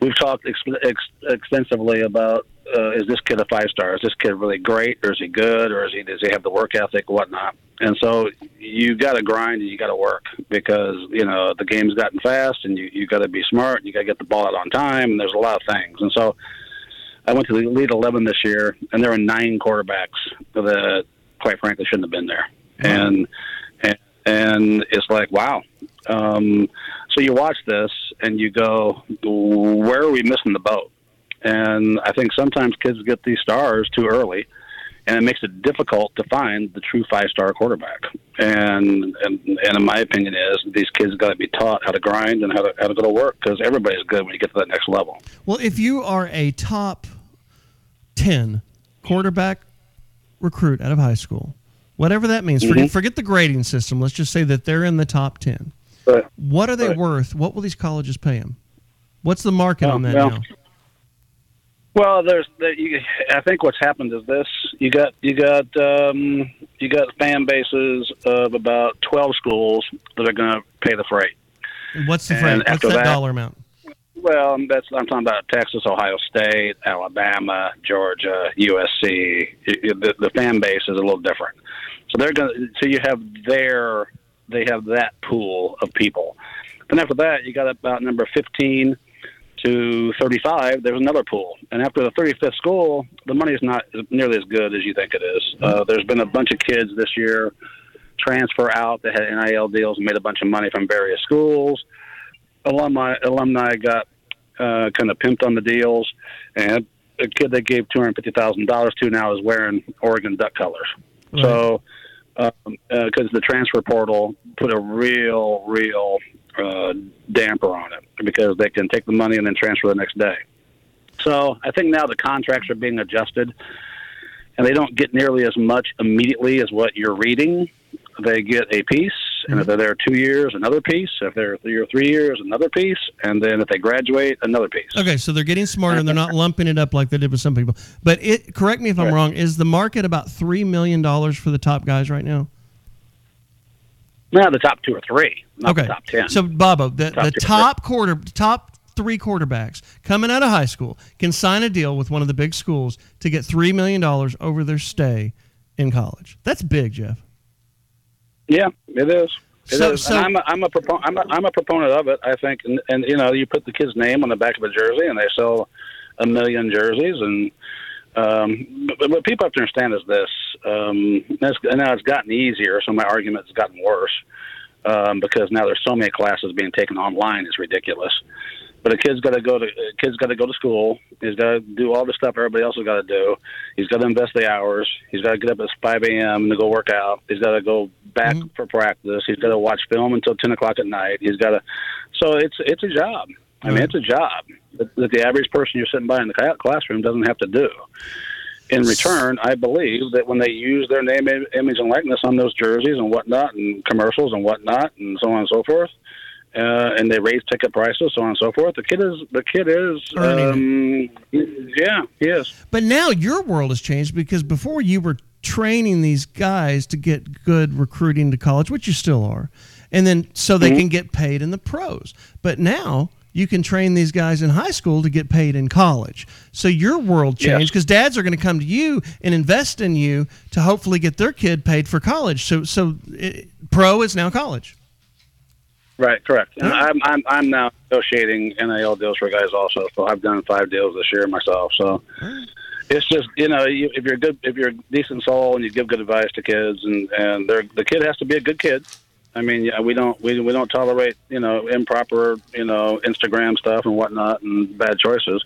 Speaker 11: we've talked ex- ex- extensively about uh, is this kid a five star? Is this kid really great, or is he good, or is he does he have the work ethic, whatnot? And so you got to grind and you got to work because you know the game's gotten fast, and you you got to be smart. And you got to get the ball out on time. And there's a lot of things, and so. I went to the Elite 11 this year, and there were nine quarterbacks that, quite frankly, shouldn't have been there. And and, and it's like, wow. Um, so you watch this, and you go, where are we missing the boat? And I think sometimes kids get these stars too early, and it makes it difficult to find the true five-star quarterback. And and, and in my opinion, is these kids got to be taught how to grind and how to how to go to work because everybody's good when you get to that next level.
Speaker 2: Well, if you are a top 10 quarterback recruit out of high school, whatever that means, forget,
Speaker 11: Mm-hmm.
Speaker 1: Mhm.
Speaker 2: forget the grading system. Let's just say that they're in the top 10. What are they worth? What will these colleges pay them? What's the market on that
Speaker 11: Oh, well,
Speaker 2: now?
Speaker 11: Well, there's. The, you, I think what's happened is this: you got you got um, you got fan bases of about twelve schools that are going to pay the freight.
Speaker 2: And What's the
Speaker 11: and
Speaker 2: freight? What's
Speaker 11: after
Speaker 2: that,
Speaker 11: that-
Speaker 2: dollar amount?
Speaker 11: Well, um, that's I'm talking about Texas, Ohio State, Alabama, Georgia, USC. Y- y- The, the fan base is a little different, so they're going. to So you have their they have that pool of people. Then after that, you got about number fifteen to thirty-five. There's another pool, and after the thirty-fifth school, the money is not nearly as good as you think it is. Uh, there's been a bunch of kids this year transfer out that had NIL deals and made a bunch of money from various schools alumni alumni got uh, kind of pimped on the deals, and the kid they gave two hundred fifty thousand dollars to now is wearing Oregon duck colors. So, because the transfer portal put a real, real uh, damper on it, because they can take the money and then transfer the next day. So I think now the contracts are being adjusted, and they don't get nearly as much immediately as what you're reading. They get a piece, and
Speaker 2: Mm-hmm.
Speaker 11: if they're there two years, another piece. If they're there three years, another piece, and then if they graduate, another piece.
Speaker 2: Okay, so they're getting smarter and they're not lumping it up like they did with some people. But it correct me if I'm wrong, is the market about 3 million dollars for the top guys right now?
Speaker 11: Now the top two or three, not
Speaker 2: okay.
Speaker 11: the top ten.
Speaker 2: So, Bobo, the
Speaker 11: Top
Speaker 2: the
Speaker 11: two.
Speaker 2: top quarter, top three quarterbacks coming out of high school can sign a deal with one of the big schools to get three million dollars over their stay in college. That's big, Jeff.
Speaker 11: Yeah, it is. It
Speaker 2: So-
Speaker 11: is.
Speaker 2: so-
Speaker 11: and I'm a, I'm a proponent. I'm a, I'm a proponent of it. I think, and, and you know, you put the kid's name on the back of a jersey, and they sell a million jerseys. And um, but, but what people have to understand is this: um, that's, and now it's gotten easier, so my argument's gotten worse um, because now there's so many classes being taken online. It's ridiculous. But a kid's got to go to a kid's got to go to school. He's got to do all the stuff everybody else has got to do. He's got to invest the hours. He's got to get up at 5 a.m. to go work out. He's got to go back for practice. He's got to watch film until 10 o'clock at night. He's got to. So it's it's a job, I mean, it's a job that, that the average person you're sitting by in the cla- classroom doesn't have to do. In return, I believe that when they use their name, im- image, and likeness on those jerseys and whatnot, and commercials and whatnot, and so on and so forth, uh, and they raise ticket prices, so on and so forth, the kid is the kid is, um, yeah, he is.
Speaker 2: But now your world has changed because before you were training these guys to get good recruiting to college, which you still are, and then so they can get paid in the pros. But now you can train these guys in high school to get paid in college. So your world
Speaker 12: Yes.
Speaker 2: changed because dads are going to come to you and invest in you to hopefully get their kid paid for college. So so it, pro is now college.
Speaker 11: Right, correct. And I'm, I'm I'm now negotiating NIL deals for guys also. So I've done five deals this year myself. So it's just you know you, if you're a good if you're a decent soul and you give good advice to kids and and they're, the kid has to be a good kid. I mean yeah, we don't we, we don't tolerate you know improper you know Instagram stuff and whatnot and bad choices.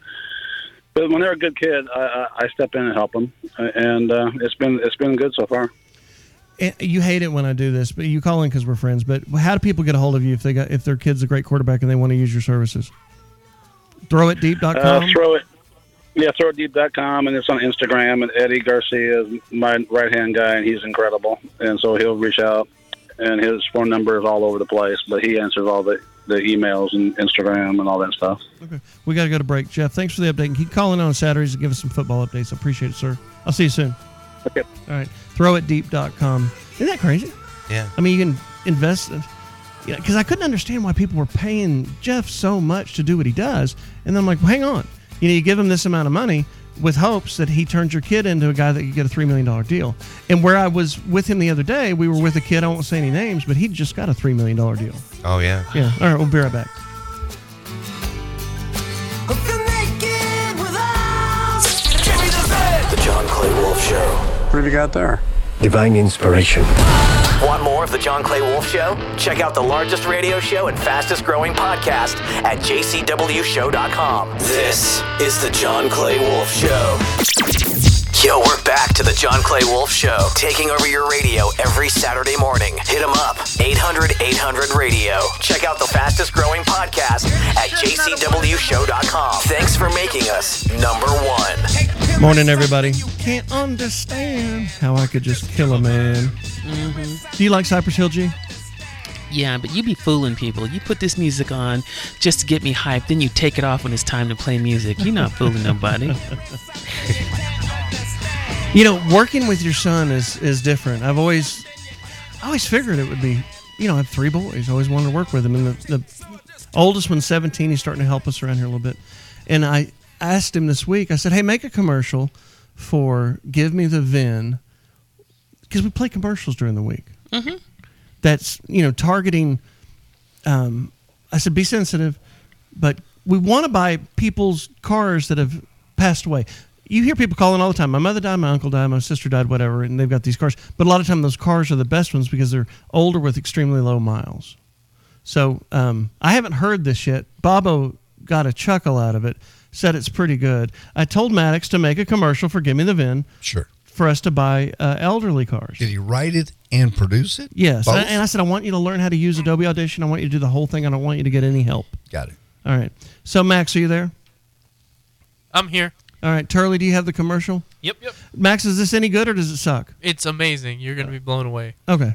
Speaker 11: But when they're a good kid, I, I, I step in and help them, and uh, it's been it's been good so far.
Speaker 2: And you hate it when I do this, but you call in because we're friends. But how do people get a hold of you if they got if their kid's a great quarterback and they want to use your services? Throwitdeep.com.
Speaker 11: Uh, throw it. Yeah, throwitdeep.com, and it's on Instagram. And Eddie Garcia is my right hand guy, and he's incredible. And so he'll reach out, and his phone number is all over the place, but he answers all the, the emails and Instagram and all that stuff.
Speaker 2: We got to go to break. Jeff, thanks for the update. And keep calling on Saturdays and give us some football updates. I appreciate it, sir. I'll see you soon.
Speaker 11: Okay.
Speaker 2: All right. Throwitdeep.com. Isn't that crazy?
Speaker 9: Yeah.
Speaker 2: I mean, you can invest. Because I couldn't understand why people were paying Jeff so much to do what he does. And then I'm like, well, hang on. You know, you give him this amount of money with hopes that he turns your kid into a guy that could get a $3 million deal. And where I was with him the other day, we were with a kid, I won't say any names, but he just got a $3 million deal.
Speaker 9: Oh yeah.
Speaker 2: Yeah. All right. We'll be right back.
Speaker 1: The John Clay Wolf Show.
Speaker 15: What have you got there? Divine inspiration.
Speaker 1: Want more of The John Clay Wolf Show? Check out the largest radio show and fastest growing podcast at jcwshow.com. This is The John Clay Wolf Show. Yo, we're back to The John Clay Wolf Show, taking over your radio every Saturday morning. Hit 'em up, 800 800 Radio. Check out the fastest growing podcast at jcwshow.com. Thanks for making us number one.
Speaker 2: Morning, everybody. Can't understand how I could just kill a man. Do you like Cypress Hill G?
Speaker 3: Yeah, but you be fooling people. You put this music on just to get me hyped, then you take it off when it's time to play music. You're not fooling nobody.
Speaker 2: You know, working with your son is is different. I've always, I always figured it would be. You know, I have three boys. I always wanted to work with them, and the, the oldest one's 17. He's starting to help us around here a little bit. And I asked him this week. I said, "Hey, make a commercial for Give Me the VIN," because we play commercials during the week.
Speaker 3: Mm-hmm.
Speaker 2: that's you know targeting um, i said be sensitive but we want to buy people's cars that have passed away you hear people calling all the time my mother died my uncle died my sister died whatever and they've got these cars but a lot of time those cars are the best ones because they're older with extremely low miles so um, i haven't heard this yet bobo got a chuckle out of it said it's pretty good i told maddox to make a commercial for give me the vin
Speaker 4: sure
Speaker 2: for us to buy uh, elderly cars
Speaker 4: Did he write it and produce it?
Speaker 2: Yes.
Speaker 4: Both?
Speaker 2: And I, and I said, I want you to learn how to use Adobe Audition. I want you to do the whole thing. I don't want you to get any help.
Speaker 4: Got it.
Speaker 2: All right. So, Max, are you there?
Speaker 5: I'm here.
Speaker 2: All right. Turley, do you have the commercial?
Speaker 5: Yep, yep.
Speaker 2: Max, is this any good or does it suck?
Speaker 5: It's amazing. You're gonna be blown away.
Speaker 2: Okay.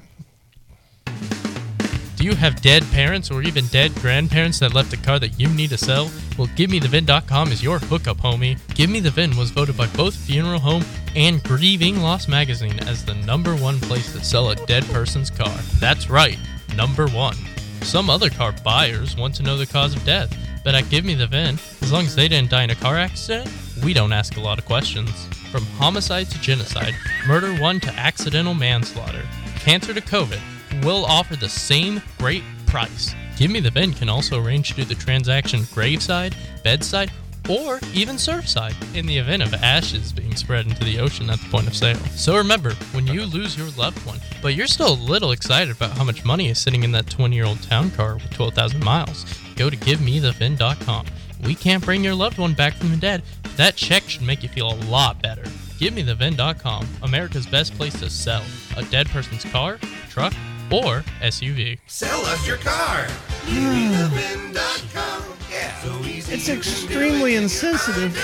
Speaker 5: Do you have dead parents or even dead grandparents that left a car that you need to sell? Well, GiveMeTheVin.com is your hookup, homie. Give Me The Vin was voted by both Funeral Home and Grieving Loss Magazine as the number one place to sell a dead person's car. That's right, number one. Some other car buyers want to know the cause of death, but at Give Me The Vin, as long as they didn't die in a car accident, we don't ask a lot of questions. From homicide to genocide, murder one to accidental manslaughter, cancer to COVID, will offer the same great price. Give Me the Bin can also arrange to do the transaction graveside, bedside, or even surfside in the event of ashes being spread into the ocean at the point of sale. So remember, when you lose your loved one, but you're still a little excited about how much money is sitting in that 20 year old town car with 12,000 miles, go to GiveMeTheVin.com. We can't bring your loved one back from the dead, but that check should make you feel a lot better. GiveMeTheVin.com, America's best place to sell a dead person's car, truck, or SUV.
Speaker 9: Sell us your car.
Speaker 2: Yeah.
Speaker 9: LeaveMeTheVin.com.
Speaker 2: It's extremely insensitive.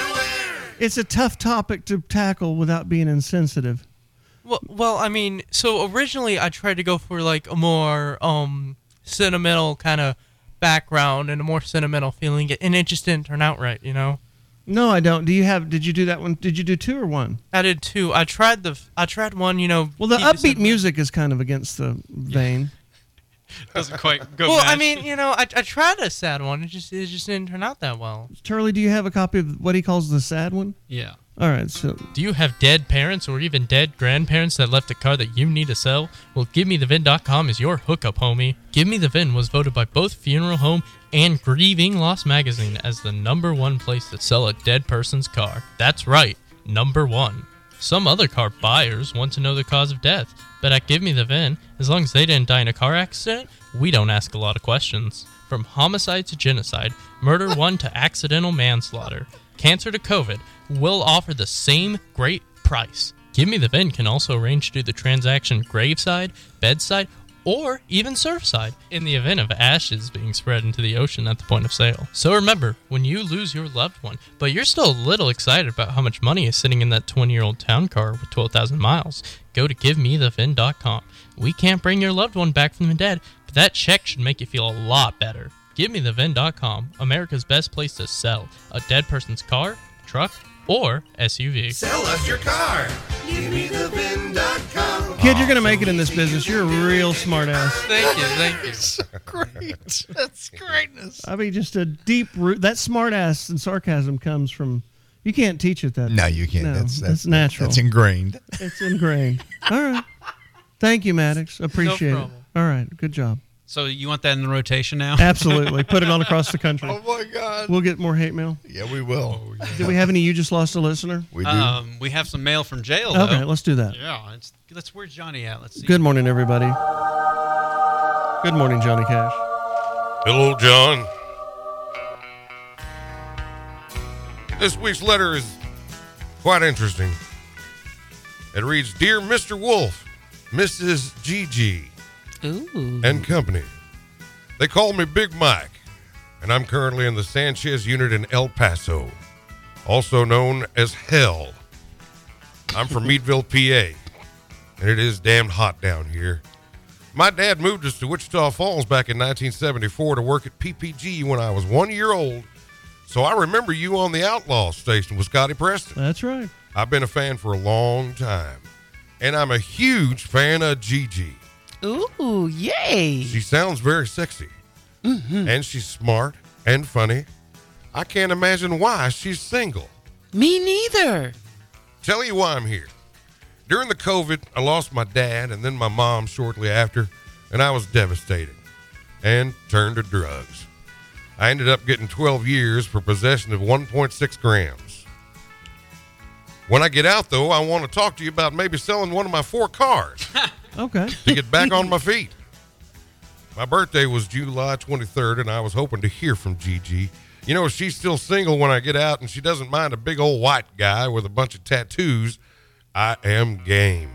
Speaker 2: It's a tough topic to tackle without being insensitive.
Speaker 5: Well, well, I mean, so originally I tried to go for like a more um sentimental kind of background and a more sentimental feeling, and it just didn't turn out right, you know.
Speaker 2: No, I don't. Do you have? Did you do that one? Did you do two or one?
Speaker 5: I did two. I tried the I tried one, you know.
Speaker 2: Well, the
Speaker 5: keep it (laughs)
Speaker 2: upbeat
Speaker 5: simple.
Speaker 2: music is kind of against the vein.
Speaker 21: Doesn't quite go.
Speaker 5: Well, I
Speaker 21: match.
Speaker 5: mean, you know, I, I tried a sad one. It just it just didn't turn out that well.
Speaker 2: Turley, do you have a copy of what he calls the sad one?
Speaker 5: Yeah.
Speaker 2: All right. So
Speaker 5: Do you have dead parents or even dead grandparents that left a car that you need to sell? Well, GiveMeTheVin.com is your hookup, homie. Give Me The Vin was voted by both Funeral Home and Grieving Loss Magazine as the number one place to sell a dead person's car. That's right, number one. Some other car buyers want to know the cause of death, but at Give Me The Vin, as long as they didn't die in a car accident, we don't ask a lot of questions. From homicide to genocide, murder one to accidental manslaughter, cancer to COVID, will offer the same great price. Give Me The Vin can also arrange to do the transaction graveside, bedside, or even surfside in the event of ashes being spread into the ocean at the point of sale. So remember, when you lose your loved one, but you're still a little excited about how much money is sitting in that 20 year old town car with 12,000 miles, go to givemethevin.com. We can't bring your loved one back from the dead, but that check should make you feel a lot better. GiveMeTheVin.com, America's best place to sell a dead person's car, truck, or SUV.
Speaker 9: Sell us your car. Give me the VIN.com.
Speaker 2: Kid, you're gonna make it in this business. You're a real smart ass.
Speaker 5: Thank you, thank you.
Speaker 4: Great. That's greatness.
Speaker 2: I mean, just a deep root. That smart ass and sarcasm comes from. You can't teach it that.
Speaker 4: No, you can't.
Speaker 2: No,
Speaker 4: that's, that's
Speaker 2: natural.
Speaker 4: That's ingrained.
Speaker 2: It's ingrained. All right. Thank you, Maddox. Appreciate it.
Speaker 21: problem.
Speaker 2: All right. Good job.
Speaker 21: So you want that in the rotation now? (laughs)
Speaker 2: Absolutely. Put it on across the country.
Speaker 4: (laughs) Oh my God.
Speaker 2: We'll get more hate mail.
Speaker 4: Yeah, we will.
Speaker 21: Oh,
Speaker 2: Do we have any? You just lost a listener.
Speaker 4: We
Speaker 21: Um, we have some mail from jail. Though.
Speaker 2: Okay, let's do that.
Speaker 21: Yeah, it's, let's. Where's Johnny at? Let's see.
Speaker 2: Good morning, everybody. Good morning, Johnny Cash.
Speaker 9: Hello, John. This week's letter is quite interesting. It reads Dear Mr. Wolf, Mrs. Gigi, and company. They call me Big Mike, and I'm currently in the Sanchez unit in El Paso, also known as Hell. I'm from Meadville, PA, and it is damn hot down here. My dad moved us to Wichita Falls back in 1974 to work at PPG when I was one year old, so I remember you on the Outlaw station with Scotty Preston.
Speaker 2: That's right.
Speaker 9: I've been a fan for a long time, and I'm a huge fan of Gigi.
Speaker 3: Ooh, yay! Mm-hmm.
Speaker 9: She sounds very sexy, and she's smart and funny. I can't imagine why she's single.
Speaker 3: Me neither.
Speaker 9: Tell you why I'm here. During the COVID, I lost my dad and then my mom shortly after, and I was devastated and turned to drugs. I ended up getting 12 years for possession of 1.6 grams. When I get out, though, I want to talk to you about maybe selling one of my four cars (laughs)
Speaker 2: Okay.
Speaker 9: to get back on my feet. My birthday was July 23rd, and I was hoping to hear from Gigi. You know, she's still single when I get out, and she doesn't mind a big old white guy with a bunch of tattoos. I am game.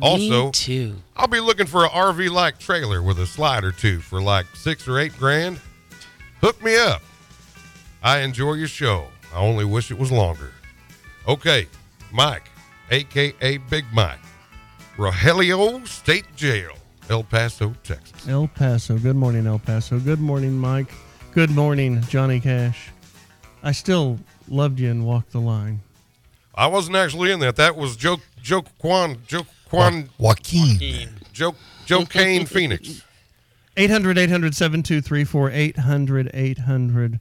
Speaker 9: Also,
Speaker 3: too.
Speaker 9: I'll be looking for a RV like trailer with a slide or two for like six or eight grand. Hook me up. I enjoy your show. I only wish it was longer. Okay, Mike, aka Big Mike, Rogelio State Jail, El Paso, Texas.
Speaker 2: El Paso. Good morning, El Paso. Good morning, Mike. Good morning, Johnny Cash. I still loved you and walked the line.
Speaker 9: I wasn't actually in that. That was Joe Joe Quan Joe Quan
Speaker 4: Joaquin
Speaker 9: Joe Joe Kane Phoenix.
Speaker 2: 800 800 7234 800 800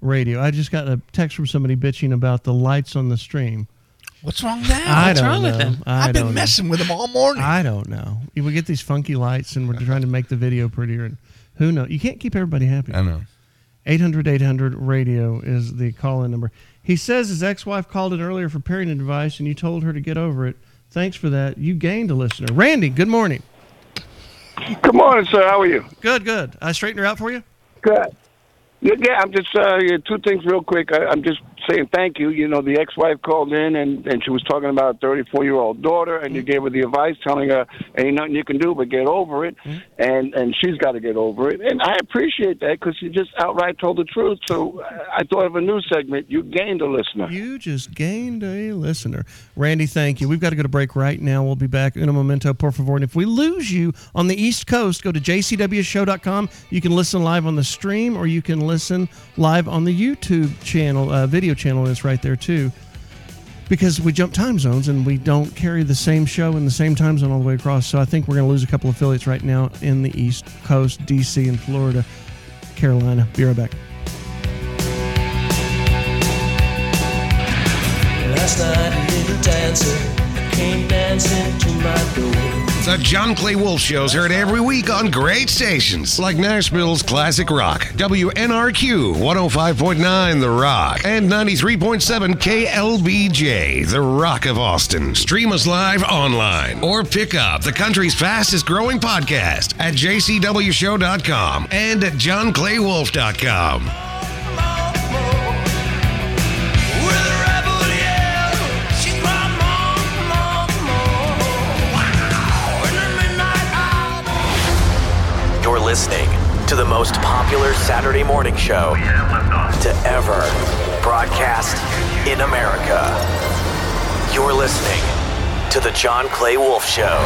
Speaker 2: radio. I just got a text from somebody bitching about the lights on the stream.
Speaker 4: What's wrong now?
Speaker 2: I What's don't wrong with know. them? I
Speaker 4: have been
Speaker 2: don't know.
Speaker 4: messing with them all morning.
Speaker 2: I don't know. We get these funky lights and we're trying to make the video prettier. And who knows? You can't keep everybody happy.
Speaker 4: I know.
Speaker 2: 800 800 radio is the call in number. He says his ex wife called in earlier for parenting advice and you told her to get over it. Thanks for that. You gained a listener. Randy, good morning.
Speaker 13: Good morning, sir. How are you?
Speaker 2: Uh, Good, good. I straightened her out for you?
Speaker 13: Good.
Speaker 27: Yeah, yeah, I'm just uh, yeah, two things real quick. I, I'm just saying thank you. You know, the ex-wife called in and, and she was talking about a 34-year-old daughter, and
Speaker 2: Mm.
Speaker 27: you gave her the advice, telling her ain't nothing you can do but get over it,
Speaker 2: Mm.
Speaker 27: and and she's got to get over it. And I appreciate that because she just outright told the truth. So I, I thought of a new segment. You gained a listener.
Speaker 2: You just gained a listener. Randy, thank you. We've got to go to break right now. We'll be back in a momento, por favor. And if we lose you on the East Coast, go to jcwshow.com. You can listen live on the stream or you can listen live on the YouTube channel, uh, video channel is right there too. Because we jump time zones and we don't carry the same show in the same time zone all the way across. So I think we're going to lose a couple affiliates right now in the East Coast, DC, and Florida, Carolina. Be right back.
Speaker 15: Last night, a little dancer came dancing to my door.
Speaker 9: The John Clay Wolf Show's heard every week on great stations like Nashville's Classic Rock, WNRQ 105.9 The Rock, and 93.7 KLBJ, The Rock of Austin. Stream us live online or pick up the country's fastest growing podcast at jcwshow.com and at johnclaywolf.com.
Speaker 1: You're listening to the most popular Saturday morning show to ever broadcast in America. You're listening to The John Clay Wolf Show.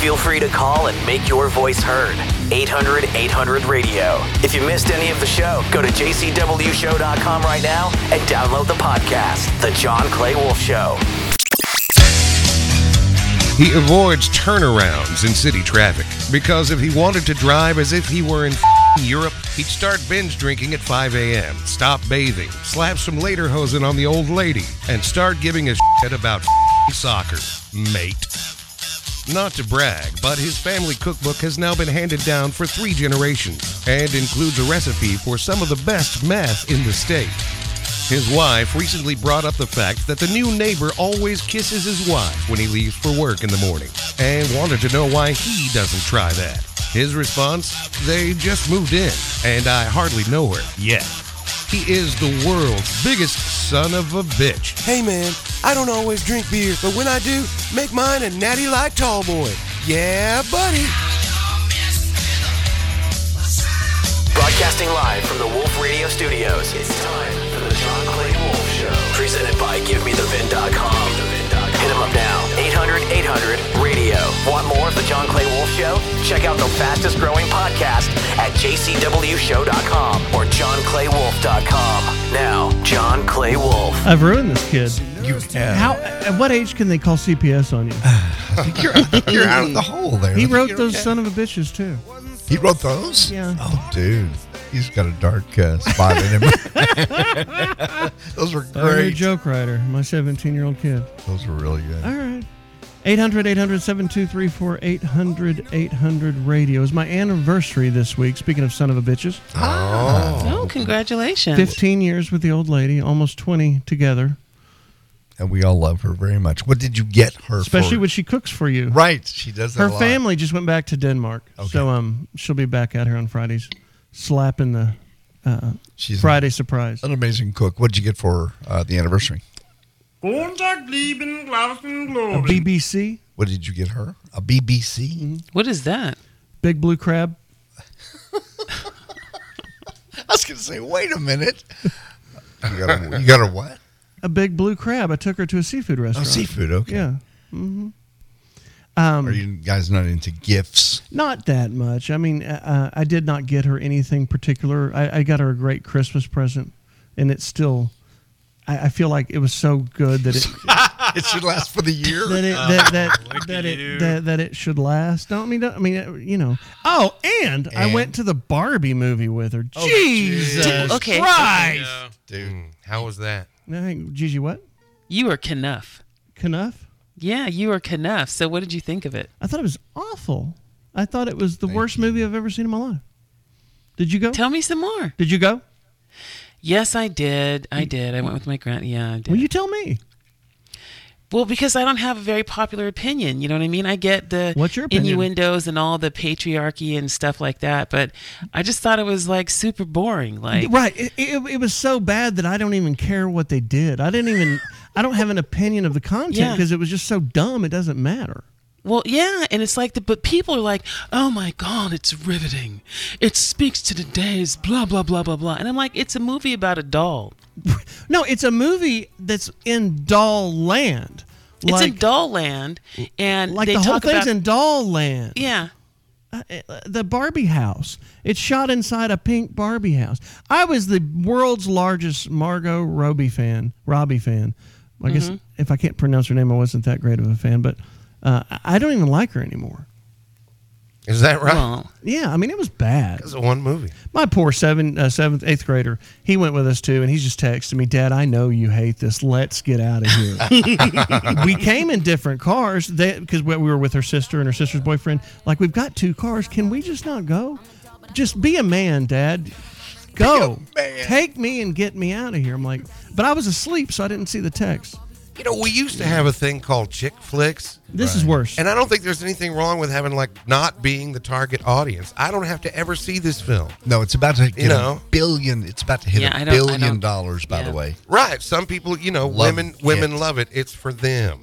Speaker 1: Feel free to call and make your voice heard. 800 800 radio. If you missed any of the show, go to jcwshow.com right now and download the podcast, The John Clay Wolf Show.
Speaker 9: He avoids turnarounds in city traffic because if he wanted to drive as if he were in f***ing Europe, he'd start binge drinking at 5 a.m., stop bathing, slap some later hosen on the old lady, and start giving a shit about f***ing soccer, mate. Not to brag, but his family cookbook has now been handed down for three generations and includes a recipe for some of the best meth in the state. His wife recently brought up the fact that the new neighbor always kisses his wife when he leaves for work in the morning and wanted to know why he doesn't try that. His response? They just moved in and I hardly know her yet. He is the world's biggest son of a bitch.
Speaker 28: Hey man, I don't always drink beer, but when I do, make mine a natty like tall boy. Yeah, buddy.
Speaker 1: Broadcasting live from the Wolf Radio Studios. It's time for the John Clay Wolf Show. Presented by GiveMeTheVin.com. Hit him up now. 800 800 radio. Want more of the John Clay Wolf Show? Check out the fastest growing podcast at jcwshow.com or johnclaywolf.com. Now, John Clay Wolf.
Speaker 2: I've ruined this kid. You
Speaker 1: have.
Speaker 2: How, at what age can they call CPS on
Speaker 4: (sighs)
Speaker 2: you?
Speaker 4: you're, you're out of the hole there.
Speaker 2: He
Speaker 4: I think
Speaker 2: wrote
Speaker 4: you're
Speaker 2: those
Speaker 4: okay.
Speaker 2: son of a bitches, too.
Speaker 4: He wrote those?
Speaker 2: Yeah.
Speaker 4: Oh, dude. He's got a dark uh, spot in him. Oh. (laughs) those were
Speaker 2: I'm a
Speaker 4: great.
Speaker 2: joke writer, my 17 year old kid.
Speaker 4: Those were really good.
Speaker 2: All right. 800 800 7234 800 800 radio is my anniversary this week. Speaking of son of a bitches.
Speaker 3: Oh, congratulations.
Speaker 2: 15 years with the old lady, almost 20 together.
Speaker 4: And we all love her very much. What did you get her
Speaker 2: Especially
Speaker 4: for?
Speaker 2: when she cooks for you.
Speaker 4: Right. She does that
Speaker 2: Her
Speaker 4: a lot.
Speaker 2: family just went back to Denmark. So um, she'll be back out here on Fridays slapping the uh, Friday surprise.
Speaker 4: An amazing cook. What did you get for uh, the anniversary?
Speaker 2: A BBC.
Speaker 4: What did you get her? A BBC?
Speaker 2: Mm.
Speaker 3: What is that?
Speaker 2: Big blue crab.
Speaker 4: I was going to say, wait a minute. You got a, you got a what?
Speaker 2: A big blue crab. I took her to a seafood restaurant.
Speaker 4: Oh, seafood, okay.
Speaker 2: Yeah. hmm Um,
Speaker 4: Are you guys not into gifts?
Speaker 2: Not that much. I mean, uh, I did not get her anything particular. I, I got her a great Christmas present, and it's still. I, I feel like it was so good
Speaker 4: (laughs)
Speaker 2: that it
Speaker 4: it should last for the year.
Speaker 2: that (laughs) it that
Speaker 4: (laughs)
Speaker 2: that, that, it, that, that it should last. Don't I mean? Don't, I mean, uh, you know. Oh, and, I went to the Barbie movie with her. Jesus
Speaker 3: okay.
Speaker 2: Christ!
Speaker 4: Mm.
Speaker 8: Dude, how was that?
Speaker 2: I think Gigi, what?
Speaker 3: You are Knuff.
Speaker 2: Knuff?
Speaker 3: Yeah, you are Knuff. So what did you think of it?
Speaker 2: I thought it was awful. I thought it was the worst movie I've ever seen in my life. Did you go?
Speaker 3: Tell me some more.
Speaker 2: Did you go?
Speaker 3: Yes, I did. I did. I went with my grand. Yeah, I did.
Speaker 2: Well, you tell me.
Speaker 3: Well, because I don't have a very popular opinion. You know what I mean? I get the
Speaker 2: What's your opinion?
Speaker 3: innuendos and all the patriarchy and stuff like that, but I just thought it was like super boring. Like,
Speaker 2: right. It, it, it was so bad that I don't even care what they did. I didn't even. (laughs) I don't have an opinion of the content
Speaker 3: Yeah.
Speaker 2: because it was just so dumb. It doesn't matter.
Speaker 3: Well, yeah, and it's like the but people are like, "Oh my god, it's riveting. It speaks to today's blah blah blah blah blah." And I'm like, "It's a movie about a doll."
Speaker 2: (laughs) No, it's a movie that's in doll land. Like,
Speaker 3: it's in doll land and
Speaker 2: like
Speaker 3: they
Speaker 2: the whole
Speaker 3: talk
Speaker 2: thing's
Speaker 3: about
Speaker 2: in doll land.
Speaker 3: Yeah.
Speaker 2: uh, the Barbie house. It's shot inside a pink Barbie house. I was the world's largest Margot Robbie fan. Robbie fan. I guess
Speaker 3: Mhm.
Speaker 2: if I can't pronounce her name, I wasn't that great of a fan. But uh, I- I don't even like her anymore.
Speaker 9: Is that right?
Speaker 2: Yeah, I mean it was bad.
Speaker 9: It's one movie.
Speaker 2: My poor seven, uh, seventh, eighth grader. He went with us too, and he's just texting me, "Dad, I know you hate this. Let's get out of
Speaker 9: (laughs)
Speaker 2: here." we came in different cars because we we were with her sister and her sister's boyfriend. Like we've got two cars. Can we just not go? Just be a man, Dad. Go. Take me and get me out of here. I'm like, but I was asleep, so I didn't see the text.
Speaker 9: You know, we used
Speaker 4: Mm.
Speaker 9: to have a thing called chick flicks.
Speaker 2: This is worse.
Speaker 9: And I don't think there's anything wrong with having like not being the target audience. I don't have to ever see this film.
Speaker 4: No, it's about to hit
Speaker 9: You know.
Speaker 4: a billion. It's about to hit
Speaker 9: Yeah, I
Speaker 4: a
Speaker 9: don't- I
Speaker 4: billion
Speaker 9: don't-
Speaker 4: dollars. By the way,
Speaker 9: Right. Some people, you know,
Speaker 4: Love
Speaker 9: women
Speaker 4: it.
Speaker 9: women love it. It's for them.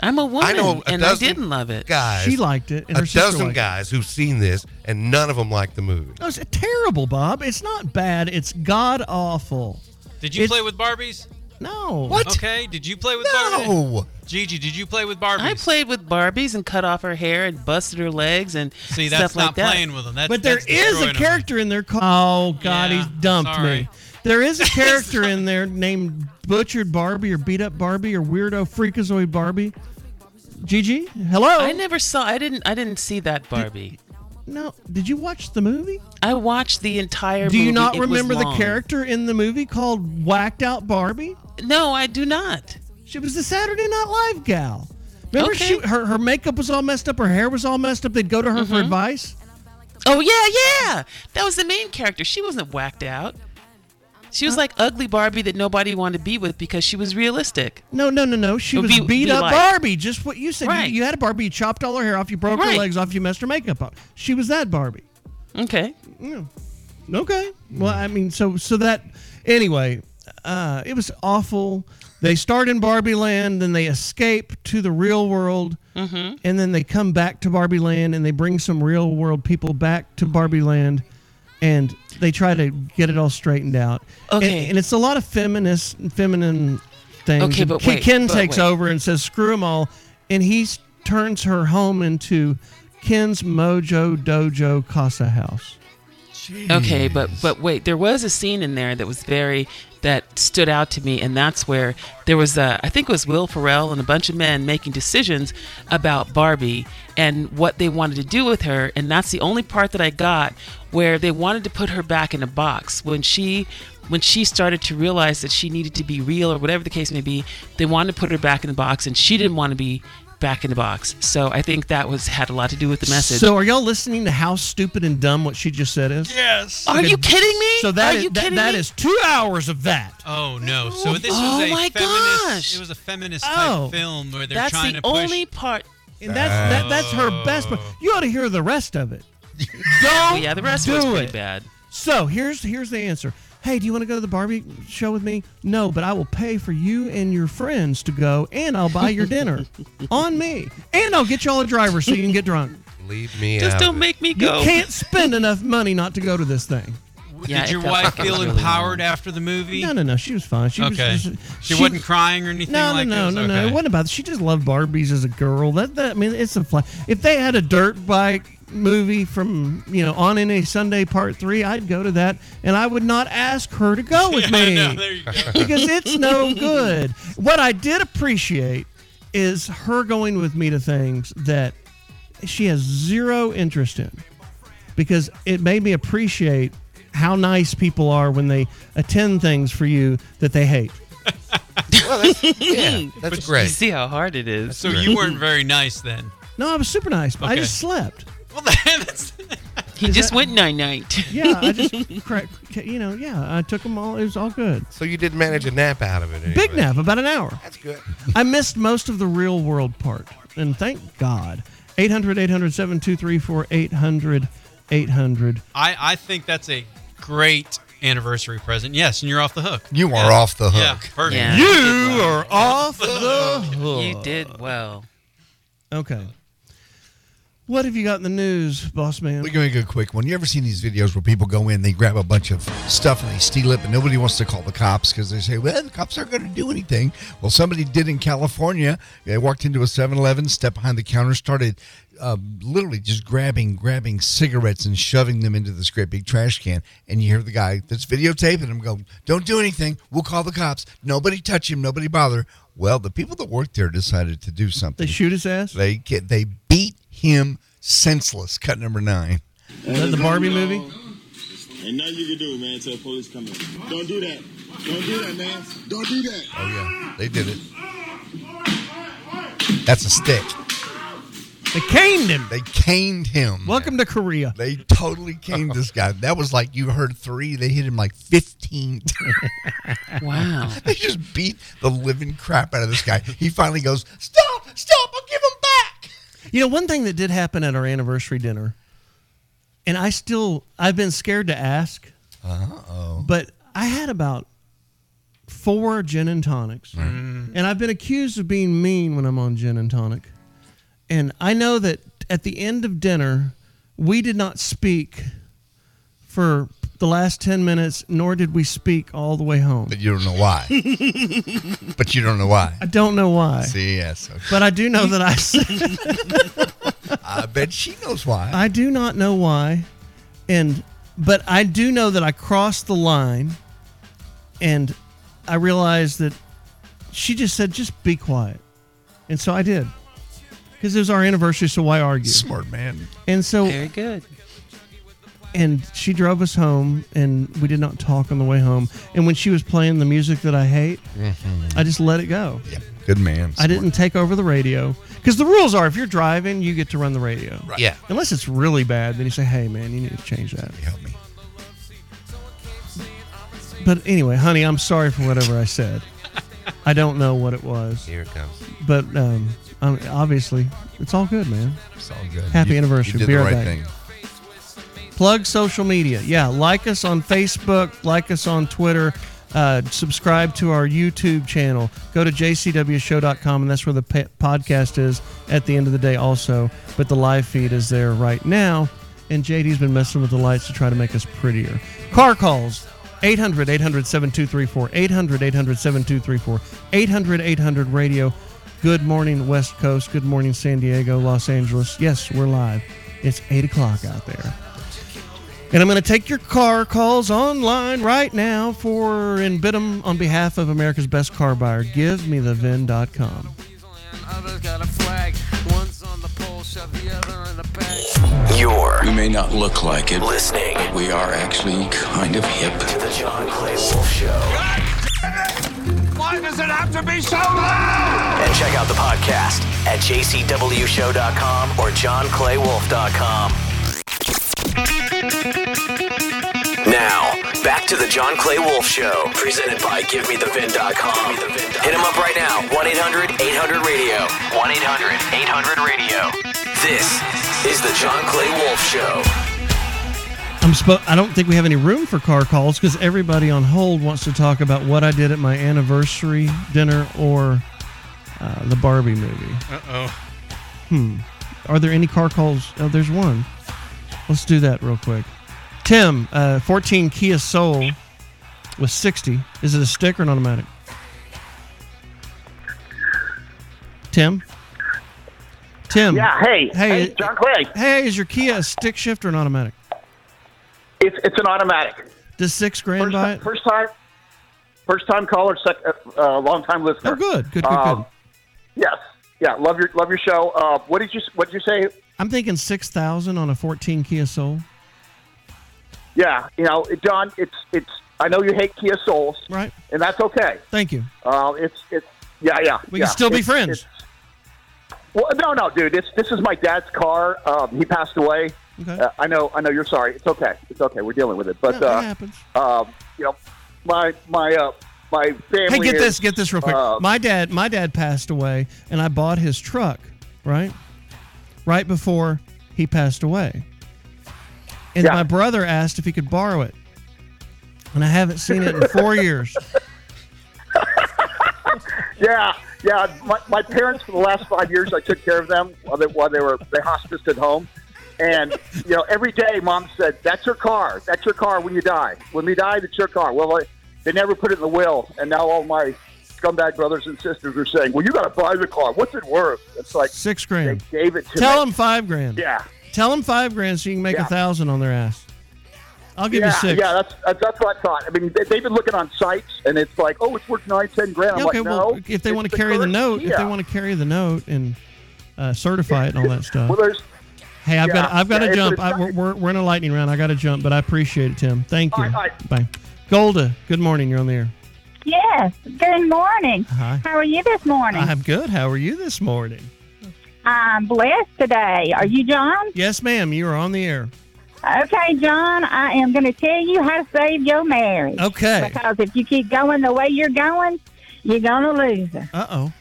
Speaker 3: I'm a woman
Speaker 9: I know a
Speaker 3: and I
Speaker 9: dozen
Speaker 3: didn't love it.
Speaker 9: Guys,
Speaker 2: She liked it, and her
Speaker 9: a
Speaker 2: sister
Speaker 9: dozen
Speaker 2: liked it.
Speaker 9: guys who've seen this, and none of them liked the movie.
Speaker 2: No, it's terrible, Bob. It's not bad. It's god awful.
Speaker 21: Did you
Speaker 2: It's-
Speaker 21: play with Barbies?
Speaker 2: No.
Speaker 21: Okay. Did you play with
Speaker 2: No.
Speaker 21: Barbies? Gigi, did you play with Barbies?
Speaker 3: I played with Barbies and cut off her hair and busted her legs and
Speaker 21: See, that's
Speaker 3: stuff like
Speaker 21: not
Speaker 3: that.
Speaker 21: playing with them. That's-
Speaker 2: but there
Speaker 21: that's
Speaker 2: is
Speaker 21: destroying
Speaker 2: a
Speaker 21: 'em.
Speaker 2: character in there called. Oh God,
Speaker 21: Yeah,
Speaker 2: he's dumped me.
Speaker 21: sorry.
Speaker 2: There is a character in there named Butchered Barbie or Beat Up Barbie or Weirdo Freakazoid Barbie. Gigi, hello.
Speaker 3: I never saw. I didn't. I didn't see that Barbie.
Speaker 2: no, did you watch the movie?
Speaker 3: I watched the entire.
Speaker 2: Do you
Speaker 3: movie.
Speaker 2: not
Speaker 3: It was
Speaker 2: remember the
Speaker 3: long.
Speaker 2: character in the movie called Whacked Out Barbie?
Speaker 3: No, I do not.
Speaker 2: She was the Saturday Night Live gal. Remember,
Speaker 3: Okay.
Speaker 2: she, her her makeup was all messed up, her hair was all messed up. They'd go to her
Speaker 3: Mm-hmm.
Speaker 2: for advice.
Speaker 3: Oh yeah, yeah. That was the main character. She wasn't whacked out. She was like ugly Barbie that nobody wanted to be with because she was realistic.
Speaker 2: No, no, no, no. She
Speaker 3: It
Speaker 2: was
Speaker 3: would be-
Speaker 2: beat
Speaker 3: be
Speaker 2: up
Speaker 3: like-
Speaker 2: Barbie. Just what you said. You-
Speaker 3: Right.
Speaker 2: You, had a Barbie. You chopped all her hair off. You broke her
Speaker 3: Right.
Speaker 2: legs off. You messed her makeup up. She was that Barbie.
Speaker 3: Okay.
Speaker 2: Yeah. Okay. Well, I mean, so so that anyway, uh, it was awful. They start in Barbie Land, then they escape to the real world,
Speaker 21: Mm-hmm.
Speaker 2: and then they come back to Barbie Land, and they bring some real world people back to Barbie Land, and they try to get it all straightened out.
Speaker 3: Okay.
Speaker 2: And, and it's a lot of feminist, feminine things.
Speaker 3: Okay,
Speaker 2: And
Speaker 3: but
Speaker 2: Ken-
Speaker 3: wait,
Speaker 2: Ken
Speaker 3: but
Speaker 2: takes
Speaker 3: wait.
Speaker 2: over and says, "Screw them all," and he s- turns her home into Ken's Mojo Dojo Casa House.
Speaker 3: Okay, but but wait, there was a scene in there that was very that stood out to me, and that's where there was a I think it was Will Ferrell and a bunch of men making decisions about Barbie and what they wanted to do with her, and that's the only part that I got where they wanted to put her back in a box when she when she started to realize that she needed to be real or whatever the case may be, they wanted to put her back in the box, and she didn't want to be back in the box. So I think that was had a lot to do with the message.
Speaker 2: So, are y'all listening to how stupid and dumb what she just said is?
Speaker 21: Yes.
Speaker 3: Are you kidding me?
Speaker 2: So that
Speaker 3: Are
Speaker 2: is-
Speaker 3: you
Speaker 2: that-
Speaker 3: kidding
Speaker 2: that
Speaker 3: me?
Speaker 2: is two hours of that.
Speaker 21: Oh no! So this
Speaker 3: Oh,
Speaker 21: was a
Speaker 3: my
Speaker 21: feminist.
Speaker 3: gosh.
Speaker 21: It was a feminist
Speaker 2: Oh.
Speaker 21: type film where they're
Speaker 3: That's
Speaker 21: trying
Speaker 3: the
Speaker 21: to push.
Speaker 3: only part.
Speaker 2: And that's that, that's her best. But you ought to hear the rest of it. Don't
Speaker 3: yeah, the rest
Speaker 2: do
Speaker 3: was pretty
Speaker 2: it.
Speaker 3: bad.
Speaker 2: So here's here's the answer. Hey, do you want to go to the Barbie show with me? No, but I will pay for you and your friends to go, and I'll buy your dinner on me, and I'll get y'all a driver so you can get drunk.
Speaker 9: Leave me
Speaker 3: Just
Speaker 9: out.
Speaker 3: don't make me go.
Speaker 2: You can't spend enough money not to go to this thing.
Speaker 3: Yeah,
Speaker 21: Did
Speaker 3: it
Speaker 21: your
Speaker 3: felt
Speaker 21: wife
Speaker 3: like it
Speaker 21: feel
Speaker 3: was really
Speaker 21: empowered after the movie?
Speaker 2: No, no, no. She was fine. She
Speaker 21: okay.
Speaker 2: was.
Speaker 21: she, wasn't crying or anything
Speaker 2: No,
Speaker 21: like
Speaker 2: no, no,
Speaker 21: that.
Speaker 2: no,
Speaker 21: okay.
Speaker 2: no. It wasn't about that. She just loved Barbies as a girl. That, that I mean, it's a fly. If they had a dirt bike movie from you know on any Sunday Part Three, I'd go to that, and I would not ask her to
Speaker 21: (laughs)
Speaker 2: go with me (laughs) because it's no good. What I did appreciate is her going with me to things that she has zero interest in because it made me appreciate how nice people are when they attend things for you that they hate. (laughs)
Speaker 9: yeah, that's great.
Speaker 3: You see how hard it is.
Speaker 21: So you weren't very nice then.
Speaker 2: No, I was super nice, but I
Speaker 21: Okay.
Speaker 2: just slept.
Speaker 21: Well, (laughs) that's
Speaker 3: He just went nine night.
Speaker 2: Yeah,
Speaker 3: (laughs)
Speaker 2: I
Speaker 21: (laughs)
Speaker 2: just, correct, you know, yeah, I took them all. It was all good.
Speaker 9: So you did manage a nap out of it. Anyway.
Speaker 2: Big nap, about an hour.
Speaker 9: That's good.
Speaker 2: I missed most of the real world part, and thank God. 800 800 7234 800 800.
Speaker 21: I, I think that's a great anniversary present. Yes, and you're off the hook.
Speaker 4: You
Speaker 21: Yeah.
Speaker 4: are off the hook.
Speaker 21: Yeah, perfect.
Speaker 2: You are off the
Speaker 21: (laughs)
Speaker 2: hook.
Speaker 3: You did
Speaker 2: oh.
Speaker 3: well.
Speaker 2: Okay. What have you got in the news, boss man?
Speaker 4: We're going to go quick one. You ever seen these videos where people go in, they grab a bunch of stuff and they steal it, but nobody wants to call the cops because they say, well, the cops aren't going to do anything. Well, somebody did in California. They walked into a 7 Eleven, stepped behind the counter, started uh, literally just grabbing, grabbing cigarettes and shoving them into this great big trash can. And you hear the guy that's videotaping them go, don't do anything. We'll call the cops. Nobody touch him. Nobody bother. Well, the people that worked there decided to do something.
Speaker 2: They shoot his ass?
Speaker 4: They, get, they beat him senseless. Cut number nine.
Speaker 2: Is that the Barbie movie?
Speaker 17: Ain't nothing you can do, man, till the police come in. Don't do that. Don't do that, man. Don't
Speaker 2: (laughs)
Speaker 17: do that.
Speaker 4: Oh yeah, they did it. That's a stick.
Speaker 2: They caned him.
Speaker 4: They caned him.
Speaker 2: Welcome to Korea.
Speaker 4: They totally caned this guy. That was like you heard three. They hit him like fifteen (laughs) times.
Speaker 3: Wow.
Speaker 4: (laughs) they just beat the living crap out of this guy. He finally goes, "Stop! Stop! I'll give him back."
Speaker 2: You know, one thing that did happen at our anniversary dinner, and I still, I've been scared to ask,
Speaker 4: Uh oh.
Speaker 2: but I had about four gin and tonics. And I've been accused of being mean when I'm on gin and tonic. And I know that at the end of dinner, we did not speak for the last 10 minutes, nor did we speak all the way home.
Speaker 4: But you don't know why. but you don't know why.
Speaker 2: I don't know why.
Speaker 4: See, yes. okay.
Speaker 2: But I do know that I said.
Speaker 4: I bet she knows why.
Speaker 2: I do not know why, and but I do know that I crossed the line, and I realized that she just said, "Just be quiet," and so I did, because it was our anniversary. So why argue?
Speaker 4: Smart man.
Speaker 2: And so
Speaker 3: very good.
Speaker 2: And she drove us home, and we did not talk on the way home. And when she was playing the music that I hate,
Speaker 4: Mhm.
Speaker 3: Mm-hmm.
Speaker 2: I just let it go.
Speaker 4: Good man.
Speaker 2: I didn't take over the radio because the rules are if you're driving, you get to run the radio.
Speaker 4: Right. Yeah.
Speaker 2: Unless it's really bad, then you say, "Hey, man, you need to change that."
Speaker 4: Help me.
Speaker 2: But anyway, honey, I'm sorry for whatever I said. I don't know what it was.
Speaker 9: Here it comes.
Speaker 2: But um, I'm, obviously, it's all good, man.
Speaker 4: It's all good.
Speaker 2: Happy
Speaker 4: You- you
Speaker 2: anniversary.
Speaker 4: did
Speaker 2: Be
Speaker 4: the
Speaker 2: right
Speaker 4: right
Speaker 2: back.
Speaker 4: thing.
Speaker 2: Plug social media. Yeah, like us on Facebook, like us on Twitter, uh, subscribe to our YouTube channel. Go to jcwshow.com, and that's where the pa- podcast is at the end of the day, also. But the live feed is there right now. And JD's been messing with the lights to try to make us prettier. Car calls 800 800 7234, 800 800 7234, 800 800 radio. Good morning, West Coast. Good morning, San Diego, Los Angeles. Yes, we're live. It's 8 o'clock out there. And I'm going to take your car calls online right now for Inbitum on behalf of America's best car buyer. Give me the VIN.com.
Speaker 1: You're.
Speaker 18: We may not look like it.
Speaker 1: Listening.
Speaker 18: But we are actually kind of hip.
Speaker 1: To the John Clay Wolf Show.
Speaker 18: Why does it have to be so
Speaker 1: And check out the podcast at jcwshow.com or johnclaywolf.com. Now, back to the John Clay Wolf Show, presented by GiveMeTheVin.com. Hit him up right now, 1 800 800 Radio. 1 800 800 Radio. This is the John Clay Wolf Show.
Speaker 2: I'm spo- I don't think we have any room for car calls because everybody on hold wants to talk about what I did at my anniversary dinner or uh, the Barbie movie.
Speaker 18: Uh oh.
Speaker 2: Hmm. Are there any car calls? Oh, there's one. Let's do that real quick. Tim, uh, 14 Kia Soul with 60. Is it a stick or an automatic? Tim? Tim?
Speaker 19: Yeah, hey.
Speaker 2: Hey, uh,
Speaker 19: Hey, John Clay.
Speaker 2: Hey, is your Kia a stick shift or an automatic?
Speaker 19: It's it's an automatic.
Speaker 2: Does six grand
Speaker 19: first,
Speaker 2: buy
Speaker 19: ti- First time, first time caller, sec, uh, long time listener.
Speaker 2: Oh, good, good, good,
Speaker 19: Um,
Speaker 2: good.
Speaker 19: Yes, yeah, love your love your show. Uh, what did you what did you say?
Speaker 2: I'm thinking 6,000 on a 14 Kia Soul.
Speaker 19: Yeah, you know, it- John, it's it's. I know you hate Kia Souls,
Speaker 2: right?
Speaker 19: And that's okay.
Speaker 2: Thank you.
Speaker 19: Uh, it's it's yeah yeah.
Speaker 2: We
Speaker 19: yeah.
Speaker 2: can still be
Speaker 19: It's-
Speaker 2: friends.
Speaker 19: it's- Well, no, no, dude. This this is my dad's car. Um, he passed away Uh, I know, I know. You're sorry. It's okay. It's okay. We're dealing with it. But
Speaker 2: No, it
Speaker 19: uh,
Speaker 2: happens.
Speaker 19: Um, you know, my my uh, my family.
Speaker 2: Hey, get
Speaker 19: is,
Speaker 2: this, get this real quick.
Speaker 19: uh,
Speaker 2: my dad, my dad passed away, and I bought his truck, right, right before he passed away. And my brother asked if he could borrow it, and I haven't seen it in
Speaker 19: (laughs)
Speaker 2: four years.
Speaker 19: Yeah, yeah. My, my parents for the last five years, I took care of them while they, while they were they hospiced at home, and you know every day, mom said, "That's your car. That's your car when you die. When we die, that's your car." Well, I, they never put it in the will, and now all my scumbag brothers and sisters are saying, "Well, you got to buy the car. What's it worth?" It's like
Speaker 2: Six grand.
Speaker 19: They gave it to
Speaker 2: Tell
Speaker 19: me.
Speaker 2: him five grand.
Speaker 19: Yeah.
Speaker 2: Tell him five grand so you can make
Speaker 19: Yeah.
Speaker 2: a thousand on their ass. I'll give
Speaker 19: yeah,
Speaker 2: you six.
Speaker 19: Yeah, that's, that's that's what I thought. I mean, they, they've been looking on sites, and it's like, oh, it's worth nine, ten grand. I'm
Speaker 2: Yeah,
Speaker 19: like, no.
Speaker 2: well, if they
Speaker 19: it's
Speaker 2: want to carry the
Speaker 19: current
Speaker 2: note, if they
Speaker 19: Kia."
Speaker 2: want to carry the note and uh, certify it and
Speaker 19: (laughs)
Speaker 2: all that stuff.
Speaker 19: Well, there's.
Speaker 2: Hey, I've
Speaker 19: Yeah,
Speaker 2: got I've got
Speaker 19: yeah,
Speaker 2: to
Speaker 19: it's-
Speaker 2: jump.
Speaker 19: it's
Speaker 2: I,
Speaker 19: not-
Speaker 2: we're- we're, we're in a lightning round. I got to jump, but I appreciate it, Tim. Thank you.
Speaker 7: All right, all
Speaker 2: Bye. Golda, good morning. You're on the air.
Speaker 7: Yes. Good morning.
Speaker 2: Hi.
Speaker 7: How are you this morning?
Speaker 2: I'm good. How are you this morning?
Speaker 7: I'm blessed today. Are you John?
Speaker 2: Yes, ma'am. You are on the air.
Speaker 7: Okay, John, I am going to tell you how to save your marriage.
Speaker 2: Okay.
Speaker 7: Because if you keep going the way you're going, you're going to lose her.
Speaker 2: Uh oh.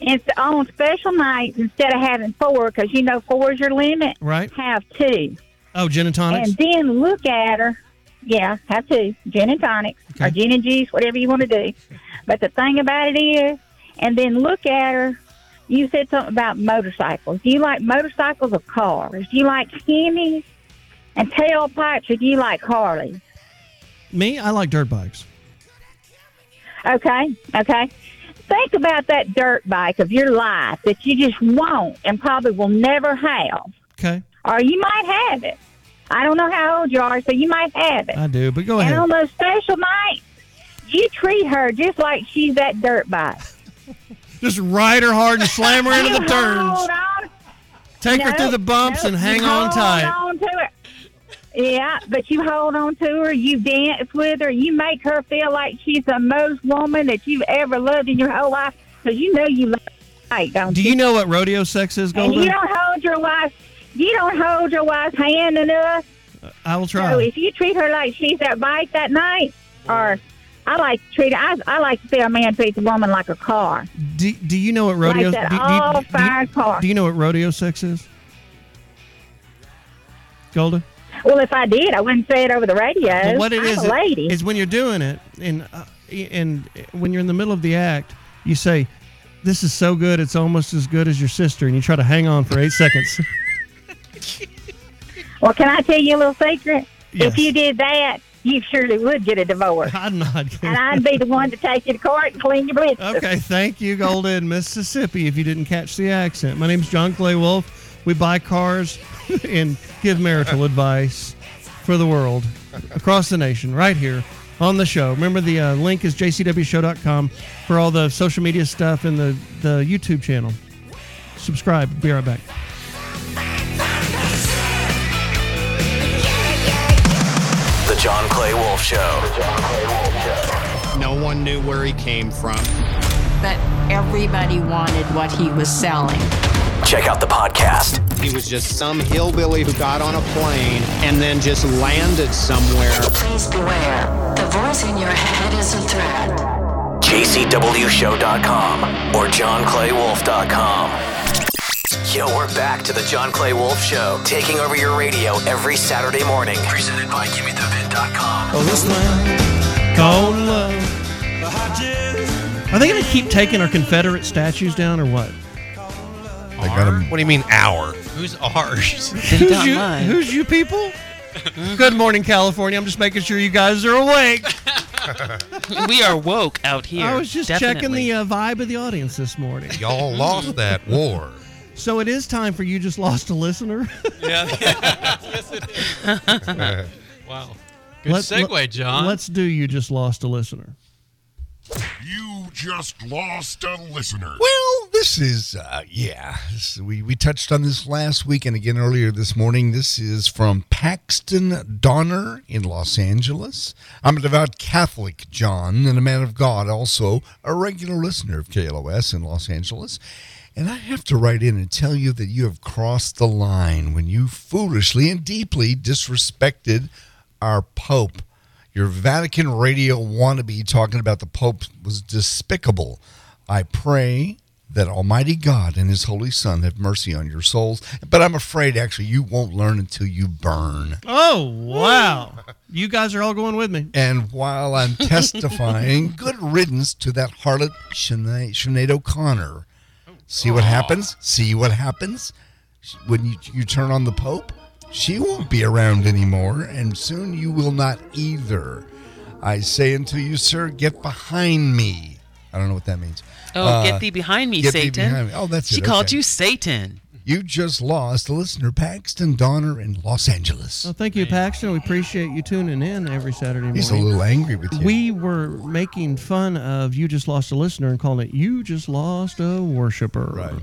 Speaker 7: It's on special nights instead of having four, because you know four is your limit.
Speaker 2: Right.
Speaker 7: Have two.
Speaker 2: Oh, gin and tonics.
Speaker 7: And then look at her. Yeah, have to. Gin and tonics or gin and juice, whatever you want to do. But the thing about it is, and then look at her. You said something about motorcycles. Do you like motorcycles or cars? Do you like Hemi's and tailpipes or do you like Harley?
Speaker 2: Me, I like dirt bikes.
Speaker 7: Okay, okay. Think about that dirt bike of your life that you just won't and probably will never have.
Speaker 2: Okay.
Speaker 7: Or you might have it. I don't know how old you are, so you might have it.
Speaker 2: I do, but go ahead.
Speaker 7: And on those special nights, you treat her just like she's that dirt bike.
Speaker 2: Just ride her hard and slam her into
Speaker 7: You
Speaker 2: the turns.
Speaker 7: (laughs) hold on-
Speaker 2: Take her
Speaker 7: No,
Speaker 2: through the bumps
Speaker 7: no,
Speaker 2: and hang
Speaker 7: you
Speaker 2: on
Speaker 7: hold
Speaker 2: tight.
Speaker 7: on to her. Yeah, but you hold on to her. You dance with her. You make her feel like she's the most woman that you've ever loved in your whole life because you know you love her, right, don't
Speaker 2: Do you know what rodeo sex is,
Speaker 7: And
Speaker 2: Golda?
Speaker 7: you don't hold your wife. You don't hold your wife's hand enough.
Speaker 2: I will try.
Speaker 7: So if you treat her like she's that bike that night, or I like to treat I, I like to see a man treat the woman like a car.
Speaker 2: Do, do you know what rodeo?
Speaker 7: that
Speaker 2: do, do-
Speaker 7: all
Speaker 2: do you-
Speaker 7: fired car.
Speaker 2: Do you know what rodeo sex is, Golda?
Speaker 7: Well, if I did, I wouldn't say it over the radio.
Speaker 2: Well, what it
Speaker 7: I'm
Speaker 2: is
Speaker 7: a lady.
Speaker 2: is when you're doing it, and uh, and when you're in the middle of the act, you say, "This is so good, it's almost as good as your sister," and you try to hang on for eight seconds. (laughs)
Speaker 7: Well, can I tell you a little secret?
Speaker 2: Yes.
Speaker 7: If you did that, you surely would get a divorce.
Speaker 2: I'm not. Kidding.
Speaker 7: And I'd be the one to take you to court and clean your blisters.
Speaker 2: Okay, thank you, Golda in Mississippi. If you didn't catch the accent, my name's John Clay Wolf. We buy cars (laughs) and give marital advice for the world across the nation, right here on the show. Remember, the uh, link is jcwshow.com for all the social media stuff and the, the YouTube channel. Subscribe. Be right back.
Speaker 1: The John Clay Wolf Show.
Speaker 10: No one knew where he came from.
Speaker 20: But everybody wanted what he was selling.
Speaker 1: Check out the podcast.
Speaker 10: He was just some hillbilly who got on a plane and then just landed somewhere.
Speaker 20: Please beware. The voice in your head is a threat.
Speaker 1: JCWShow.com or JohnClayWolf.com. Yo, we're back to the John Clay Wolf Show, taking over your radio every Saturday morning. Presented by GimmeTheVid.com.
Speaker 10: Oh, this man.
Speaker 2: Are they going to keep taking our Confederate statues down or what?
Speaker 9: What do you mean hour?
Speaker 2: Who's (laughs) ours?
Speaker 9: They
Speaker 2: Who's
Speaker 9: got
Speaker 2: you,
Speaker 9: mine.
Speaker 2: who's you people? Good morning, California. I'm just making sure you guys are awake.
Speaker 3: (laughs) we are woke out here.
Speaker 2: I was just checking the uh, vibe of the audience this morning.
Speaker 9: Y'all lost that war.
Speaker 2: So it is time for you just lost a listener.
Speaker 21: (laughs) Yeah. yes, it
Speaker 9: (laughs)
Speaker 21: is. wow. Good
Speaker 2: Let's-
Speaker 21: segue,
Speaker 2: let-
Speaker 21: John.
Speaker 2: Let's do you just lost a listener.
Speaker 22: You just lost a listener.
Speaker 4: Well, this is, uh, yeah, this- we, we touched on this last week and again earlier this morning. This is from Paxton Donner in Los Angeles. I'm a devout Catholic, John, and a man of God, also a regular listener of KLOS in Los Angeles. And I have to write in and tell you that you have crossed the line when you foolishly and deeply disrespected our Pope. Your Vatican radio wannabe talking about the Pope was despicable. I pray that Almighty God and His Holy Son have mercy on your souls. But I'm afraid, actually, you won't learn until you burn.
Speaker 2: Oh, wow. You guys are all going with me.
Speaker 4: And while I'm
Speaker 2: (laughs)
Speaker 4: testifying, good riddance to that harlot Sinead, Sinead O'Connor. See what happens? See what happens? When you, you turn on the Pope, she won't be around anymore, and soon you will not either. I say unto you, sir, get behind me. I don't know what that means.
Speaker 3: Oh,
Speaker 4: Uh,
Speaker 3: get thee behind me,
Speaker 4: get thee
Speaker 3: Satan.
Speaker 4: behind me. Oh, that's it.
Speaker 3: She called
Speaker 4: Okay.
Speaker 3: you Satan.
Speaker 4: You just lost a listener, Paxton Donner in Los Angeles.
Speaker 3: Mm.
Speaker 2: Well, thank you, Paxton. We appreciate you tuning in every Saturday morning.
Speaker 4: He's a little angry with you.
Speaker 2: We were making fun of you just lost a listener and calling it you just lost a worshiper. Right.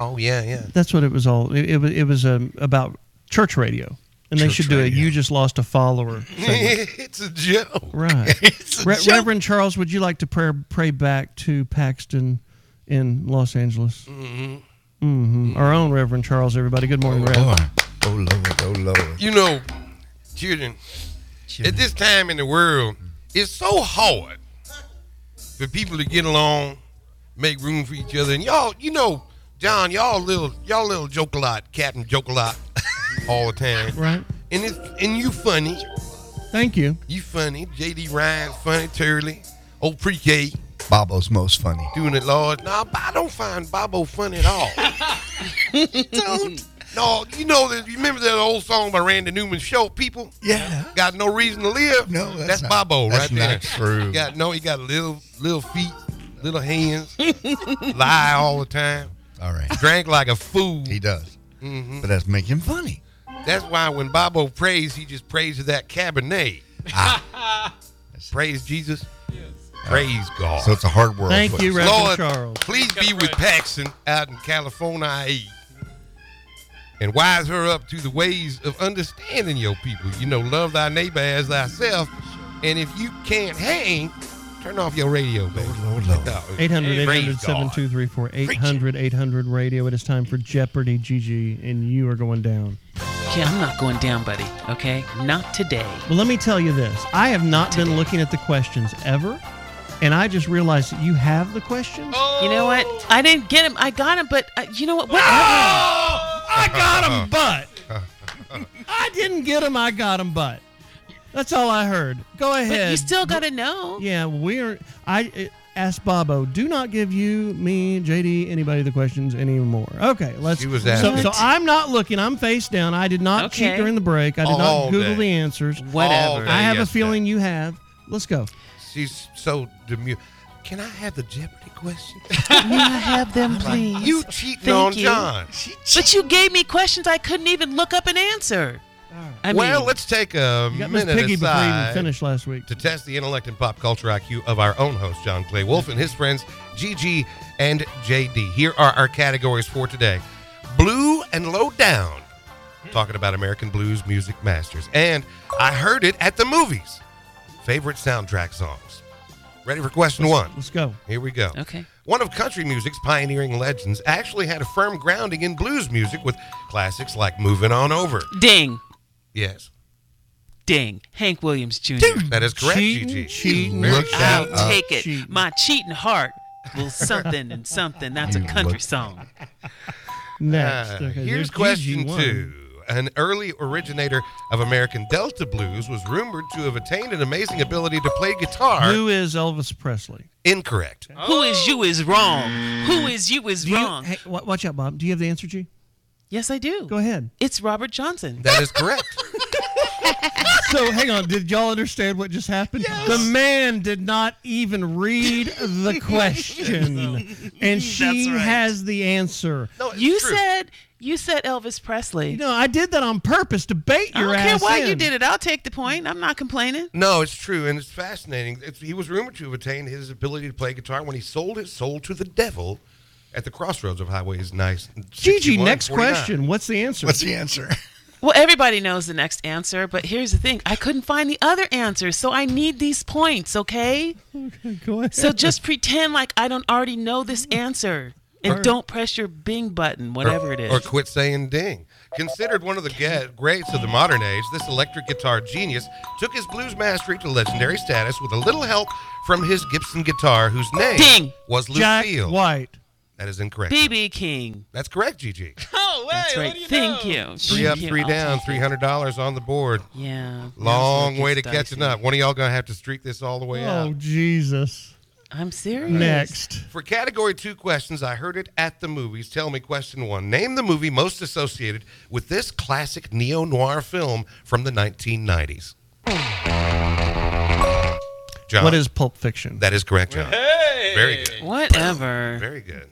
Speaker 16: Oh yeah, (laughs) yeah.
Speaker 2: That's what it was all. It, it was it was um, about church radio, and they
Speaker 16: Church
Speaker 2: should do a you just lost a follower. segment.
Speaker 16: (laughs) it's a joke.
Speaker 2: right.
Speaker 16: (laughs) It's a
Speaker 2: Re-
Speaker 16: joke.
Speaker 2: Reverend Charles, would you like to pray, pray back to Paxton in Los Angeles?
Speaker 16: Mhm.
Speaker 2: Mhm. Our own Reverend Charles, everybody. Good morning, Rev.
Speaker 4: Oh, Lord. Oh, Lord.
Speaker 9: You know, children, at this time in the world, it's so hard for people to get along, make room for each other. And y'all, you know, John, y'all little y'all little joke a lot, Captain joke a lot (laughs) all the time.
Speaker 2: Right.
Speaker 9: And it's and you funny.
Speaker 2: Thank you.
Speaker 9: You funny. JD Ryan funny, Turley. Old pre K
Speaker 4: Bobo's most funny.
Speaker 9: doing it large. No, I don't find Bobo funny at all. don't. No, you know that. You remember that old song by Randy Newman, "Show People."
Speaker 4: Yeah.
Speaker 9: Got no reason to live. No,
Speaker 4: that's not-
Speaker 9: Bobo
Speaker 4: that's
Speaker 9: right there.
Speaker 4: not true.
Speaker 9: Got no. He got little little feet, little hands. lie all the time.
Speaker 4: All right.
Speaker 9: Drank like a fool.
Speaker 4: He does.
Speaker 9: hmm
Speaker 4: But that's making him funny.
Speaker 9: That's why when Bobo prays, he just prays to that Cabernet. Ah. praise Jesus. Praise God.
Speaker 4: So it's a hard world.
Speaker 2: Thank
Speaker 4: for
Speaker 2: you,
Speaker 4: us.
Speaker 2: Reverend
Speaker 9: Lord,
Speaker 2: Charles.
Speaker 9: please be with Paxton out in California, IE, and wise her up to the ways of understanding your people. You know, love thy neighbor as thyself. And if you can't hang, turn off your radio, baby. Lord, Lord,
Speaker 2: 800 800 7234 800 800 radio. It is time for Jeopardy, GG, and you are going down.
Speaker 3: Okay, I'm not going down, buddy. Okay, not today.
Speaker 2: Well, let me tell you this I have not been looking at the questions ever, and I just realized that you have the questions.
Speaker 3: You know what?
Speaker 21: Oh.
Speaker 3: I didn't get him. I got him, but uh, you know what? Whatever.
Speaker 2: I got 'em,
Speaker 4: Uh,
Speaker 2: but I didn't get them. I got them, but that's all I heard. Go
Speaker 3: But
Speaker 2: ahead.
Speaker 3: you still gotta know.
Speaker 2: Yeah, we're. I uh, asked Bobo, do not give you, me, JD, anybody the questions anymore. Okay, let's.
Speaker 9: She was at
Speaker 2: so,
Speaker 9: it.
Speaker 2: so I'm not looking. I'm face down. I did not cheat
Speaker 3: Okay.
Speaker 2: during the break. I did
Speaker 9: All
Speaker 2: not Google
Speaker 9: day.
Speaker 2: the answers.
Speaker 9: Whatever. All day
Speaker 2: I have a
Speaker 9: yesterday.
Speaker 2: feeling you have. Let's go.
Speaker 9: She's so demure. Can I have the Jeopardy question?
Speaker 3: May I have them, please?
Speaker 9: You cheating
Speaker 3: Thank
Speaker 9: on
Speaker 3: you.
Speaker 9: John.
Speaker 3: But you gave me questions I couldn't even look up and answer. I
Speaker 9: well,
Speaker 3: mean,
Speaker 9: let's take a
Speaker 2: You got Miss
Speaker 9: minute
Speaker 2: Piggy before you even
Speaker 9: aside
Speaker 2: finished last week.
Speaker 9: to test the intellect and pop culture IQ of our own host, John Clay Wolf, and his friends, GG and JD. Here are our categories for today Blue and Low Down, talking about American blues music masters. And I heard it at the movies. Favorite soundtrack songs. Ready for question one?
Speaker 2: Let's go.
Speaker 9: Here we go.
Speaker 3: Okay.
Speaker 9: One of country music's pioneering legends actually had a firm grounding in blues music with classics like Moving On Over.
Speaker 3: ding,
Speaker 9: Yes.
Speaker 3: ding. Hank Williams Jr.
Speaker 9: That is correct,
Speaker 2: Cheating,
Speaker 9: GG.
Speaker 2: cheating,
Speaker 9: Very good.
Speaker 3: I'll
Speaker 4: up.
Speaker 3: take it.
Speaker 2: Cheating.
Speaker 3: My cheating heart will something and something. That's a country
Speaker 4: looked-
Speaker 9: (laughs)
Speaker 3: song.
Speaker 2: Next.
Speaker 9: Uh,
Speaker 2: Okay, there's
Speaker 9: here's
Speaker 2: GG
Speaker 9: question
Speaker 2: one.
Speaker 9: two. An early originator of American Delta blues was rumored to have attained an amazing ability to play guitar.
Speaker 2: Who is Elvis Presley?
Speaker 9: Incorrect.
Speaker 3: Who is you is wrong. Who is you is
Speaker 2: Do you-
Speaker 3: wrong.
Speaker 2: hey, wa- watch out, Bob. Do you have the answer, G?
Speaker 3: yes, I do.
Speaker 2: Go ahead.
Speaker 3: It's Robert Johnson.
Speaker 9: That
Speaker 3: (laughs)
Speaker 9: is correct.
Speaker 2: So hang on, did y'all understand what just happened? The man did not
Speaker 3: (laughs)
Speaker 2: even read the question, and she has the answer.
Speaker 9: No, Oh, it's
Speaker 3: You
Speaker 9: true.
Speaker 3: said you said Elvis Presley.
Speaker 2: You know, I did that on purpose to bait
Speaker 3: I
Speaker 2: your
Speaker 3: don't care
Speaker 2: ass.
Speaker 3: why you
Speaker 2: in.
Speaker 3: did it. I'll take the point. I'm not complaining.
Speaker 9: No, it's true, and it's fascinating. It's, he was rumored to have attained his ability to play guitar when he sold his soul to the devil at the crossroads of highways. Nice.
Speaker 2: Gigi, next question. What's the answer?
Speaker 4: What's the answer? (laughs)
Speaker 3: Well, everybody knows the next answer, but here's the thing I couldn't find the other answer, so I need these points, okay?
Speaker 2: Go ahead.
Speaker 3: So just pretend like I don't already know this answer. And
Speaker 9: Or-
Speaker 3: don't press your Bing button, whatever
Speaker 9: or,
Speaker 3: it is.
Speaker 9: Or quit saying ding. Considered one of the ga- greats of the modern age, this electric guitar genius took his blues mastery to legendary status with a little help from his Gibson guitar, whose name
Speaker 3: Ding.
Speaker 9: was
Speaker 3: Jack
Speaker 9: Lucille.
Speaker 2: White.
Speaker 9: That is incorrect.
Speaker 3: BB King.
Speaker 9: That's correct, Gigi.
Speaker 3: Oh, wait. (laughs) That's right. Thank you.
Speaker 9: Three up,
Speaker 3: Thank you.
Speaker 9: three
Speaker 3: I'll
Speaker 9: down,
Speaker 3: take
Speaker 9: three hundred dollars on the board.
Speaker 3: Yeah.
Speaker 9: Long
Speaker 3: Now
Speaker 9: way
Speaker 3: it's
Speaker 9: to
Speaker 3: gonna get
Speaker 9: catching
Speaker 3: dicey.
Speaker 9: up. One of y'all gonna have to streak this all the way out.
Speaker 2: Oh, Jesus.
Speaker 3: I'm serious.
Speaker 2: Next.
Speaker 9: For category two questions, I heard it at the movies. Tell me question one. Name the movie most associated with this classic neo noir film from the 1990s. John.
Speaker 2: What is Pulp Fiction?
Speaker 9: That is
Speaker 3: (laughs)
Speaker 9: correct, John. Very good.
Speaker 3: Whatever.
Speaker 9: Very good.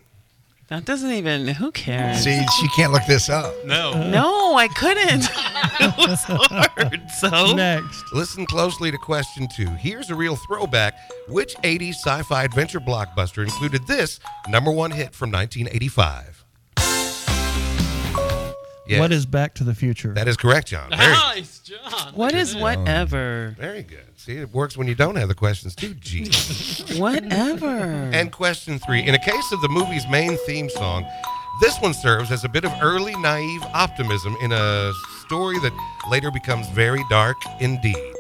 Speaker 3: That doesn't even. Who cares?
Speaker 4: See, she can't look this up.
Speaker 3: No. No, I couldn't. (laughs) it was hard. So
Speaker 2: Next.
Speaker 9: Listen closely to question two. Here's a real throwback. Which 80s sci fi adventure blockbuster included this number one hit from 1985? Yes.
Speaker 2: What is Back to the Future?
Speaker 9: That is correct, John.
Speaker 3: (laughs)
Speaker 9: Very good.
Speaker 3: John. What is whatever?
Speaker 9: Very good. See, it works when you don't have the questions too, Gee.
Speaker 4: Hmm.
Speaker 3: Whatever.
Speaker 9: and question three. In a case of the movie's main theme song, this one serves as a bit of early naive optimism in a story that later becomes very dark indeed.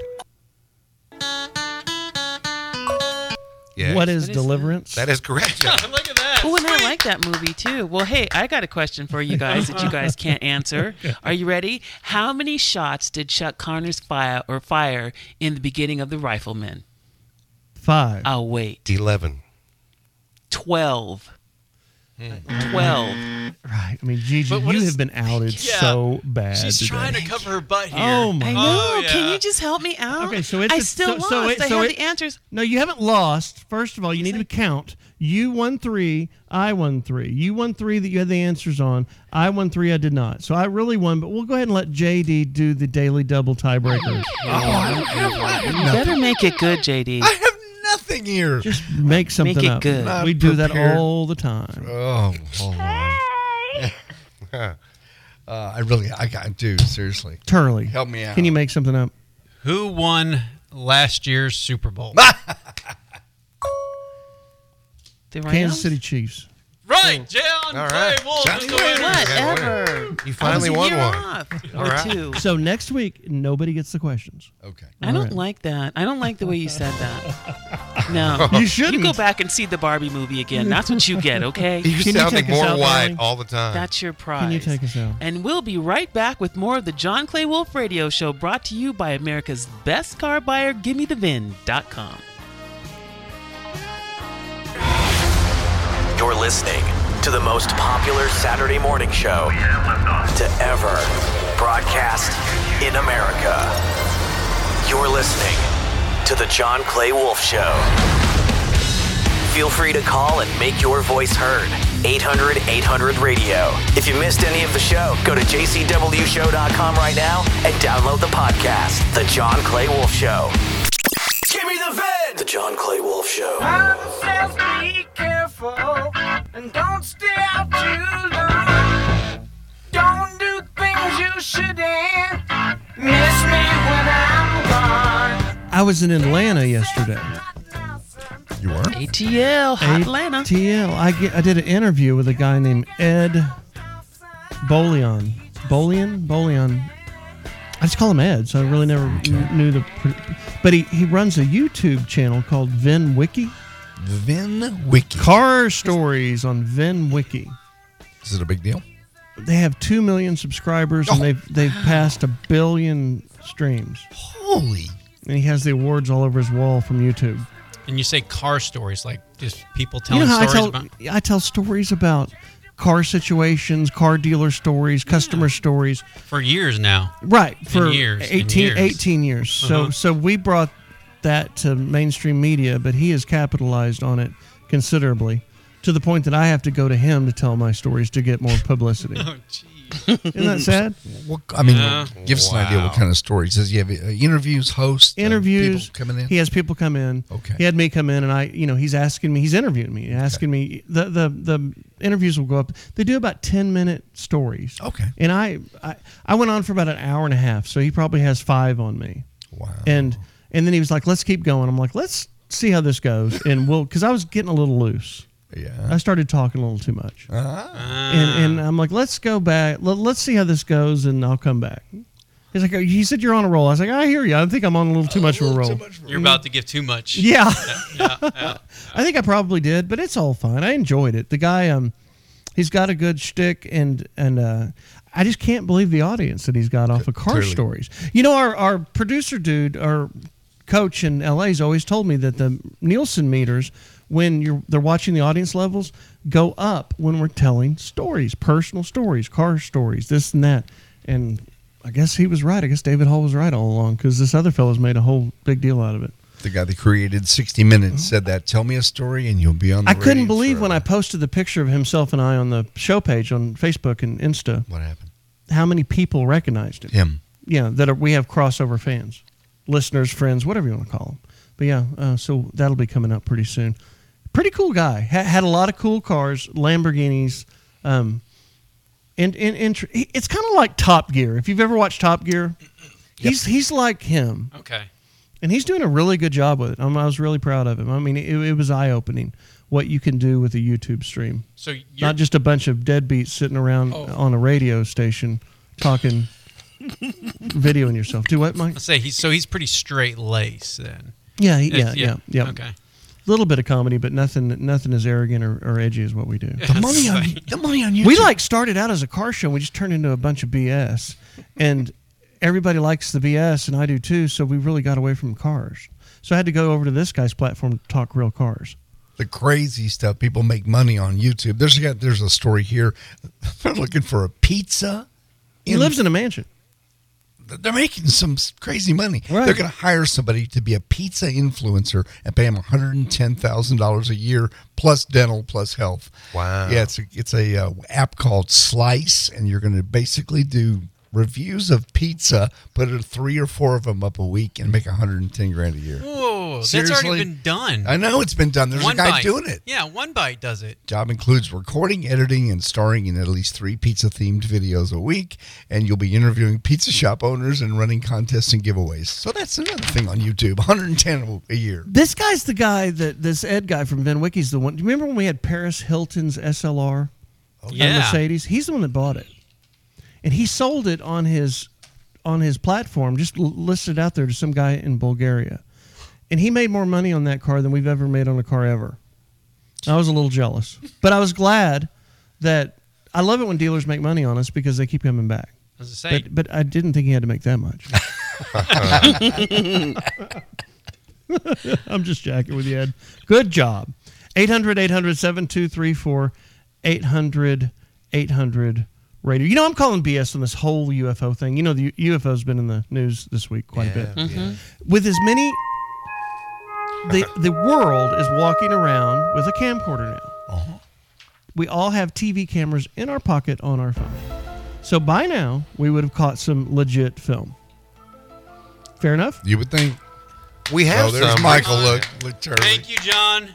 Speaker 9: Yes.
Speaker 2: What is Deliverance?
Speaker 9: That is
Speaker 4: (laughs)
Speaker 9: correct, (laughs) John.
Speaker 3: Look at that. Oh, and I like that movie too. Well, hey, I got a question for you guys that you guys can't answer. Are you ready? How many shots did Chuck Connors fire or fire in the beginning of The Rifleman?
Speaker 2: Five.
Speaker 3: I'll wait.
Speaker 9: 11.
Speaker 3: 12. 12.
Speaker 2: Right. I mean, Gigi, you have been outed
Speaker 3: Yeah.
Speaker 2: so bad.
Speaker 3: She's
Speaker 2: today.
Speaker 3: trying to
Speaker 21: cover her butt here.
Speaker 2: Oh, my
Speaker 3: I know. Can you just help me out?
Speaker 2: Okay, so it's
Speaker 3: I
Speaker 2: a-
Speaker 3: still
Speaker 2: so-
Speaker 3: lost.
Speaker 2: so it-
Speaker 3: I
Speaker 2: so
Speaker 3: have
Speaker 2: it-
Speaker 3: the answers.
Speaker 2: No, you haven't lost. First of all, you need to count. You won three. I won three. You won three that you had the answers on. I won three. I did not. So I really won. But we'll go ahead and let JD do the daily double tiebreaker.
Speaker 3: Oh, You better make it good, JD.
Speaker 4: Nothing here.
Speaker 2: Just make something
Speaker 3: it
Speaker 2: up.
Speaker 3: good.
Speaker 2: We
Speaker 4: Not
Speaker 2: do that
Speaker 4: prepared.
Speaker 2: all the time.
Speaker 4: Oh, hold on.
Speaker 9: (laughs)
Speaker 4: uh, I really, I got, dude, seriously.
Speaker 2: Turley,
Speaker 4: Help me out.
Speaker 2: Can you make something up?
Speaker 21: Who won last year's
Speaker 2: (laughs)
Speaker 21: Super Bowl?
Speaker 3: The
Speaker 2: Kansas City Chiefs.
Speaker 21: Right, John
Speaker 9: All
Speaker 21: Clay
Speaker 9: right.
Speaker 21: Wolf
Speaker 9: John
Speaker 21: is the
Speaker 9: Clay
Speaker 21: winner.
Speaker 9: Wolf is the winner.
Speaker 3: Whatever.
Speaker 9: You finally
Speaker 3: I was
Speaker 9: won
Speaker 3: a year
Speaker 9: one.
Speaker 3: off
Speaker 9: All
Speaker 3: or
Speaker 9: right.
Speaker 3: two.
Speaker 2: So next week, nobody gets the questions.
Speaker 4: Okay.
Speaker 3: I don't like that. I don't like the way you said that. No.
Speaker 2: You
Speaker 3: You
Speaker 2: shouldn't.
Speaker 3: go back and see the Barbie movie again. That's what you get, okay?
Speaker 9: You're
Speaker 2: Can you
Speaker 9: sounding
Speaker 2: take us
Speaker 9: more
Speaker 2: out,
Speaker 9: white
Speaker 2: darling?
Speaker 9: all the time.
Speaker 3: That's your prize.
Speaker 2: Can you take us out?
Speaker 3: And we'll be right back with more of the John Clay Wolf Radio Show brought to you by America's best car buyer, GimmeTheVin.com.
Speaker 1: You're listening to the most popular Saturday morning show to ever broadcast in America. You're listening to The John Clay Wolf Show. Feel free to call and make your voice heard. 800 800 radio. If you missed any of the show, go to jcwshow.com right now and download the podcast, The John Clay Wolf Show. Give me the vet! The John Clay Wolf Show.
Speaker 14: Mama says be careful and don't stay out too long. Don't do things you shouldn't. Miss me when
Speaker 21: (laughs)
Speaker 14: I'm gone.
Speaker 2: I was in Atlanta yesterday.
Speaker 4: You were?
Speaker 3: ATL, Hot Atlanta.
Speaker 2: ATL. I, ge- I did an interview with a guy named Ed Bolion. Bolion? Bolion. I just call him Ed, so I really never kn- knew the. pr- But he, he runs a YouTube channel called Vin Wiki.
Speaker 4: Vin Wiki.
Speaker 2: Car stories on Vin Wiki.
Speaker 4: Is it a big deal?
Speaker 2: They have two million subscribers
Speaker 21: Oh.
Speaker 2: and they've they've passed a billion streams.
Speaker 4: Holy.
Speaker 2: And he has the awards all over his wall from YouTube.
Speaker 21: And you say car stories, like just people telling
Speaker 2: you know how
Speaker 21: stories
Speaker 2: I tell,
Speaker 21: about.
Speaker 2: I tell stories about car situations, car dealer stories, customer stories.
Speaker 21: For years now.
Speaker 2: Right
Speaker 21: And
Speaker 2: for
Speaker 21: years, and
Speaker 2: 18
Speaker 21: years.
Speaker 2: 18 years. So
Speaker 21: Uh-huh.
Speaker 2: so we brought that to mainstream media, but he has capitalized on it considerably to the point that I have to go to him to tell my stories to get more
Speaker 21: (laughs)
Speaker 2: publicity.
Speaker 21: Oh,
Speaker 2: Isn't that sad?
Speaker 4: What, I mean,
Speaker 2: Yeah.
Speaker 4: give us an idea what kind of stories. Does he have uh, interviews, hosts, uh,
Speaker 2: interviews
Speaker 4: people coming in?
Speaker 2: He has people come in.
Speaker 4: Okay.
Speaker 2: He had me come in, and I, you know, he's asking me, he's interviewing me, asking me. The the the interviews will go up. They do about ten minute stories.
Speaker 4: Okay.
Speaker 2: And I I, I went on for about an hour and a half, so he probably has five on me.
Speaker 4: Wow.
Speaker 2: And and then he was like, let's keep going. I'm like, let's see how this goes, and we'll because I was getting a little loose.
Speaker 4: Yeah.
Speaker 2: I started talking a little too much.
Speaker 4: Ah.
Speaker 2: And, and I'm like, let's go back. Let, let's see how this goes, and I'll come back. He's like, "Oh, he said you're on a roll. I was like, I hear you. I think I'm on a little too much of a roll.
Speaker 21: You're about to give too
Speaker 2: (laughs)
Speaker 21: much.
Speaker 2: Yeah.
Speaker 21: Yeah, yeah.
Speaker 2: I think I probably did, but it's all fine. I enjoyed it. The guy, um, he's got a good shtick, and and uh, I just can't believe the audience that he's got off of Car
Speaker 11: clearly.
Speaker 2: Stories. You know, our our producer dude, our coach in LA's always told me that the Nielsen meters, when you're they're watching the audience levels, go up when we're telling stories, personal stories, car stories, this and that, and. I guess he was right. I guess David Hall was right all along because this other fellow's made a whole big deal out of it.
Speaker 4: The guy that created 60 Minutes said that. Tell me a story and you'll be on the
Speaker 2: I couldn't
Speaker 4: radio
Speaker 2: believe when I posted the picture of himself and I on the show page on Facebook and Insta.
Speaker 4: What happened?
Speaker 2: How many people recognized him?
Speaker 4: Him.
Speaker 2: Yeah, that are, we have crossover fans, listeners, friends, whatever you want to call them. But yeah, uh, so that'll be coming up pretty soon. Pretty cool guy. Ha- had a lot of cool cars, Lamborghinis. Um, and and, and tr- he- it's kind of like Top Gear. If you've ever watched Top Gear, he's he's like him
Speaker 21: Okay. (laughs)
Speaker 2: and he's doing a really good job with it. I'm, I was really proud of him. I mean, it, it was eye opening what you can do with a YouTube stream.
Speaker 21: So you're- Oh.
Speaker 2: not just a bunch of deadbeats sitting around on a radio station talking,
Speaker 21: (laughs)
Speaker 2: videoing yourself. Do what, Mike?
Speaker 21: I'll say he's so he's pretty straight lace then.
Speaker 2: Yeah, he- yeah,
Speaker 21: It's-
Speaker 2: yeah, yeah.
Speaker 21: Okay.
Speaker 2: Little bit of comedy, but nothing, nothing as arrogant or, or edgy as what we
Speaker 21: (laughs)
Speaker 2: do.
Speaker 4: The money (laughs) on the money on you.
Speaker 2: We like started out as a car show. We just turned into a bunch of BS, and everybody likes the BS, and I do too. So we really got away from cars. So I had to go over to this guy's platform to talk real cars.
Speaker 4: the crazy stuff. People make money on YouTube. There's a guy- there's a story here. (laughs) They're looking for a pizza.
Speaker 2: He lives in a mansion.
Speaker 4: They're making some s- crazy money. They're going to hire somebody to be a pizza influencer and pay him one hundred and ten thousand dollars a year plus dental plus health.
Speaker 16: Wow.
Speaker 4: Yeah, it's a, it's a uh, app called Slice, and you're going to basically do reviews of pizza, put a three or four of them up a week, and make one hundred and ten grand a year.
Speaker 21: Whoa, that's
Speaker 4: Seriously?
Speaker 21: already been done.
Speaker 4: I know it's been done. There's
Speaker 21: one
Speaker 4: a guy
Speaker 21: bite.
Speaker 4: doing it.
Speaker 21: Yeah, one bite does it.
Speaker 4: Job includes recording, editing, and starring in at least three pizza themed videos a week. And you'll be interviewing pizza shop owners and running contests and giveaways. So that's another thing on YouTube 110 a year.
Speaker 2: This guy's the guy that this Ed guy from Van Wicky's the one. Do you remember when we had Paris Hilton's SLR? a
Speaker 14: yeah.
Speaker 2: Mercedes. He's the one that bought it, and he sold it on his on his platform. Just l- listed out there to some guy in Bulgaria, and he made more money on that car than we've ever made on a car ever. I was a little jealous, but I was glad that I love it when dealers make money on us because they keep coming back.
Speaker 21: I was gonna say-
Speaker 2: but, but I didn't think he had to make that much.
Speaker 21: (laughs)
Speaker 8: (laughs)
Speaker 2: (laughs) I'm just jacking with you, Ed. Good job. 800 800 7234 800 800 radio. You know, I'm calling BS on this whole UFO thing. You know, the UFO's been in the news this week quite a bit.
Speaker 14: Yeah, yeah. Mhm.
Speaker 2: With as many, the, the world is walking around with a camcorder now.
Speaker 4: Uh-huh.
Speaker 2: We all have TV cameras in our pocket on our phone. So by now, we would have caught some legit film. Fair enough?
Speaker 4: You would think.
Speaker 16: We
Speaker 4: have there's some. Michael, look- look, Charlie.
Speaker 21: Thank you, John,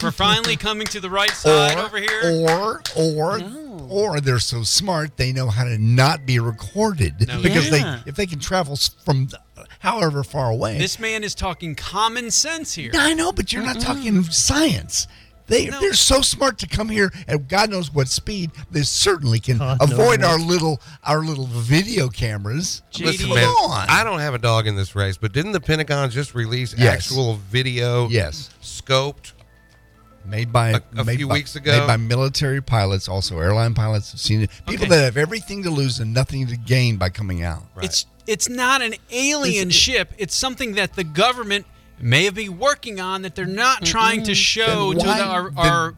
Speaker 21: for finally coming to the right side over here.
Speaker 4: Or, or, or they're so smart they know how to not be recorded
Speaker 21: No,
Speaker 4: because
Speaker 21: yeah.
Speaker 4: they if they can travel s- from th- however far away.
Speaker 21: This man is talking common sense here.
Speaker 4: I know, but you're not talking science. They,
Speaker 21: No.
Speaker 4: They're so smart to come here at God knows what speed. They certainly can
Speaker 16: knows
Speaker 4: avoid our
Speaker 16: what.
Speaker 4: little our little video cameras.
Speaker 16: Listen,
Speaker 4: Come
Speaker 16: man,
Speaker 4: on.
Speaker 16: I don't have a dog in this race, but didn't the Pentagon just release
Speaker 4: Yes.
Speaker 16: actual video?
Speaker 4: Yes.
Speaker 16: Scoped.
Speaker 4: Made by
Speaker 16: a, a
Speaker 4: made
Speaker 16: few
Speaker 4: by-
Speaker 16: weeks ago.
Speaker 4: Made by military pilots, also airline pilots have seen it. People
Speaker 21: Okay.
Speaker 4: that have everything to lose and nothing to gain by coming out.
Speaker 21: It's it's not an alien ship. It's something that the government may have been working on that they're not trying to show
Speaker 4: Then
Speaker 21: to
Speaker 4: why-
Speaker 21: the, our,
Speaker 4: then
Speaker 21: our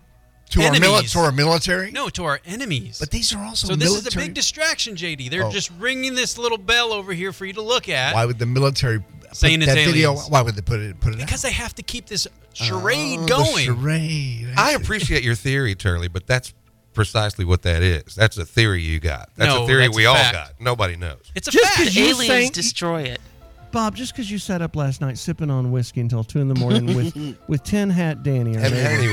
Speaker 4: to our, mili-
Speaker 21: enemies.
Speaker 4: to our military.
Speaker 21: No, to our enemies. But
Speaker 4: these are also
Speaker 21: so. This is a
Speaker 4: military-
Speaker 21: big distraction, JD. They're
Speaker 4: Oh.
Speaker 21: just ringing this little bell over here for you to look at.
Speaker 4: Why would the military put
Speaker 21: Saying
Speaker 4: that
Speaker 21: it's
Speaker 4: video?
Speaker 21: aliens.
Speaker 4: Why would they put it put it? out?
Speaker 21: Because they have to keep this charade
Speaker 4: Oh, the
Speaker 21: going.
Speaker 4: charade.
Speaker 16: I appreciate your theory, Turley, but that's precisely what that is. That's a theory you got. That's
Speaker 21: No,
Speaker 16: a theory
Speaker 21: that's
Speaker 16: we
Speaker 21: a
Speaker 16: all
Speaker 21: fact.
Speaker 16: got. Nobody knows.
Speaker 21: It's a
Speaker 2: Just
Speaker 21: fact.
Speaker 2: 'cause you Aliens think-
Speaker 3: destroy it.
Speaker 2: Bob, just because you sat up last night sipping on whiskey until two in the morning
Speaker 16: (laughs)
Speaker 2: with with Tin Hat Danny, or
Speaker 16: Haven't had
Speaker 2: whatever-
Speaker 16: any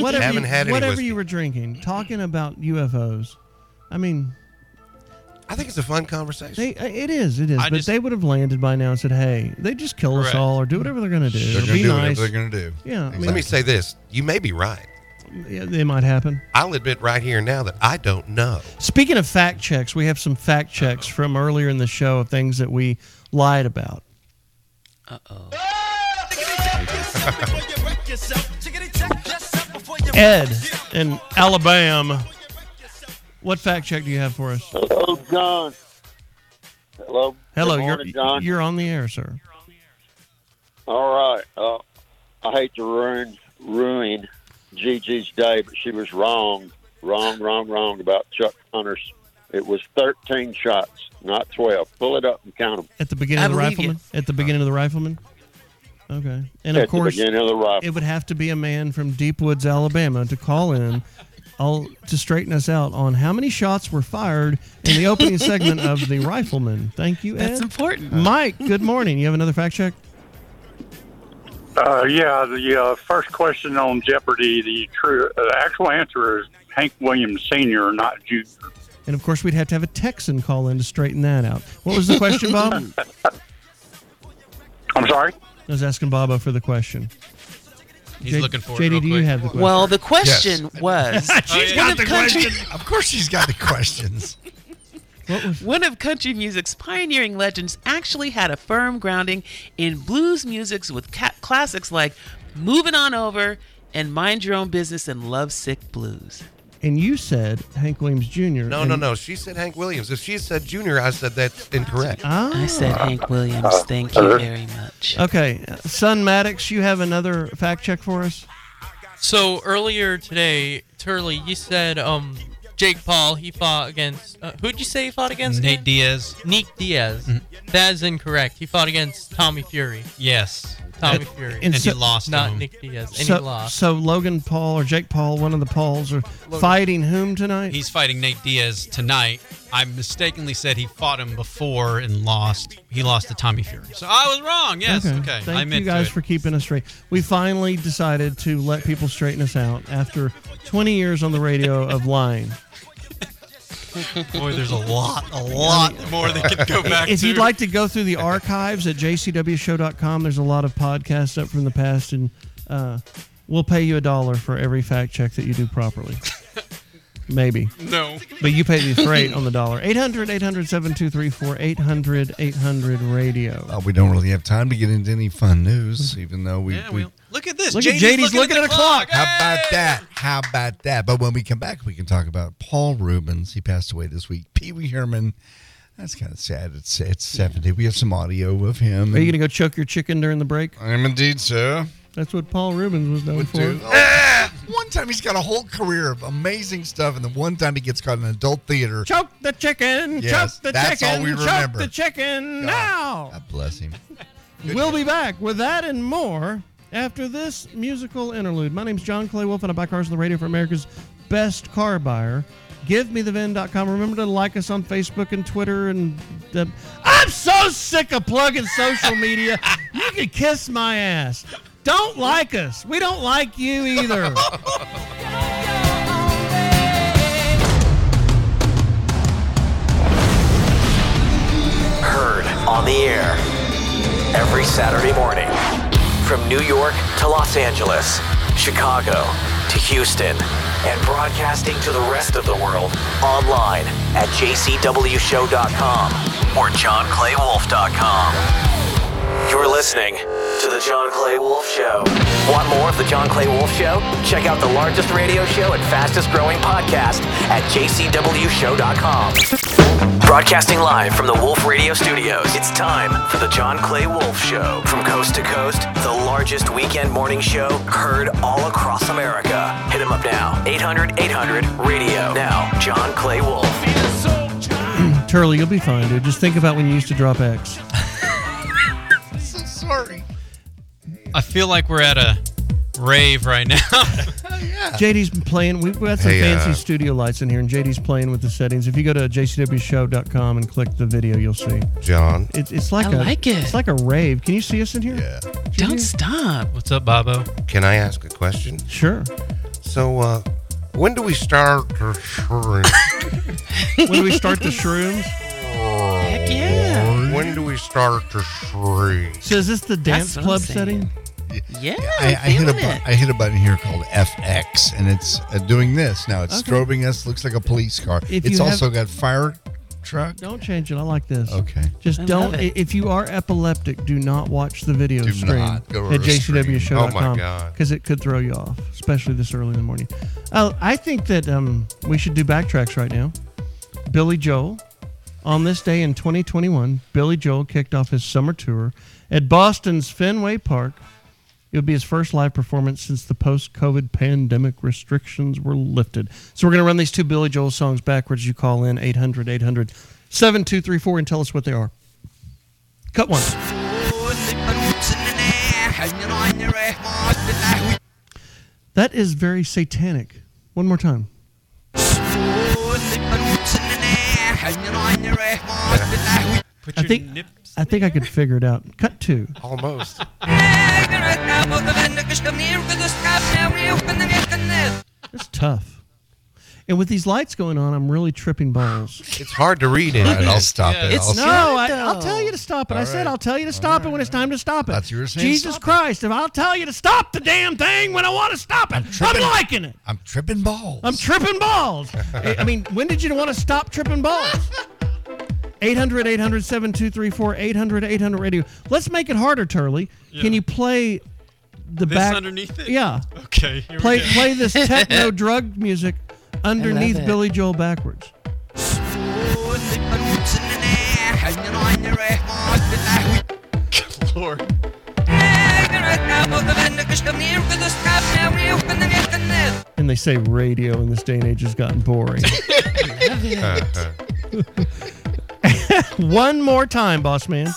Speaker 2: (laughs)
Speaker 16: (laughs)
Speaker 2: whatever
Speaker 16: Haven't
Speaker 2: you,
Speaker 16: had any
Speaker 2: whatever
Speaker 16: whiskey.
Speaker 2: you were drinking, talking about UFOs. I mean,
Speaker 16: I think it's a fun conversation.
Speaker 2: they uh, it is, it is.
Speaker 16: I
Speaker 2: but
Speaker 16: just-
Speaker 2: they would have landed by now and said, "Hey, they just kill us all, or do whatever they're going to do.
Speaker 16: They're
Speaker 2: or
Speaker 16: gonna
Speaker 2: be
Speaker 16: do whatever
Speaker 2: nice.
Speaker 16: they're gonna do.
Speaker 2: Yeah, I mean,
Speaker 16: Let me say this: you may be right.
Speaker 2: yeah, they might happen.
Speaker 9: I'll admit right here and now that I don't know.
Speaker 2: Speaking of fact checks, we have some fact checks from earlier in the show of things that we lied about. Ed in Alabama, what fact check do you have for us?
Speaker 11: Hello, John. Hello.
Speaker 2: Hello,
Speaker 11: Good
Speaker 2: you're
Speaker 11: morning, John.
Speaker 2: you're on the air, sir.
Speaker 11: All right. Uh, I hate to ruin ruin Gigi's day, but she was wrong, wrong, wrong, wrong about Chuck Hunter's. It was 13 shots, not 12. Pull it up and count them.
Speaker 2: At the beginning
Speaker 11: I
Speaker 2: of the
Speaker 11: believe
Speaker 2: rifleman. At the beginning of the rifleman. Okay, and
Speaker 11: At
Speaker 2: of
Speaker 11: the
Speaker 2: course,
Speaker 11: beginning of the rifle.
Speaker 2: it would have to be a man from Deep Woods, Alabama, to call in. All to straighten us out on how many shots were fired in the opening segment of the Rifleman. Thank you, Ed.
Speaker 3: That's important.
Speaker 2: Mike, good morning. You have another fact check?
Speaker 13: (laughs) Uh, yeah, the uh, first question on Jeopardy, the true, uh, the actual answer is Hank Williams Senior, not Junior.
Speaker 2: And of course, we'd have to have a Texan call in to straighten that out. What was the question, Bob?
Speaker 11: (laughs)
Speaker 2: I
Speaker 13: I'm sorry.
Speaker 2: was asking Bobo for the question.
Speaker 21: He's looking for it
Speaker 2: JD,
Speaker 21: real
Speaker 2: do you
Speaker 21: quick.
Speaker 2: have the question?
Speaker 3: Well, the question was when
Speaker 4: She's got
Speaker 3: have
Speaker 4: the
Speaker 3: country-
Speaker 4: question. Of course, she's got the questions.
Speaker 3: One of country music's pioneering legends actually had a firm grounding in blues musics with ca- classics like Moving On Over and Mind Your Own Business and Love Sick Blues.
Speaker 2: And you said Hank Williams Jr.
Speaker 9: No, no, no. She said Hank Williams. If she had said Junior, I said that's incorrect.
Speaker 16: Oh.
Speaker 2: I
Speaker 3: said Hank
Speaker 16: Uh,
Speaker 3: Williams. Thank you very much.
Speaker 2: Okay, Son Maddox, you have another fact check for us?
Speaker 5: So earlier today, Turley, you said um Jake Paul he fought against uh, who'd you say he fought against?
Speaker 21: Nate
Speaker 5: again?
Speaker 21: Diaz. Mm-hmm.
Speaker 5: Nick Diaz. That is incorrect. He fought against Tommy Fury.
Speaker 21: Yes.
Speaker 5: Tommy
Speaker 21: And-
Speaker 5: Fury.
Speaker 21: and he lost
Speaker 5: Not
Speaker 21: to him.
Speaker 5: Nick Diaz. And
Speaker 2: so,
Speaker 5: he lost.
Speaker 2: so Logan Paul or Jake Paul, one of the Pauls, are fighting whom tonight?
Speaker 21: He's fighting Nate Diaz tonight. I mistakenly said he fought him before and lost. He lost to Tommy Fury. So I was wrong. Yes. Okay.
Speaker 2: Thank
Speaker 21: I meant
Speaker 2: you guys
Speaker 21: to.
Speaker 2: for keeping us straight. We finally decided to let people straighten us out after 20 years on the radio of lying.
Speaker 21: Boy, there's a lot, a lot more that could go
Speaker 2: (laughs)
Speaker 21: back
Speaker 2: if
Speaker 21: to.
Speaker 2: you'd like to go through the archives at jcwshow.com there's a lot of podcasts up from the past and uh, we'll pay you a dollar for every fact check that you do properly (laughs) maybe
Speaker 21: No.
Speaker 2: but you pay the freight on the dollar 800 800 7234 800 800 radio
Speaker 4: Uh, we don't really have time to get into any fun news, even though we. we
Speaker 21: look at this.
Speaker 2: Look at JD's looking at the clock.
Speaker 4: How about that? How about that? But when we come back, we can talk about Paul Rubens. He passed away this week. Pee Wee Herman. That's kind of sad. It's it's seventy. We have some audio of him.
Speaker 2: are you gonna go choke your chicken during the break
Speaker 4: i'm indeed sir
Speaker 2: that's what paul rubens was known for
Speaker 4: one time he's got a whole career of amazing stuff, and then one time he gets caught in adult theater.
Speaker 2: choke the chicken
Speaker 4: Yes,
Speaker 2: choke the
Speaker 4: that's all
Speaker 2: chicken
Speaker 4: we
Speaker 2: choke
Speaker 4: remember.
Speaker 2: the chicken now
Speaker 4: God bless him.
Speaker 2: We'll be back with that and more after this musical interlude. My name's John Clay Wolf, and I buy cars on the radio for America's best car buyer. GiveMeTheVin.com. Remember to like us on Facebook and Twitter. And the, I'm so sick of plugging social media. You can kiss my ass. Don't like us. We don't like you either.
Speaker 1: Heard on the air every Saturday morning from New York to Los Angeles, Chicago to Houston, and broadcasting to the rest of the world online at jcwshow.com or johnclaywolf.com. You're listening to The John Clay Wolf Show. Want more of The John Clay Wolf Show? Check out the largest radio show and fastest growing podcast at jcwshow.com. Broadcasting live from the Wolf Radio Studios, it's time for The John Clay Wolf Show. From coast to coast, the largest weekend morning show heard all across America. Hit him up now. 800 800 Radio. Now, John Clay Wolf.
Speaker 2: Turley, you'll be fine, dude. Just think about when you used to drop X.
Speaker 4: I'm so sorry.
Speaker 21: I feel like we're at a rave right
Speaker 2: (laughs)
Speaker 21: now.
Speaker 2: JD's been playing. We've got some
Speaker 21: Hey,
Speaker 2: fancy
Speaker 21: uh,
Speaker 2: studio lights in here, and JD's playing with the settings. If you go to jcwshow.com and click the video, you'll see.
Speaker 9: John.
Speaker 2: It, it's like
Speaker 9: I
Speaker 2: a
Speaker 9: like it.
Speaker 2: It's like a rave. Can you see us in here? Yeah.
Speaker 3: Don't stop.
Speaker 21: What's up, Bobo?
Speaker 9: Can I ask a question?
Speaker 2: Sure.
Speaker 9: So, uh, when do we start the shrooms?
Speaker 2: (laughs) when do we start the shrooms?
Speaker 9: Heck yeah. When Oh, do we start the shrooms?
Speaker 2: So is this the dance club setting?
Speaker 3: Yeah,
Speaker 4: I, I hit a
Speaker 3: feeling
Speaker 4: bu-
Speaker 3: it.
Speaker 4: I hit a button here called FX, and it's uh, doing this now. It's
Speaker 2: Okay.
Speaker 4: strobing us. Looks like a police car.
Speaker 2: If
Speaker 4: it's
Speaker 2: you have-
Speaker 4: also got fire truck.
Speaker 2: Don't change it. I like this.
Speaker 4: Okay.
Speaker 2: Just
Speaker 4: I
Speaker 2: don't.
Speaker 4: love
Speaker 2: i- If you are epileptic, do not watch the video
Speaker 4: Do
Speaker 2: stream
Speaker 4: not go to
Speaker 2: at
Speaker 4: the stream.
Speaker 2: jcwshow.com.
Speaker 4: Oh, my God.
Speaker 2: Because it could throw you off, especially this early in the morning. Oh, I think that um, we should do backtracks right now. Billy Joel. On this day in 2021, Billy Joel kicked off his summer tour at Boston's Fenway Park. It would be his first live performance since the post COVID pandemic restrictions were lifted. So we're going to run these two Billy Joel songs backwards. You call in 800 800 7234 and tell us what they are. Cut one. That is very satanic. One more time. I think I think I could figure it out. Cut two.
Speaker 9: Almost.
Speaker 2: That's tough. And with these lights going on, I'm really tripping balls.
Speaker 9: It's hard to read it.
Speaker 4: All right, I'll stop it.
Speaker 2: It's
Speaker 4: I'll
Speaker 2: no,
Speaker 4: stop
Speaker 2: I, I'll tell you to stop it. I
Speaker 4: All
Speaker 2: said
Speaker 4: right.
Speaker 2: I'll tell you to stop it when it's time to stop it.
Speaker 4: That's what you were saying,
Speaker 2: Jesus Christ, if I'll tell you to stop the damn thing when I want to stop it, I'm, liking it.
Speaker 4: I'm tripping balls.
Speaker 2: I'm tripping balls. I I mean, when did you want to stop tripping balls? 800 800 7234 800 800 radio. Let's make it harder, Turley. Can you play the
Speaker 21: This
Speaker 2: back
Speaker 21: underneath it?
Speaker 2: Yeah.
Speaker 21: Okay, here we
Speaker 2: Play
Speaker 21: go.
Speaker 2: play
Speaker 21: (laughs)
Speaker 2: this techno drug music underneath
Speaker 21: it.
Speaker 2: Billy Joel backwards.
Speaker 21: Lord.
Speaker 2: And they say radio in this day and age has gotten boring. (laughs)
Speaker 8: (laughs)
Speaker 2: One more time, boss man.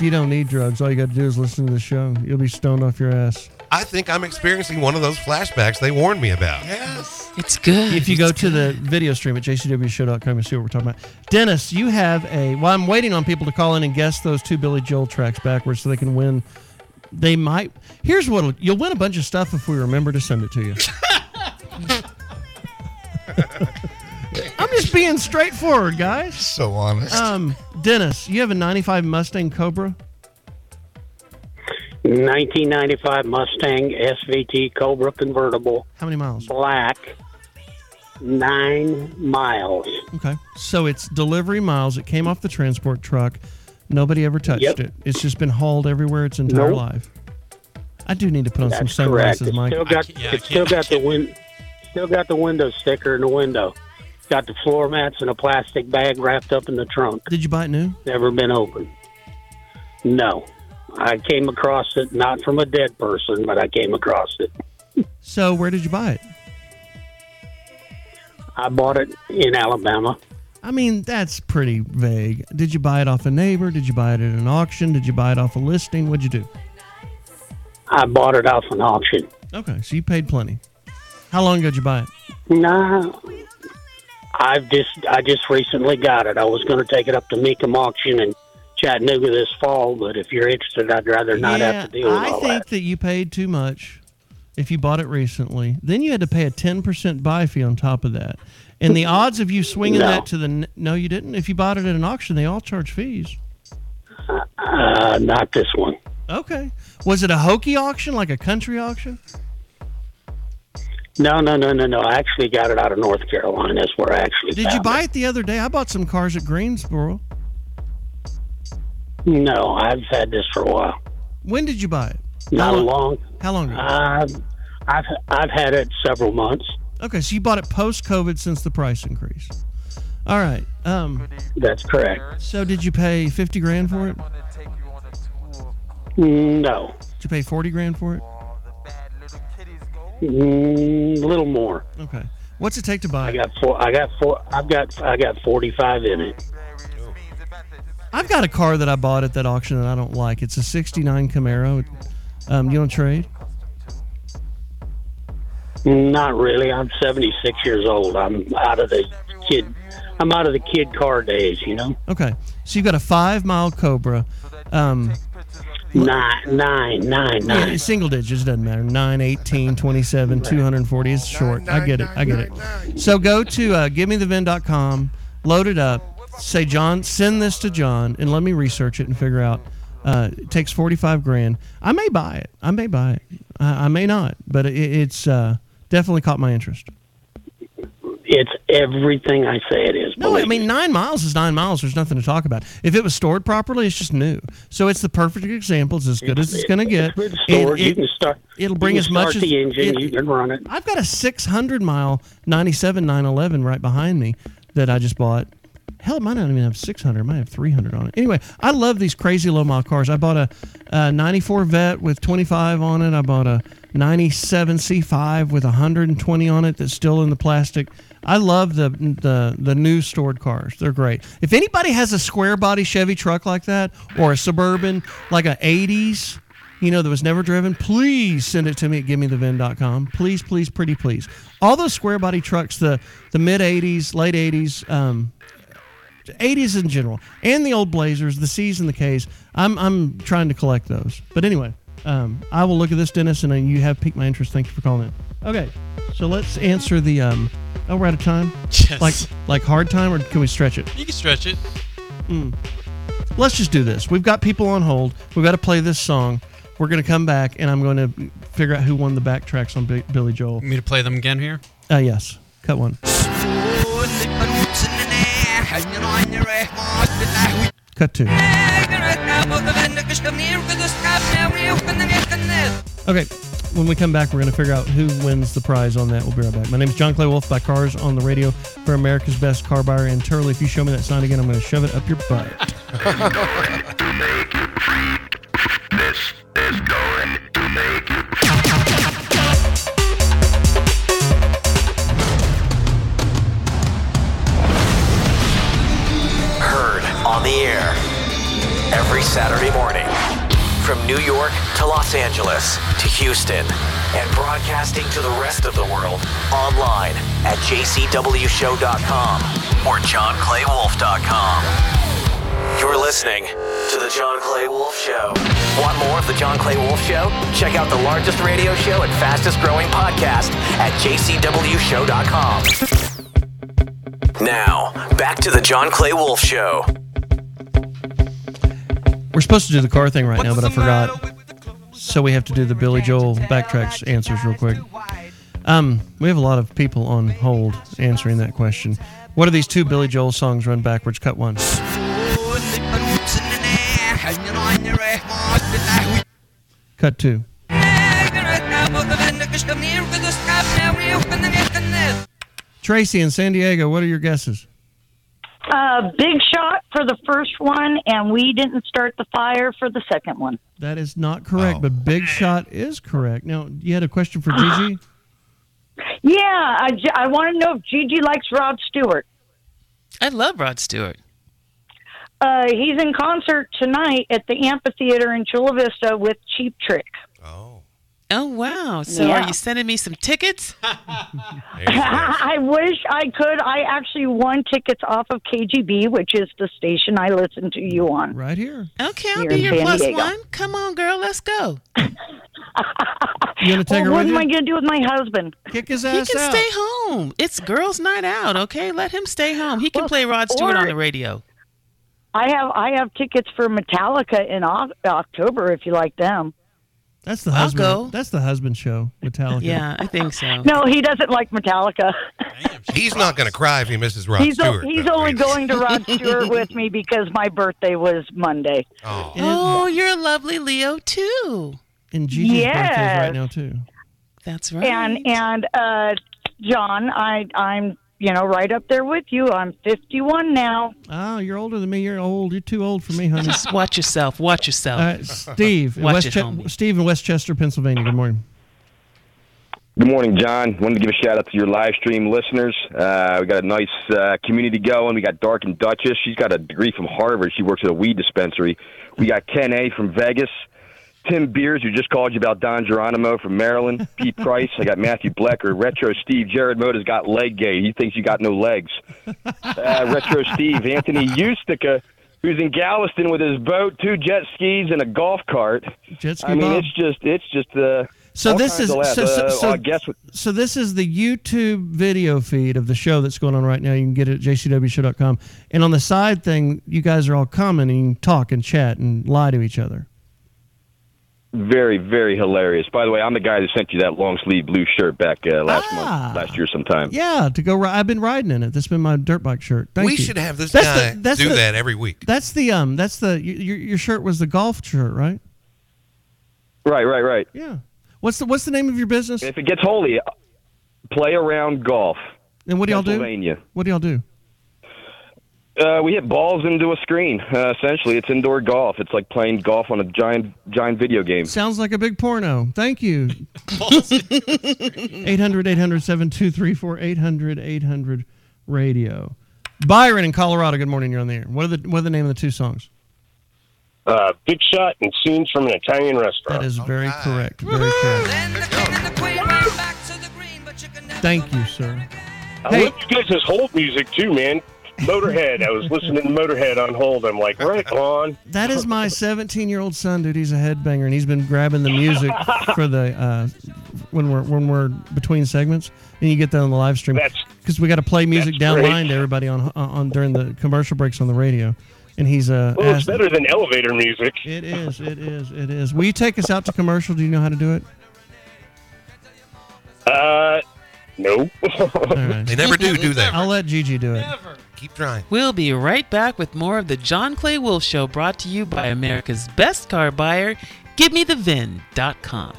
Speaker 2: You don't need drugs. All you got to do is listen to the show. You'll be stoned off your ass.
Speaker 9: I think I'm experiencing one of those flashbacks they warned me about.
Speaker 4: Yes.
Speaker 3: It's good.
Speaker 2: If you go to the video stream at jcwshow.com, and see what we're talking about. Dennis, you have a. Well, I'm waiting on people to call in and guess those two Billy Joel tracks backwards so they can win. They might. Here's what you'll win a bunch of stuff if we remember to send it
Speaker 3: (laughs)
Speaker 2: to you. I'm just being straightforward, guys.
Speaker 4: So honest.
Speaker 2: Um, Dennis, you have a 95 Mustang Cobra.
Speaker 15: 1995 Mustang SVT Cobra convertible.
Speaker 2: How many miles?
Speaker 15: Black. Nine miles.
Speaker 2: Okay. So it's delivery miles. It came off the transport truck. Nobody ever touched
Speaker 15: Yep.
Speaker 2: it. It's just been hauled everywhere its entire
Speaker 15: Nope.
Speaker 2: life. I do need to put on some
Speaker 15: That's correct.
Speaker 2: sunglasses,
Speaker 15: It's
Speaker 2: Mike.
Speaker 15: still got, it's still got the win, still got the window sticker in the window. Got the floor mats in a plastic bag wrapped up in the trunk.
Speaker 2: Did you buy it
Speaker 15: (laughs)
Speaker 2: new?
Speaker 15: Never been opened. No, I came across it not from a dead person, but I came across it.
Speaker 2: So where did you buy it?
Speaker 15: I bought it in Alabama.
Speaker 2: I mean, that's pretty vague. Did you buy it off a neighbor? Did you buy it at an auction? Did you buy it off a listing? What'd you do?
Speaker 15: I bought it off an auction.
Speaker 2: Okay, so you paid plenty. How long ago did you buy it?
Speaker 15: Nah, I've just I just recently got it. I was going to take it up to Meekum auction in Chattanooga this fall, but if you're interested, I'd rather not have to deal with
Speaker 2: I
Speaker 15: all
Speaker 2: think that. you paid too much if you bought it recently. Then you had to pay a 10% buy fee on top of that. And
Speaker 15: (laughs)
Speaker 2: the odds of you swinging
Speaker 15: No.
Speaker 2: that to the n- no, you didn't. If you bought it at an auction, they all charge fees.
Speaker 15: that. Uh, not this one.
Speaker 2: Okay. Was it a hokey auction, like a country auction?
Speaker 15: No, no, no, no, no. I actually got it out of North Carolina. That's where I actually
Speaker 2: Did you
Speaker 15: found
Speaker 2: buy it the other day? I bought some cars at Greensboro.
Speaker 15: it. No, I've had this for a while.
Speaker 2: When did you buy it?
Speaker 15: Not a long.
Speaker 2: How long? Ago?
Speaker 15: Uh, I've I've had it several months.
Speaker 2: Okay, so you bought it post COVID since the price increase. All right. Um,
Speaker 15: That's correct.
Speaker 2: so did you pay 50 grand for it?
Speaker 15: No,
Speaker 2: Did you pay 40 grand for it?
Speaker 15: Mm, a little more.
Speaker 2: Okay. What's it take to buy
Speaker 15: I
Speaker 2: it?
Speaker 15: got four. I got four. I've got I got forty five in it.
Speaker 2: I've got a car that I bought at that auction that I don't like. It's a 69 Camaro. Um, you don't trade?
Speaker 15: Not really. I'm 76 years old. I'm out of the kid. I'm out of the kid car days. You know.
Speaker 2: Okay. So you've got a five mile Cobra. Um,
Speaker 15: Nine, nine, nine,
Speaker 2: Yeah,
Speaker 15: nine.
Speaker 2: it's single digits doesn't matter. 9, 18, 27, 240 is short. I get it. I get it. So go to uh, givemethevin.com, load it up, say, John, send this to John, and let me research it and figure out. Uh, it takes 45 grand. I may buy it. I may buy it. I, I may not, but it, it's uh, definitely caught my interest.
Speaker 15: It's everything I say it is.
Speaker 2: No, Oh, I mean nine miles is nine miles. There's nothing to talk about. If it was stored properly, it's just new. So it's the perfect example. It's as good as it's going to get.
Speaker 15: It's
Speaker 2: And
Speaker 15: stored. you
Speaker 2: it-
Speaker 15: can start.
Speaker 2: It'll bring
Speaker 15: you
Speaker 2: as
Speaker 15: can
Speaker 2: much
Speaker 15: start
Speaker 2: as
Speaker 15: the engine.
Speaker 2: it-
Speaker 15: you can run it.
Speaker 2: I've got a 600 mile 97 911 right behind me that I just bought. Hell, it might not even have 600. It might have 300 on it. Anyway, I love these crazy low mile cars. I bought a, a 94 Vet with 25 on it. I bought a 97 C5 with 120 on it that's still in the plastic. I love the the the new stored cars. They're great. If anybody has a square body Chevy truck like that or a Suburban like a 80s you know that was never driven, please send it to me at givemethevin.com. Please, please, pretty please. All those square body trucks, the the mid 80s, late 80s, um, 80s in general, and the old Blazers, the C's and the K's. I'm, I'm trying to collect those. But anyway, um, I will look at this, Dennis, and then you have piqued my interest. Thank you for calling in. Okay, so let's answer the. Um, oh, we're out of time?
Speaker 5: Yes.
Speaker 2: Like, like hard time, or can we stretch it?
Speaker 5: You can stretch it.
Speaker 2: Mm. Let's just do this. We've got people on hold. We've got to play this song. We're going to come back, and I'm going to figure out who won the backtracks on B- Billy Joel.
Speaker 21: Want me to play them again here?
Speaker 2: Uh, yes. Cut one. Cut two. Okay. When we come back, we're going to figure out who wins the prize on that. We'll be right back. My name is John Clay Wolf by Cars on the Radio for America's Best Car Buyer. And Turley, if you show me that sign again, I'm going to shove it up your butt.
Speaker 1: Heard on the air every Saturday morning from New York to Los Angeles to Houston and broadcasting to the rest of the world online at jcwshow.com or johnclaywolf.com. You're listening to The John Clay Wolf Show. Want more of The John Clay Wolf Show? Check out the largest radio show and fastest growing podcast at jcwshow.com. Now, back to the John Clay Wolf Show.
Speaker 2: We're supposed to do the car thing right now, but I forgot. So we have to do the Billy Joel backtracks answers real quick. Um, we have a lot of people on hold answering that question. What are these two Billy Joel songs run backwards? Cut one. Cut two. Tracy in San Diego, what are your guesses?
Speaker 12: Uh, big shot for the first one, and we didn't start the fire for the second one.
Speaker 2: That is not correct, but Big Shot is correct. Now, you had a question for Gigi?
Speaker 12: Yeah, I, j- I want to know if Gigi likes Rod Stewart.
Speaker 3: I love Rod Stewart.
Speaker 12: Uh, he's in concert tonight at the amphitheater in Chula Vista with Cheap Trick.
Speaker 3: Oh wow! So
Speaker 12: Yeah.
Speaker 3: are you sending me some tickets?
Speaker 12: (laughs) I wish I could. I actually won tickets off of KGB, which is the station I listen to you on.
Speaker 2: Right here.
Speaker 3: Okay, I'll
Speaker 12: Here
Speaker 3: be
Speaker 12: in
Speaker 3: your
Speaker 12: San
Speaker 3: plus
Speaker 12: Diego.
Speaker 3: one. Come on, girl, let's go.
Speaker 2: You going to take
Speaker 12: Well,
Speaker 2: her
Speaker 12: what am
Speaker 2: with you?
Speaker 12: I going to do with my husband?
Speaker 2: Kick his
Speaker 3: he can stay home. It's girls' night out. Okay, let him stay home. He can play Rod Stewart
Speaker 12: or-
Speaker 3: on the radio.
Speaker 12: I have I have tickets for Metallica in Oc- October if you like them.
Speaker 2: That's the
Speaker 12: I'll
Speaker 2: husband.
Speaker 12: go.
Speaker 2: That's the husband show, Metallica.
Speaker 12: Yeah, I
Speaker 3: think so.
Speaker 12: No, he doesn't like Metallica.
Speaker 9: He's not going to cry if he misses Rod
Speaker 12: he's o-
Speaker 9: Stewart.
Speaker 12: he's only going to Rod Stewart with
Speaker 2: (laughs)
Speaker 12: me because my birthday was Monday.
Speaker 9: Oh.
Speaker 3: Oh, you're a lovely Leo too.
Speaker 2: And Gigi's birthday is
Speaker 12: Yes.
Speaker 2: right now too.
Speaker 3: That's right.
Speaker 12: And and uh, John, I I'm you know right up there with you. I'm 51 now.
Speaker 2: Oh, you're older than me. You're old. You're too old for me,
Speaker 3: (laughs)
Speaker 2: honey.
Speaker 3: Just watch yourself. Watch yourself. (laughs)
Speaker 2: Uh, Steve, in
Speaker 3: watch
Speaker 2: West
Speaker 3: it,
Speaker 2: Che-
Speaker 3: homie.
Speaker 2: Steve in Westchester, Pennsylvania. Good morning.
Speaker 23: Good morning, John. Wanted to give a shout out to your live stream listeners. Uh, we got a nice uh, community going. We got Dark and Duchess. She's got a degree from Harvard. She works at a weed dispensary. We got Ken A from Vegas. Tim Beers, who just called you about Don Geronimo from Maryland. Pete Price. I got Matthew Blecker. Retro Steve. Jared Moda's got leg gay. He thinks you got no legs. Uh, Retro Steve. Anthony Eustica who's in Galveston with his boat, two jet skis, and a golf cart.
Speaker 2: Jet ski
Speaker 23: I mean,
Speaker 2: Bob.
Speaker 23: it's just it's just uh,
Speaker 2: So
Speaker 23: all
Speaker 2: this
Speaker 23: kinds
Speaker 2: is
Speaker 23: of
Speaker 2: so,
Speaker 23: laughs.
Speaker 2: so,
Speaker 23: Uh,
Speaker 2: so,
Speaker 23: I guess
Speaker 2: so this is the YouTube video feed of the show that's going on right now. You can get it at jcwshow.com. And on the side thing, you guys are all commenting, talk and chat and lie to each other.
Speaker 23: very very hilarious. By the way, I'm the guy that sent you that long sleeve blue shirt back uh, last month, last year sometime.
Speaker 2: Ah. Yeah, to go. ri- I've been riding in it. That's been my dirt bike shirt. Thank
Speaker 23: We
Speaker 2: you.
Speaker 23: should have this
Speaker 9: guy do that every week.
Speaker 2: That's the um. That's the y- your your shirt was the golf shirt, right?
Speaker 23: Right, right, right.
Speaker 2: Yeah. What's the What's the name of your business?
Speaker 23: If it gets holy, uh, play around golf.
Speaker 2: And what do y'all do?
Speaker 23: Pennsylvania.
Speaker 2: What do y'all do?
Speaker 23: Uh, we hit balls into a screen. Uh, essentially, it's indoor golf. It's like playing golf on a giant, giant video game.
Speaker 2: Sounds like a big porno. Thank you. 800 800 7234 800 800 radio. Byron in Colorado, good morning. You're on the air. What are the, what are the name of the two songs?
Speaker 17: Uh, big shot and scenes from an Italian restaurant.
Speaker 2: That is very correct. Very correct. Thank you, sir.
Speaker 17: I love you guys' hold music too, man. Motorhead. I was listening to Motorhead on hold. I'm like, right on.
Speaker 2: That is my 17 year old son, dude. He's a headbanger, and he's been grabbing the music for the uh, when we're when we're between segments, and you get that on the live stream because we got to play music
Speaker 17: that's great.
Speaker 2: downline to everybody on on during the commercial breaks on the radio. And he's uh,
Speaker 17: (laughs) Well, it's
Speaker 2: asked-
Speaker 17: better than elevator music.
Speaker 2: It is. It is. It is. Will you take us out to commercial? Do you know how to do it?
Speaker 17: (laughs) Uh, no. (laughs)
Speaker 9: They never do, do they?
Speaker 2: I'll let Gigi do it.
Speaker 9: Keep trying.
Speaker 3: We'll be right back with more of the John Clay Wolf Show brought to you by America's best car buyer, GiveMeTheVin.com.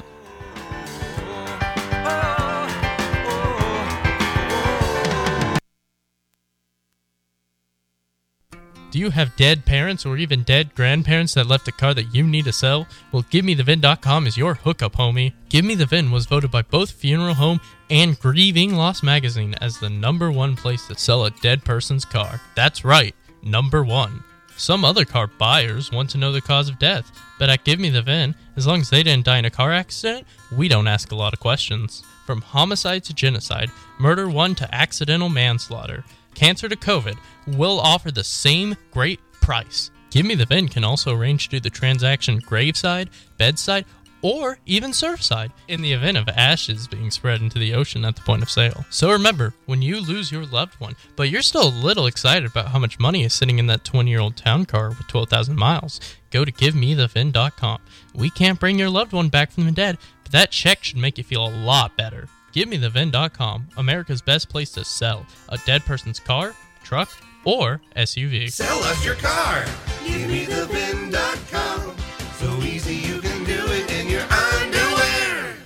Speaker 5: Do you have dead parents or even dead grandparents that left a car that you need to sell? Well, GiveMeTheVin.com is your hookup, homie. Give Me The Vin was voted by both Funeral Home and Grieving Loss Magazine as the number one place to sell a dead person's car. That's right, number one. Some other car buyers want to know the cause of death, but at Give Me The Vin, as long as they didn't die in a car accident, we don't ask a lot of questions. From homicide to genocide, murder one to accidental manslaughter, cancer to COVID, will offer the same great price. Give Me The Vin can also arrange to do the transaction graveside, bedside, or even surfside in the event of ashes being spread into the ocean at the point of sale. So remember, when you lose your loved one, but you're still a little excited about how much money is sitting in that 20 year old town car with 12,000 miles, go to givemethevin.com. We can't bring your loved one back from the dead, but that check should make you feel a lot better. GiveMeTheVin.com, America's best place to sell a dead person's car, truck, or SUV.
Speaker 18: Sell us your car. Give me the VIN.com. So easy you can do it in your underwear.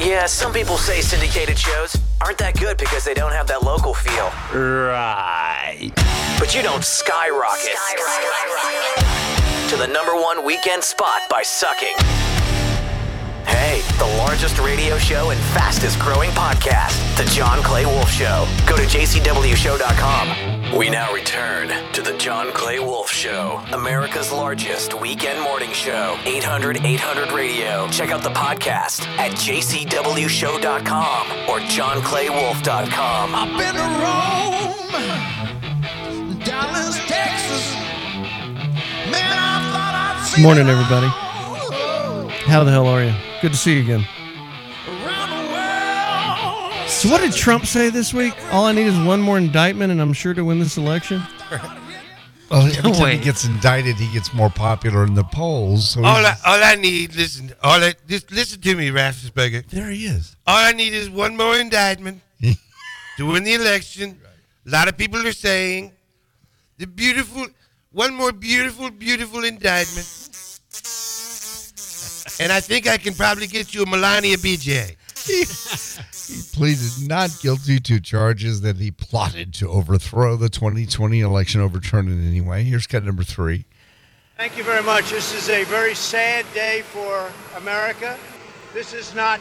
Speaker 1: Yeah, some people say syndicated shows aren't that good because they don't have that local feel.
Speaker 3: uh,
Speaker 18: Right.
Speaker 1: But you don't skyrocket, to the number one weekend spot by sucking. Hey, the largest radio show and fastest growing podcast, The John Clay Wolf Show. Go to jcwshow.com. We now return to The John Clay Wolf Show, America's largest weekend morning show, 800 800 radio. Check out the podcast at jcwshow.com or johnclaywolf.com.
Speaker 18: I've been to Rome, Dallas, Texas. Man, I thought I'd seen
Speaker 2: Morning,
Speaker 18: it
Speaker 2: everybody. How the hell are you? Good to see you again. So, what did Trump say this week? All I need is one more indictment, and I'm sure to win this election.
Speaker 4: (laughs) Well, every time he
Speaker 2: Wait.
Speaker 4: gets indicted, he gets more popular in the polls. So
Speaker 9: All I,
Speaker 4: he's-
Speaker 9: all I need, listen, all I, just listen to me, Raffensperger.
Speaker 4: there he is.
Speaker 9: All I need is one more
Speaker 4: (laughs)
Speaker 9: indictment to win the election. A lot of people are saying the beautiful, one more beautiful, beautiful indictment. And I think I can probably get you a Melania
Speaker 4: (laughs)
Speaker 9: BJ.
Speaker 4: He pleaded not guilty to charges that he plotted to overthrow the 2020 election, overturn it anyway. Here's cut number three.
Speaker 26: Thank you very much. This is a very sad day for America. This is not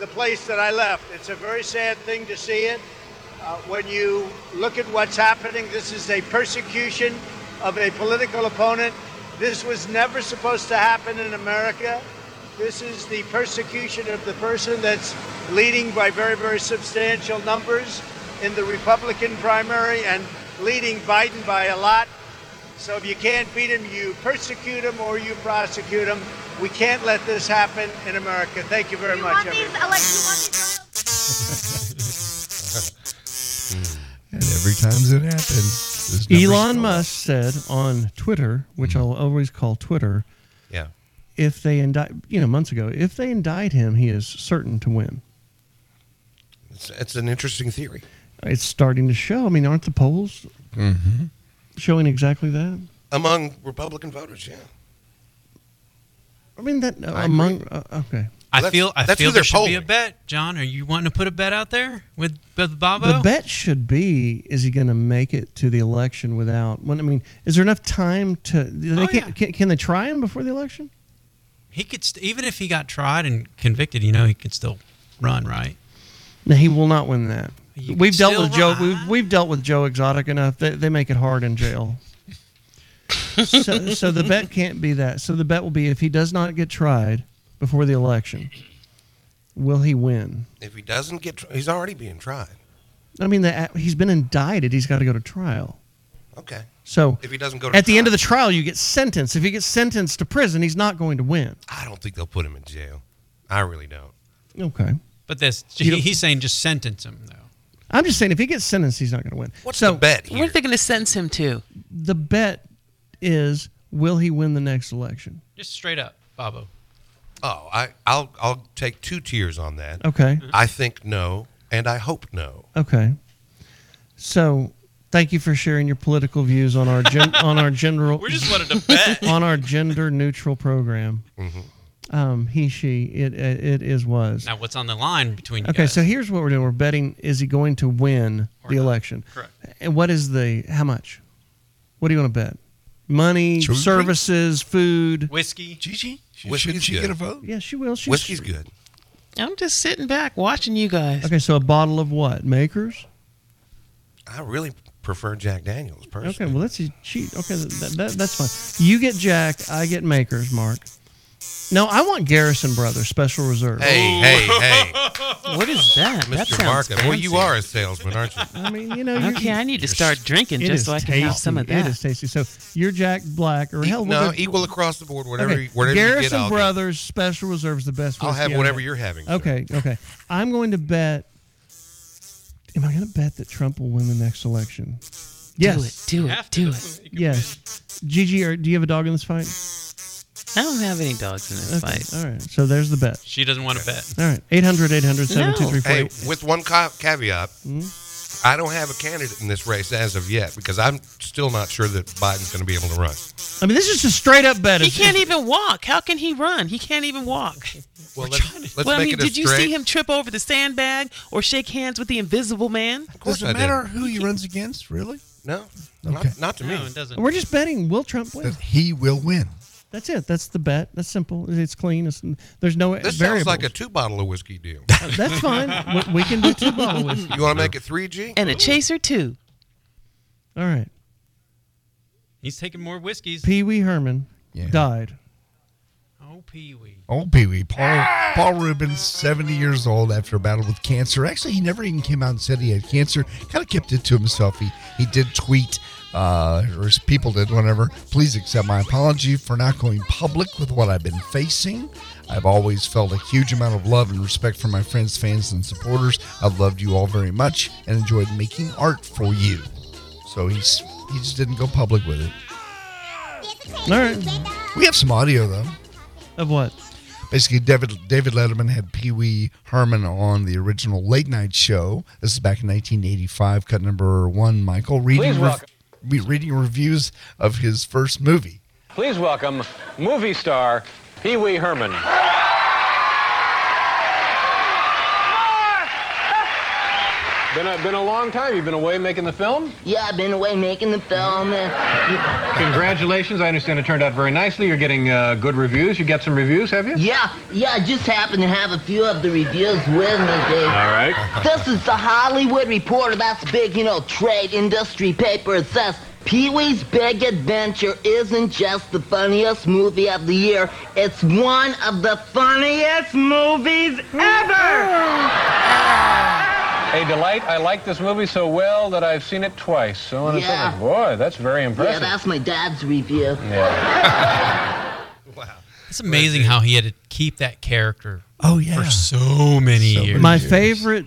Speaker 26: the place that I left. It's a very sad thing to see it. Uh, when you look at what's happening, this is a persecution of a political opponent. This was never supposed to happen in America. This is the persecution of the person that's leading by very, very substantial numbers in the Republican primary and leading Biden by a lot.
Speaker 25: So if you can't beat them, you persecute them or you prosecute them. We can't let this happen in America. Thank you very much, everyone.
Speaker 4: And every time it happens,
Speaker 2: Elon Musk said on Twitter, which I'll always call Twitter,
Speaker 9: Yeah.
Speaker 2: if they indict, you know, months ago, if they indict him, he is certain to win.
Speaker 9: It's, it's an interesting theory.
Speaker 2: It's starting to show. I mean, aren't the polls
Speaker 9: Mm-hmm.
Speaker 2: showing exactly that?
Speaker 9: Among Republican voters, yeah.
Speaker 2: I mean, that among uh, okay.
Speaker 21: I feel I
Speaker 9: that's
Speaker 21: feel
Speaker 9: who
Speaker 21: there
Speaker 9: they're
Speaker 21: should be a bet. John, are you wanting to put a bet out there with, with Bobo?
Speaker 2: The bet should be: Is he going to make it to the election without? When I mean, is there enough time to? They
Speaker 21: Oh,
Speaker 2: can't, can, can they try him before the election?
Speaker 21: He could st- even if he got tried and convicted, you know, he could still run, right?
Speaker 2: No, he will not win that.
Speaker 21: You
Speaker 2: we've
Speaker 21: can
Speaker 2: dealt
Speaker 21: still
Speaker 2: with Joe. We've, we've dealt with Joe Exotic enough. They, they make it hard in jail. so, so the bet can't be that. So the bet will be if he does not get tried before the election, will he win?
Speaker 9: If he doesn't get, tr- he's already being tried.
Speaker 2: I mean, the, uh, he's been indicted. He's got to go to trial.
Speaker 9: Okay.
Speaker 2: So
Speaker 9: If he doesn't go to
Speaker 2: at the end of the trial, you get sentenced. If he gets sentenced to prison, he's not going to win.
Speaker 9: I don't think they'll put him in jail. I really don't.
Speaker 2: Okay.
Speaker 21: But that's
Speaker 2: You don't-
Speaker 21: he's saying just sentence him though.
Speaker 2: I'm just saying, if he gets sentenced, he's not going to win.
Speaker 21: What's
Speaker 2: so,
Speaker 21: the bet
Speaker 3: Where are they going to sentence him to?
Speaker 2: The bet is will he win the next election?
Speaker 21: Just straight up, Bobo.
Speaker 9: Oh, I, I'll I'll take two tiers on that.
Speaker 2: Okay.
Speaker 3: Mm-hmm.
Speaker 9: I think no, and I hope no.
Speaker 2: Okay. So, thank you for sharing your political views on our gen- on our
Speaker 21: (laughs)
Speaker 2: general.
Speaker 9: We just wanted to bet.
Speaker 2: (laughs) on our gender neutral program.
Speaker 21: Mhm.
Speaker 2: Um, he, she, it, it, it is was.
Speaker 21: Now what's on the line between you
Speaker 2: Okay,
Speaker 21: guys?
Speaker 2: so here's what we're doing: we're betting is he going to win the election?
Speaker 21: Correct.
Speaker 2: And what is the how much? What do you want to bet? Money,
Speaker 9: Should we drink?
Speaker 2: services, food.
Speaker 21: Whiskey.
Speaker 4: Gigi?
Speaker 9: Whiskey's good.
Speaker 2: Yeah, she will. She's,
Speaker 9: Whiskey's good.
Speaker 3: I'm just sitting back watching you guys.
Speaker 2: Okay, so a bottle of what? Makers.
Speaker 9: I really prefer Jack Daniels personally.
Speaker 2: Okay, well that's a cheat. Okay, that, that, that's fine. You get Jack, I get Makers. Mark. No, I want Garrison Brothers Special Reserve.
Speaker 9: Hey, hey, hey.
Speaker 3: What is that? That
Speaker 9: Mr.
Speaker 3: sounds
Speaker 9: Market. Well,
Speaker 3: fancy.
Speaker 9: you are a salesman, aren't you?
Speaker 2: I mean, you know, you
Speaker 3: Okay, I need to start drinking
Speaker 2: It
Speaker 3: (laughs) just
Speaker 2: is
Speaker 3: so I can have
Speaker 2: tasty.
Speaker 3: some of
Speaker 2: It
Speaker 3: that.
Speaker 2: is tasty. So you're Jack Black, or
Speaker 9: E-
Speaker 2: hell,
Speaker 9: no,
Speaker 2: we'll go-
Speaker 9: equal across the board, whatever
Speaker 2: Okay,
Speaker 9: you- whatever you get,
Speaker 2: Garrison
Speaker 9: I'll get.
Speaker 2: Brothers Special Reserve is the best.
Speaker 9: I'll
Speaker 2: whiskey
Speaker 9: have
Speaker 2: I've
Speaker 9: whatever
Speaker 2: had.
Speaker 9: you're having, sir.
Speaker 2: Okay, okay. I'm going to bet. Am I going to bet that Trump will win the next election? Yes.
Speaker 3: Do it. Do it. Do it.
Speaker 2: Yes. Gigi, are, do you have a dog in this fight?
Speaker 3: I don't have any dogs in this
Speaker 2: Okay,
Speaker 3: fight.
Speaker 2: All right. So there's the bet.
Speaker 21: She doesn't want to bet.
Speaker 2: All right. 800 800 7234.
Speaker 9: Hey, with one ca- caveat,
Speaker 2: Mm-hmm.
Speaker 9: I don't have a candidate in this race as of yet because I'm still not sure that Biden's going to be able to run.
Speaker 2: I mean, this is just straight up bet.
Speaker 3: He
Speaker 2: It's-
Speaker 3: can't even walk. How can he run? He can't even walk.
Speaker 9: Well, let's, let's
Speaker 3: well, I
Speaker 9: make
Speaker 3: mean,
Speaker 9: it a
Speaker 3: did you
Speaker 9: straight.
Speaker 3: see him trip over the sandbag or shake hands with the Invisible Man? Of
Speaker 4: Does it matter who he runs against, really?
Speaker 9: No.
Speaker 4: Okay.
Speaker 9: Not, not to me.
Speaker 2: We're just betting will Trump win.
Speaker 4: That he will win.
Speaker 2: That's it. That's the bet. That's simple. It's clean. It's, there's no
Speaker 9: This
Speaker 2: variables.
Speaker 9: sounds like a two bottle of whiskey deal.
Speaker 2: (laughs) That's fine. We, we can do two bottle whiskey.
Speaker 9: You want to make it 3G?
Speaker 3: And a chaser too.
Speaker 2: All right.
Speaker 21: He's taking more whiskeys.
Speaker 2: Pee Wee Herman died.
Speaker 21: Oh, Pee Wee.
Speaker 4: Old Pee Wee, Paul Paul Rubens, seventy years old after a battle with cancer. Actually, he never even came out and said he had cancer. Kind of kept it to himself. He he did tweet, uh, or his people did, whatever. Please accept my apology for not going public with what I've been facing. I've always felt a huge amount of love and respect for my friends, fans, and supporters. I've loved you all very much and enjoyed making art for you. So he's he just didn't go public with it.
Speaker 2: All right.
Speaker 4: We have some audio though.
Speaker 2: Of what?
Speaker 4: Basically, David David Letterman had Pee Wee Herman on the original late night show. This is back in 1985, cut number one. Michael reading
Speaker 8: Please
Speaker 4: re-
Speaker 8: welcome-
Speaker 4: re- reading reviews of his first movie.
Speaker 8: Please welcome movie star Pee Wee Herman. Been a, been a long time. You've been away making the film?
Speaker 29: Yeah, I've been away making the film. Uh,
Speaker 8: Congratulations. I understand it turned out very nicely. You're getting uh, good reviews. You got some reviews, have you?
Speaker 29: Yeah, yeah, I just happen to have a few of the reviews with me, Dave.
Speaker 8: All right.
Speaker 29: This is the Hollywood Reporter. That's a big, you know, trade industry paper. It says Pee Wee's Big Adventure isn't just the funniest movie of the year, it's one of the funniest movies ever!
Speaker 7: A delight. I like this movie so well that I've seen it twice. So on
Speaker 19: Yeah.
Speaker 7: and so forth. Boy, that's very
Speaker 19: Yeah,
Speaker 7: impressive.
Speaker 19: that's my dad's review.
Speaker 21: It's amazing how he had to keep that character.
Speaker 2: Oh, yeah.
Speaker 21: for so many years.
Speaker 2: My favorite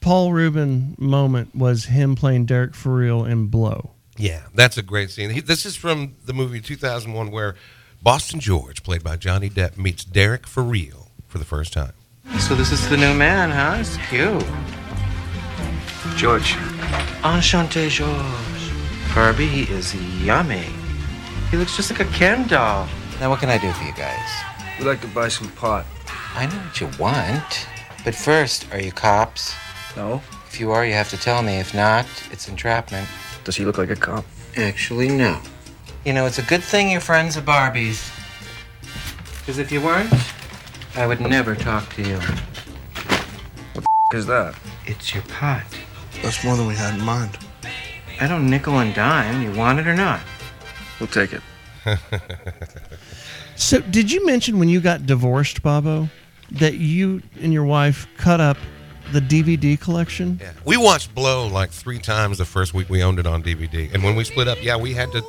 Speaker 2: Paul Rubin moment was him playing Derek for real in Blow.
Speaker 9: Yeah, that's a great scene. He, this is from the movie 2001, where Boston George, played by Johnny Depp, meets Derek for real for the first time.
Speaker 10: So this is the new man, huh? It's cute. George. Enchanté, George. Herbie, he is yummy. He looks just like a Ken doll. Now, what can I do for you guys? We'd like to buy some pot. I know what you want. But first, are you cops? No. If you are, you have to tell me. If not, it's entrapment. Does he look like a cop? Actually, no. You know, it's a good thing your friends are Barbies. Because if you weren't, I would never talk to you. What the f- is that? It's your pot. That's more than we had in mind. I don't nickel and dime. You want it or not? We'll take it.
Speaker 2: So, did you mention when you got divorced, Bobo, that you and your wife cut up the DVD collection?
Speaker 9: Yeah. We watched Blow like three times the first week we owned it on DVD, and when we split up, yeah, we had to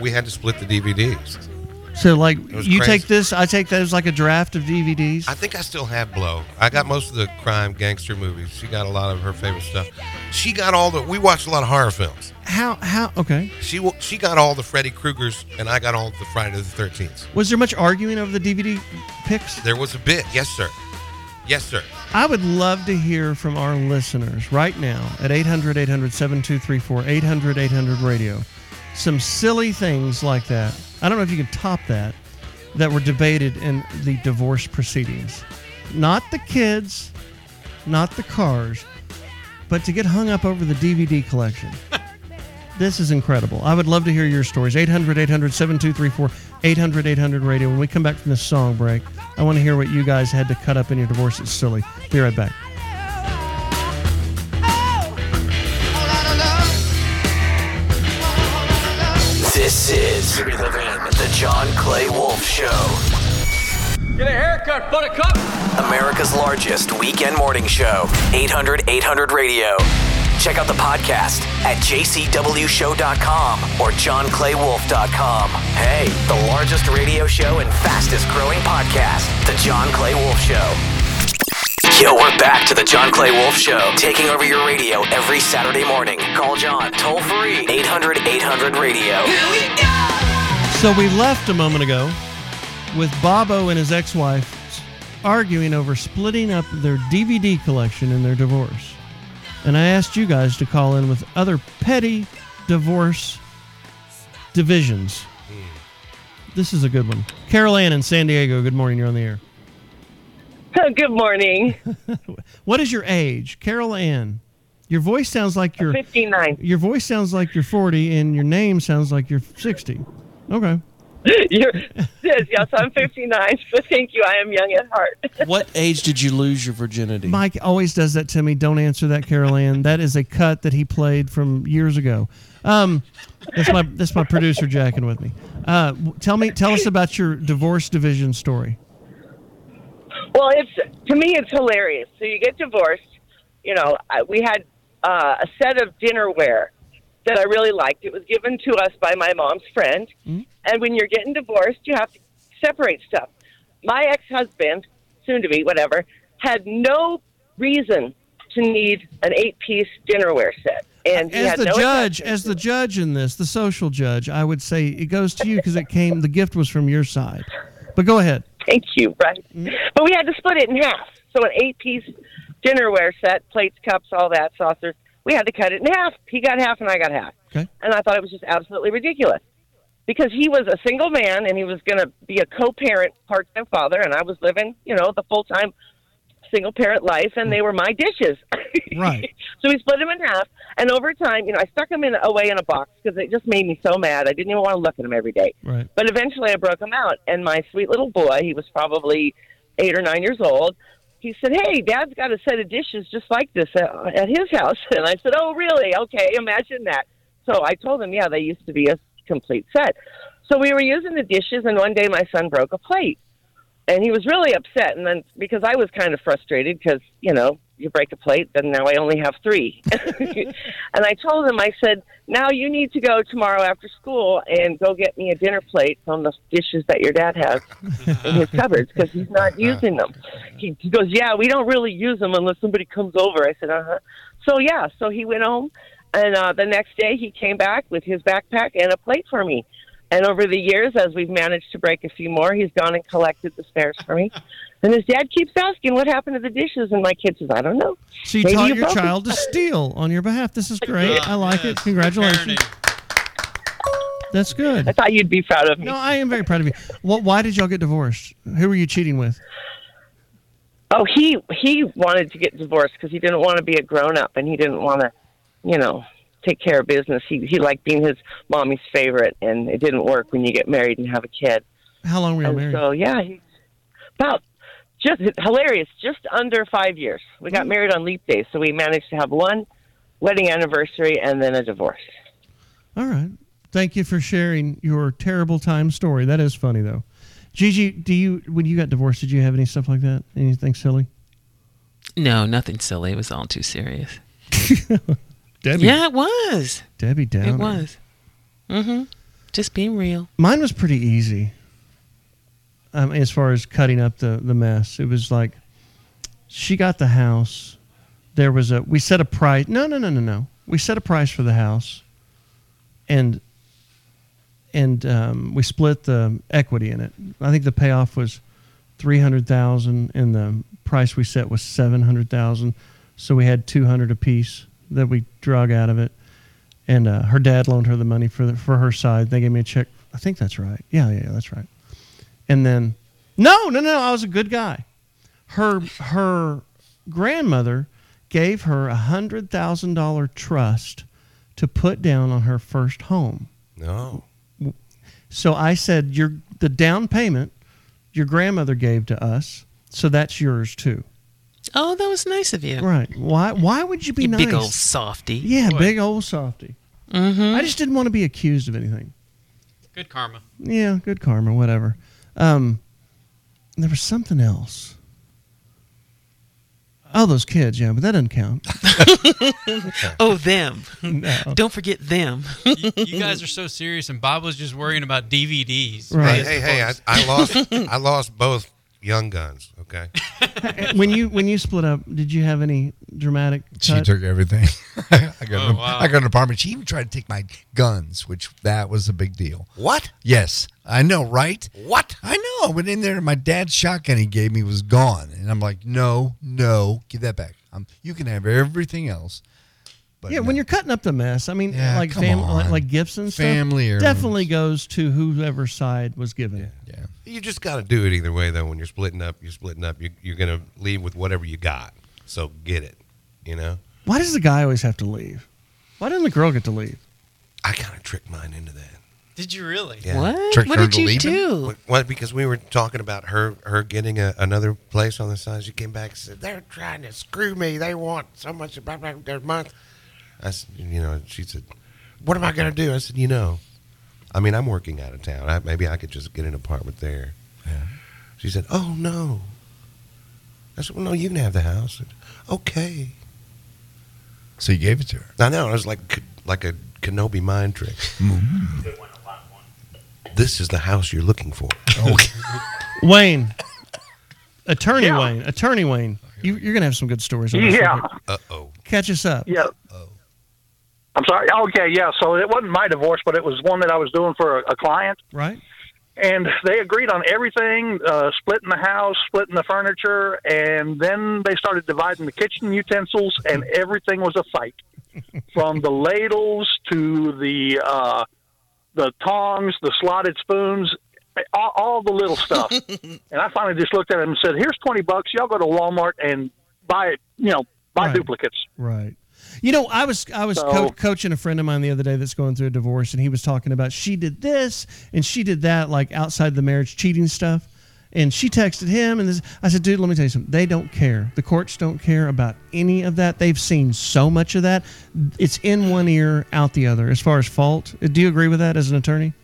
Speaker 9: we had to split the DVDs.
Speaker 2: So, like, you
Speaker 9: was crazy.
Speaker 2: take this, I take that as like a draft of DVDs.
Speaker 9: I think I still have Blow. I got most of the crime gangster movies. She got a lot of her favorite stuff. She got all the. We watched a lot of horror films.
Speaker 2: How? How? Okay.
Speaker 9: She wa- she got all the Freddy Kruegers, and I got all the Friday the Thirteenth.
Speaker 2: Was there much arguing over the DVD picks?
Speaker 9: There was a bit, yes sir, yes sir.
Speaker 2: I would love to hear from our listeners right now at 800 800 7234 800 800 radio. Some silly things like that. I don't know if you can top that, that were debated in the divorce proceedings. Not the kids, not the cars, but to get hung up over the DVD collection. This is incredible. I would love to hear your stories. 800 800 7234 800 800 radio. When we come back from this song break, I want to hear what you guys had to cut up in your divorce. It's silly. Be right back.
Speaker 1: This is Free the Van, the John Clay Wolf Show.
Speaker 14: Get a haircut, buttercup!
Speaker 1: America's largest weekend morning show, 800 800 Radio. Check out the podcast at jcwshow.com or johnclaywolf.com. Hey, the largest radio show and fastest growing podcast, The John Clay Wolf Show. Yo, we're back to The John Clay Wolf Show, taking over your radio every Saturday morning. Call John toll free, 800 800 Radio.
Speaker 2: So we left a moment ago with Bobo and his ex wife arguing over splitting up their DVD collection in their divorce. And I asked you guys to call in with other petty divorce divisions. This is a good one. Carol Ann in San Diego, good morning. You're on the air.
Speaker 20: (laughs) Good morning.
Speaker 2: What is your age, Carol Ann? Your voice sounds like you're
Speaker 20: 59.
Speaker 2: Your voice sounds like you're 40, and your name sounds like you're 60. Okay.
Speaker 20: You're, yes, yes, I'm 59, but thank you. I am young at heart.
Speaker 8: What age did you lose your virginity?
Speaker 2: Mike always does that to me. Don't answer that, Carol Ann. That is a cut that he played from years ago. Um, that's my that's my producer jacking with me. Uh, w- tell me, tell us about your divorce division story.
Speaker 20: Well, it's to me, it's hilarious. So you get divorced. You know, I, we had uh, a set of dinnerware that I really liked. It was given to us by my mom's friend.
Speaker 2: Mm-hmm.
Speaker 20: And when you're getting divorced, you have to separate stuff. My ex husband, soon to be, whatever, had no reason to need an eight piece dinnerware set. And he
Speaker 2: As
Speaker 20: had
Speaker 2: the
Speaker 20: no
Speaker 2: judge, as the judge in this, the social judge, I would say it goes to you because it came. The gift was from your side. But go ahead.
Speaker 20: Thank you. Right. But we had to split it in half. So an eight piece dinnerware set, plates, cups, all that, saucers. We had to cut it in half. He got half and I got half.
Speaker 2: Okay.
Speaker 20: And I thought it was just absolutely ridiculous. Because he was a single man and he was going to be a co parent, part time father, and I was living, you know, the full time single parent life, and they were my dishes. (laughs)
Speaker 2: (laughs) Right.
Speaker 20: So we split them in half, and over time, you know, I stuck them in away in a box because it just made me so mad. I didn't even want to look at them every day.
Speaker 2: Right.
Speaker 20: But eventually, I broke them out, and my sweet little boy, he was probably eight or nine years old. He said, "Hey, Dad's got a set of dishes just like this at, at his house," (laughs) and I said, "Oh, really? Okay, imagine that." So I told him, "Yeah, they used to be a complete set." So we were using the dishes, and one day my son broke a plate. and he was really upset. And then because I was kind of frustrated because you know you break a plate, then now I only have three. and I told him, I said, now you need to go tomorrow after school and go get me a dinner plate from the dishes that your dad has in
Speaker 2: (laughs)
Speaker 20: his cupboards because he's not
Speaker 2: Uh-huh.
Speaker 20: using them. He, he goes, yeah, we don't really use them unless somebody comes over. I said, uh huh. So yeah, so he went home, and uh, the next day he came back with his backpack and a plate for me. And over the years, as we've managed to break a few more, he's gone and collected the spares for me. And his dad keeps asking, "What happened to the dishes?" And my kid says, "I don't know."
Speaker 2: So you
Speaker 20: Maybe
Speaker 2: taught
Speaker 20: you
Speaker 2: your
Speaker 20: broke 'em."
Speaker 2: child to steal on your behalf. This is great. I like it. Congratulations. That's good. I
Speaker 20: thought you'd be proud of me.
Speaker 2: No, I am very proud of you. What, why did y'all get divorced? Who were you cheating with?
Speaker 20: Oh, he he wanted to get divorced because he didn't want to be a grown up and he didn't want to, you know, take care of business. He he liked being his mommy's favorite, and it didn't work when you get married and have a kid.
Speaker 2: How long were you
Speaker 20: and
Speaker 2: married?
Speaker 20: So yeah, he, about just hilarious. Just under five years. We got married on leap day, so we managed to have one wedding anniversary and then a divorce.
Speaker 2: All right. Thank you for sharing your terrible time story. That is funny though. Gigi, do you when you got divorced, did you have any stuff like that? Anything silly?
Speaker 3: No, nothing silly. It was all too serious.
Speaker 2: (laughs) Debbie.
Speaker 3: Yeah, it was.
Speaker 2: Debbie Downer.
Speaker 3: It was. Mm-hmm. Just being real.
Speaker 2: Mine was pretty easy. Um, as far as cutting up the, the mess, it was like she got the house. There was a we set a price. No, no, no, no, no. We set a price for the house, and and um, we split the equity in it. I think the payoff was three hundred thousand, and the price we set was seven hundred thousand. So we had two hundred apiece that we drug out of it, and uh, her dad loaned her the money for the, for her side. They gave me a check. I think that's right. Yeah, yeah, yeah, that's right. And then, no, no, no, I was a good guy. Her her grandmother gave her a hundred thousand dollar trust to put down on her first home.
Speaker 9: No.
Speaker 2: So I said, "Your the down payment your grandmother gave to us, so that's yours too."
Speaker 3: Oh, that was nice of you.
Speaker 2: Right? Why? Why would you be
Speaker 3: You
Speaker 2: nice?
Speaker 3: big old softy.
Speaker 2: Yeah, big old softy. Mm-hmm. I just didn't want to be accused of anything.
Speaker 21: Good karma.
Speaker 2: Yeah, good karma, whatever. Um, there was something else. Oh, those kids, yeah, but that doesn't count.
Speaker 3: (laughs) oh, them.
Speaker 2: (laughs) No.
Speaker 3: Don't forget them.
Speaker 21: you, you guys are so serious, and Bob was just worrying about DVDs.
Speaker 9: Hey, hey, hey, I, I lost I lost both young guns, okay?
Speaker 2: when you when you split up, did you have any dramatic?
Speaker 4: She
Speaker 2: cut?
Speaker 4: took everything. (laughs) I got, an,
Speaker 2: Oh, wow.
Speaker 4: I got an apartment. She even tried to take my guns, which that was a big deal.
Speaker 9: What?
Speaker 4: Yes, I know, right?
Speaker 9: What?
Speaker 4: I know. I went in there and my dad's shotgun he gave me was gone, and I'm like, no, no, give that back. Um, you can have everything else. But
Speaker 2: yeah,
Speaker 4: no.
Speaker 2: when you're cutting up the mess, I mean,
Speaker 4: Yeah,
Speaker 2: like
Speaker 4: come
Speaker 2: fam- like,
Speaker 4: on.
Speaker 2: like gifts and stuff,
Speaker 4: Family or-
Speaker 2: definitely goes to whoever side was given. Yeah,
Speaker 9: You just got to do it either way, though. When you're splitting up, you're splitting up. You, you're going to leave with whatever you got. So get it, you know?
Speaker 2: Why does the guy always have to leave? Why doesn't the girl get to leave?
Speaker 9: I kind of tricked mine into that.
Speaker 21: (laughs) Did you really?
Speaker 9: Yeah.
Speaker 2: Tricked What her did into you leaving? do?
Speaker 9: What, what- because we were talking about her her getting a, another place on the side. She came back and said, "They're trying to screw me. They want so much blah, blah, blah, a month." I said, "You know," she said, "What am I going to do?" I said, "You know, I mean, I'm working out of town. I, maybe I could just get an apartment there." She said, "Oh no." I said, "Well, no, you can have the house." I said, okay.
Speaker 4: So you gave it to her.
Speaker 9: I know. I was like like a Kenobi mind trick.
Speaker 4: Mm-hmm.
Speaker 9: This is the house you're looking for.
Speaker 2: Wayne, attorney Wayne, attorney Wayne, you, you're gonna have some good stories. On this
Speaker 11: Yeah.
Speaker 2: subject.
Speaker 9: Uh oh.
Speaker 2: catch us up.
Speaker 11: Yeah. I'm sorry. Okay, yeah. So it wasn't my divorce, but it was one that I was doing for a, a client,
Speaker 2: Right?
Speaker 11: and they agreed on everything: uh, splitting the house, splitting the furniture, and then they started dividing the kitchen utensils, and everything was a fight, from the ladles to the uh, the tongs, the slotted spoons, all, all the little stuff. and I finally just looked at him and said, "Here's twenty bucks. Y'all go to Walmart and buy, you know, buy duplicates."
Speaker 2: Right. You know, I was I was
Speaker 11: So-
Speaker 2: co- coaching a friend of mine the other day that's going through a divorce, and he was talking about she did this and she did that, like outside the marriage cheating stuff. And she texted him, and this, I said, "Dude, let me tell you something. They don't care. The courts don't care about any of that. They've seen so much of that. It's in one ear, out the other. As far as fault, do you agree with that as an attorney?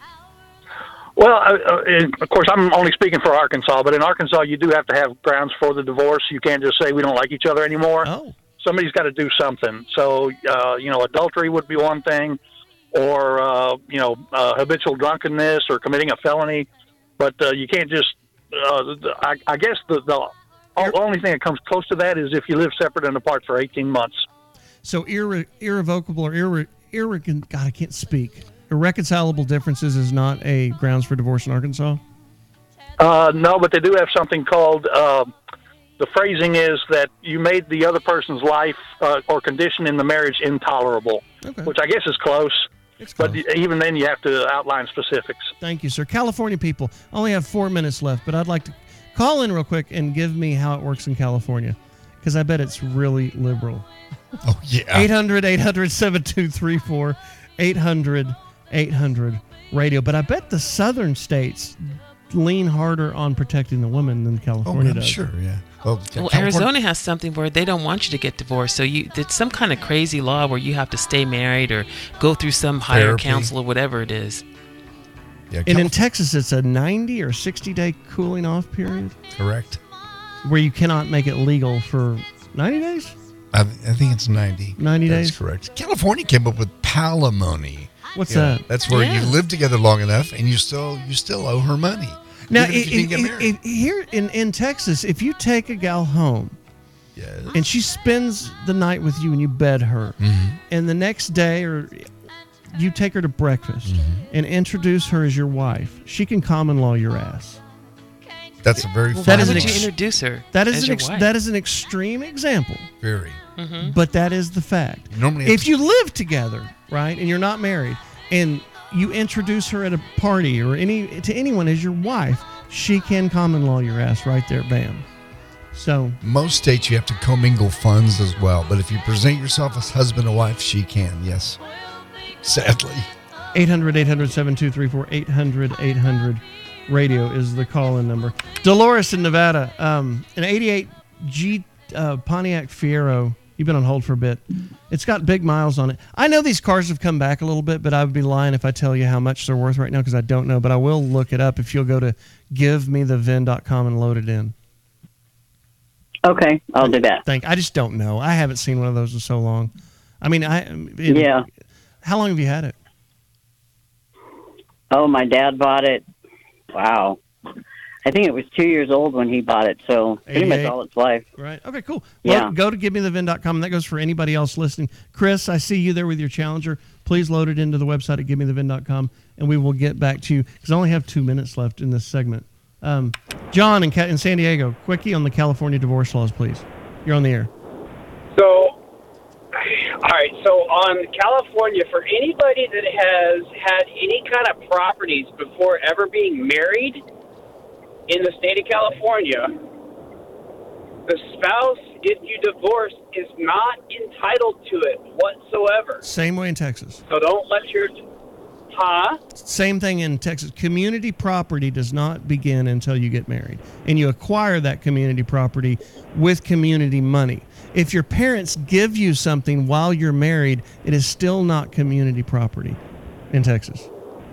Speaker 30: Well, uh, uh, in- of course, I'm only speaking for Arkansas, but in Arkansas, you do have to have grounds for the divorce. You can't just say we don't like each other anymore.
Speaker 2: Oh.
Speaker 30: Somebody's got to do something. So, uh, you know, adultery would be one thing, or, uh, you know, uh, habitual drunkenness or committing a felony. But uh, you can't just, uh, the- I, I guess the, the o- only thing that comes close to that is if you live separate and apart for 18 months.
Speaker 2: So irre- irrevocable or irre- irrecon- God, I can't speak. Irreconcilable differences is not a grounds for divorce in Arkansas.
Speaker 30: Uh, no, but they do have something called uh, the phrasing is that you made the other person's life uh, or condition in the marriage intolerable, which I guess is close. But even then, you have to outline specifics.
Speaker 2: Thank you, sir. California people I only have four minutes left, but I'd like to call in real quick and give me how it works in California because I bet it's really liberal. Oh,
Speaker 4: yeah.
Speaker 2: 800 800 7234 800 800 radio. But I bet the southern states lean harder on protecting the women than California
Speaker 3: I'm
Speaker 2: does.
Speaker 3: sure,
Speaker 4: yeah.
Speaker 3: Well, Arizona has something where they don't want you to get divorced. So you did some kind of crazy law where you have to stay married or go through some higher
Speaker 2: Therapy.
Speaker 3: council or whatever it is.
Speaker 2: and in Texas, it's a 90 or 60 day cooling off period.
Speaker 4: Correct.
Speaker 2: Where you cannot make it legal for 90 days?
Speaker 4: I, th- I think it's 90.
Speaker 2: 90
Speaker 4: That's
Speaker 2: days?
Speaker 4: correct. California came up with palimony.
Speaker 2: What's
Speaker 4: Yeah,
Speaker 2: that?
Speaker 4: That's where
Speaker 2: Yeah.
Speaker 4: you live together long enough and you still you still owe her money.
Speaker 2: Now,
Speaker 4: even if you
Speaker 2: i-
Speaker 4: didn't get
Speaker 2: i-
Speaker 4: married.
Speaker 2: i- here in, in Texas, if you take a gal home and she spends the night with you and you bed her,
Speaker 4: Mm-hmm.
Speaker 2: and the next day or you take her to breakfast
Speaker 4: Mm-hmm.
Speaker 2: and introduce her as your wife, she can common law your ass.
Speaker 4: That's a very
Speaker 3: Well,
Speaker 2: That
Speaker 3: why
Speaker 2: is
Speaker 3: would
Speaker 2: an
Speaker 3: you
Speaker 2: ex-
Speaker 3: introduce her
Speaker 2: That
Speaker 3: as
Speaker 2: is an
Speaker 3: your
Speaker 2: ex-
Speaker 3: wife?
Speaker 2: that is an extreme example.
Speaker 4: Very.
Speaker 3: Mhm.
Speaker 2: But that is the fact.
Speaker 4: Normally
Speaker 2: if you live together, right, and you're not married, and you introduce her at a party or any to anyone as your wife, she can common law your ass right there, bam. So
Speaker 4: Most states you have to commingle funds as well, but if you present yourself as husband and wife, she can. Yes. Sadly.
Speaker 2: 800 800 7234 800 800 radio is the call in number. Dolores in Nevada, um, an 88 G uh, Pontiac Fiero. You've been on hold for a bit. It's got big miles on it. I know these cars have come back a little bit, but I would be lying if I tell you how much they're worth right now because I don't know. But I will look it up if you'll go to givemethevin.com and load it in.
Speaker 12: Okay, I'll do that.
Speaker 2: Thank. I just don't know. I haven't seen one of those in so long. I mean, I it-
Speaker 12: Yeah.
Speaker 2: How long have you had it?
Speaker 12: Oh, my dad bought it. Wow. I think it was two years old when he bought it, so pretty much
Speaker 2: 88.
Speaker 12: all its life.
Speaker 2: Right. Okay, cool.
Speaker 12: Yeah.
Speaker 2: Well, go to givemethevin.com. That goes for anybody else listening. Chris, I see you there with your challenger. Please load it into the website at givemethevin.com and we will get back to you because I only have two minutes left in this segment. Um, John in, Ca- in San Diego, quickie on the California divorce laws, please. You're on the air.
Speaker 8: So, all right. So on California, for anybody that has had any kind of properties before ever being married in the state of California, the spouse, if you divorce, is not entitled to it whatsoever.
Speaker 2: Same way in Texas.
Speaker 8: So don't let your huh.
Speaker 2: Same thing in Texas. Community property does not begin until you get married, and you acquire that community property with community money. If your parents give you something while you're married, it is still not community property in Texas.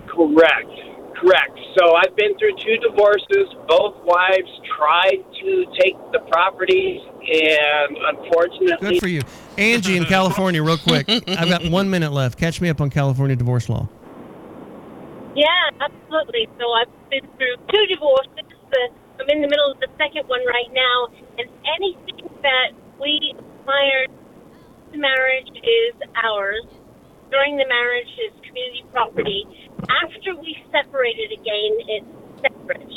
Speaker 8: Correct. Correct. So I've been through two divorces. Both wives tried to take the properties, and unfortunately,
Speaker 2: Good for you. Angie in California, real quick. I've got one minute left. Catch me up on California divorce law.
Speaker 22: Yeah, absolutely. So I've been through two divorces. The- I'm in the middle of the second one right now, and anything that we acquired in marriage is ours. During the marriage is community property. After we separated again, it's separate.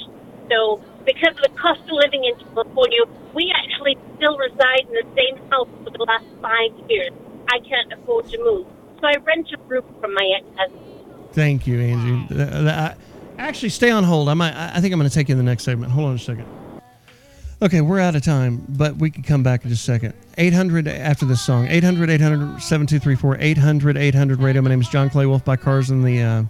Speaker 22: So because of the cost of living in California, we actually still reside in the same house for the last five years. I can't afford to move. So I rent a room from my ex-husband.
Speaker 2: Thank you, Angie. Th- th- I- actually, stay on hold. I might. I I think I'm going to take you in the next segment. Hold on a second. Okay, we're out of time, but we can come back in just a second. 800 after this song. 800 800 7234 800 800 radio. My name is John Clay Wolf by Cars and the. Uh,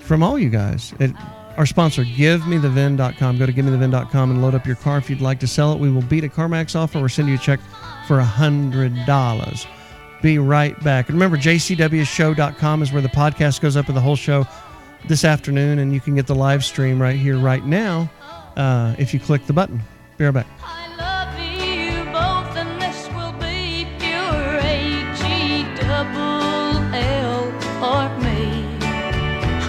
Speaker 2: from all you guys. It, our sponsor, GiveMeTheVin.com. Go to GiveMeTheVin.com and load up your car. If you'd like to sell it, we will beat a CarMax offer or send you a check for $100. Be right back. And remember, JCWShow.com is where the podcast goes up with the whole show. this afternoon, and you can get the live stream right here, right now, uh, if you click the button. Be right back.
Speaker 12: you both, and this will be pure H-E double L or me.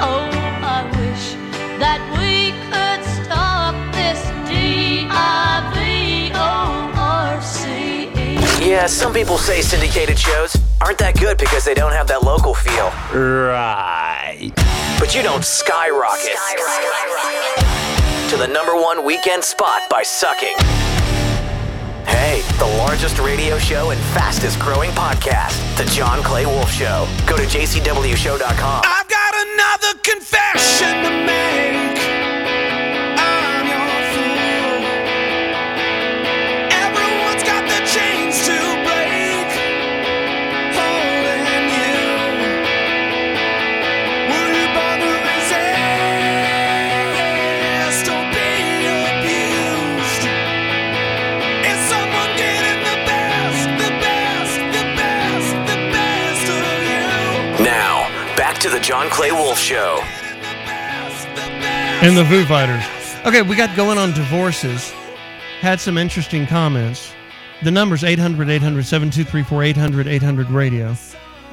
Speaker 12: Oh, I wish that we could stop this D-I-V-O-R-C-E.
Speaker 1: Yeah, some people say syndicated shows aren't that good because they don't have that local feel. Right. But you don't skyrocket, to the number one weekend spot by sucking. Hey, the largest radio show and fastest growing podcast, The John Clay Wolf Show. Go to jcwshow.com.
Speaker 18: I've got another confession to
Speaker 12: E.
Speaker 18: make. I'm your fool. Everyone's got their chains to break. Holding you. Will you bother resist or be abused? Is someone getting the best, the best, the best, the best of you?
Speaker 1: Now, back to The John Clay Wolf Show.
Speaker 2: And the Foo Fighters. Okay, we got going on divorces. Had some interesting comments. The number's 800 800 7234 800 800 radio.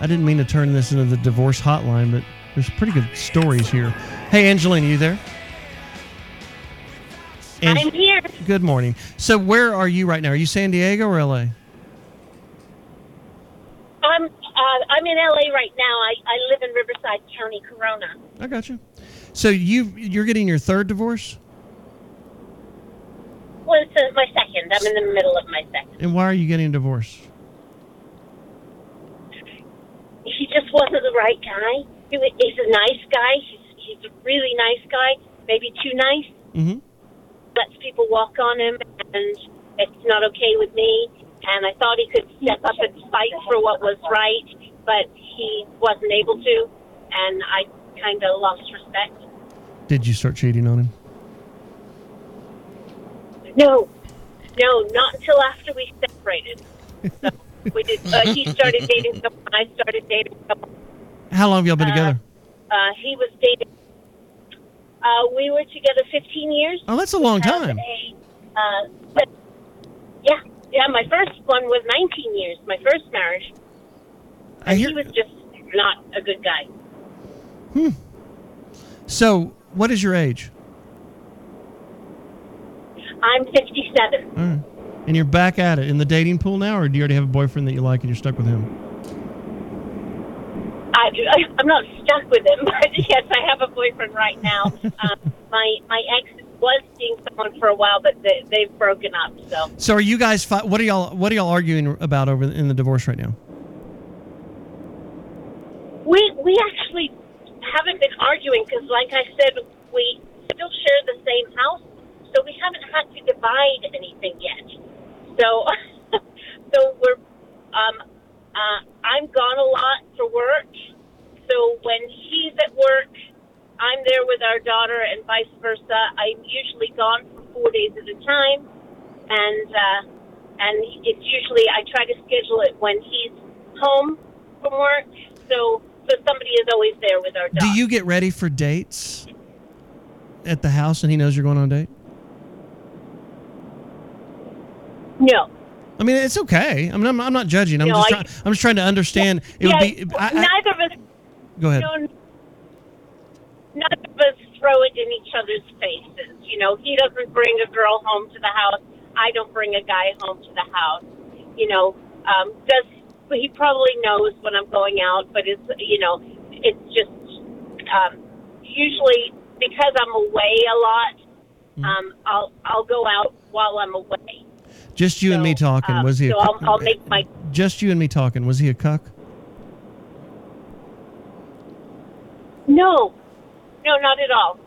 Speaker 2: I didn't mean to turn this into the divorce hotline, but there's pretty good stories here. Hey, Angelina, you there?
Speaker 22: I'm here.
Speaker 2: Good morning. So, where are you right now? Are you San Diego or LA?
Speaker 22: I'm uh, I'm in LA right now. I, I live in Riverside County, Corona.
Speaker 2: I got you. So, you you're getting your third divorce?
Speaker 22: Well, this is my second. I'm in the middle of my second.
Speaker 2: And why are you getting a divorce?
Speaker 22: He just wasn't the right guy. He wa- he's a nice guy. He's he's a really nice guy. Maybe too nice.
Speaker 2: Mm-hmm.
Speaker 22: Lets people walk on him, and it's not okay with me. And I thought he could step up and fight for what was right, but he wasn't able to. And I kind of lost respect.
Speaker 2: Did you start cheating on him?
Speaker 22: No, no, not until after we separated. So we did. Uh, he started dating someone. I started dating someone.
Speaker 2: How long have y'all been together?
Speaker 22: Uh, he was dating. Uh, we were together 15 years.
Speaker 2: Oh, that's a long
Speaker 22: We have
Speaker 2: time.
Speaker 22: a, uh, but- yeah, yeah. My first one was 19 years. My first marriage.
Speaker 2: I
Speaker 22: And
Speaker 2: hear-
Speaker 22: he was just not a good guy.
Speaker 2: Hmm. So, what is your age?
Speaker 22: I'm 57.
Speaker 2: All right. And you're back at it in the dating pool now, or do you already have a boyfriend that you like and you're stuck with him?
Speaker 22: I, I- I'm not stuck with him, (laughs) but yes, I have a boyfriend right now. Um, my my ex was seeing someone for a while, but they, they've broken up. So
Speaker 2: So, are you guys? Fi- what are y'all? What are y'all arguing about over in the divorce right now?
Speaker 22: we we actually haven't been arguing because, like I said, we still share the same house, so we haven't had to divide anything yet. So so we're um uh, I'm gone a lot for work, so when he's at work, I'm there with our daughter, and vice versa. I'm usually gone for four days at a time, and uh, and it's usually I try to schedule it when he's home from work, so so somebody is always there with our
Speaker 2: Do
Speaker 22: daughter.
Speaker 2: you get ready for dates at the house, and he knows you're going on a date?
Speaker 22: No.
Speaker 2: I mean, it's okay. I mean, I'm, I'm not judging. I'm
Speaker 22: No,
Speaker 2: just
Speaker 22: I-
Speaker 2: trying, I'm just trying to understand. It
Speaker 22: Yeah,
Speaker 2: would be. I, I-
Speaker 22: neither of us.
Speaker 2: Go ahead.
Speaker 22: don't- neither of us throw it in each other's faces. You know, he doesn't bring a girl home to the house. I don't bring a guy home to the house. You know, um, does he probably knows when I'm going out? But it's you know, it's just um, usually because I'm away a lot.
Speaker 2: Mm-hmm.
Speaker 22: Um, I'll I'll go out while I'm away.
Speaker 2: just you and me talking.
Speaker 22: Um,
Speaker 2: was he?
Speaker 22: so
Speaker 2: a,
Speaker 22: I'll, I'll make my
Speaker 2: just you and me talking. Was he a cuck?
Speaker 22: no, no, not at all.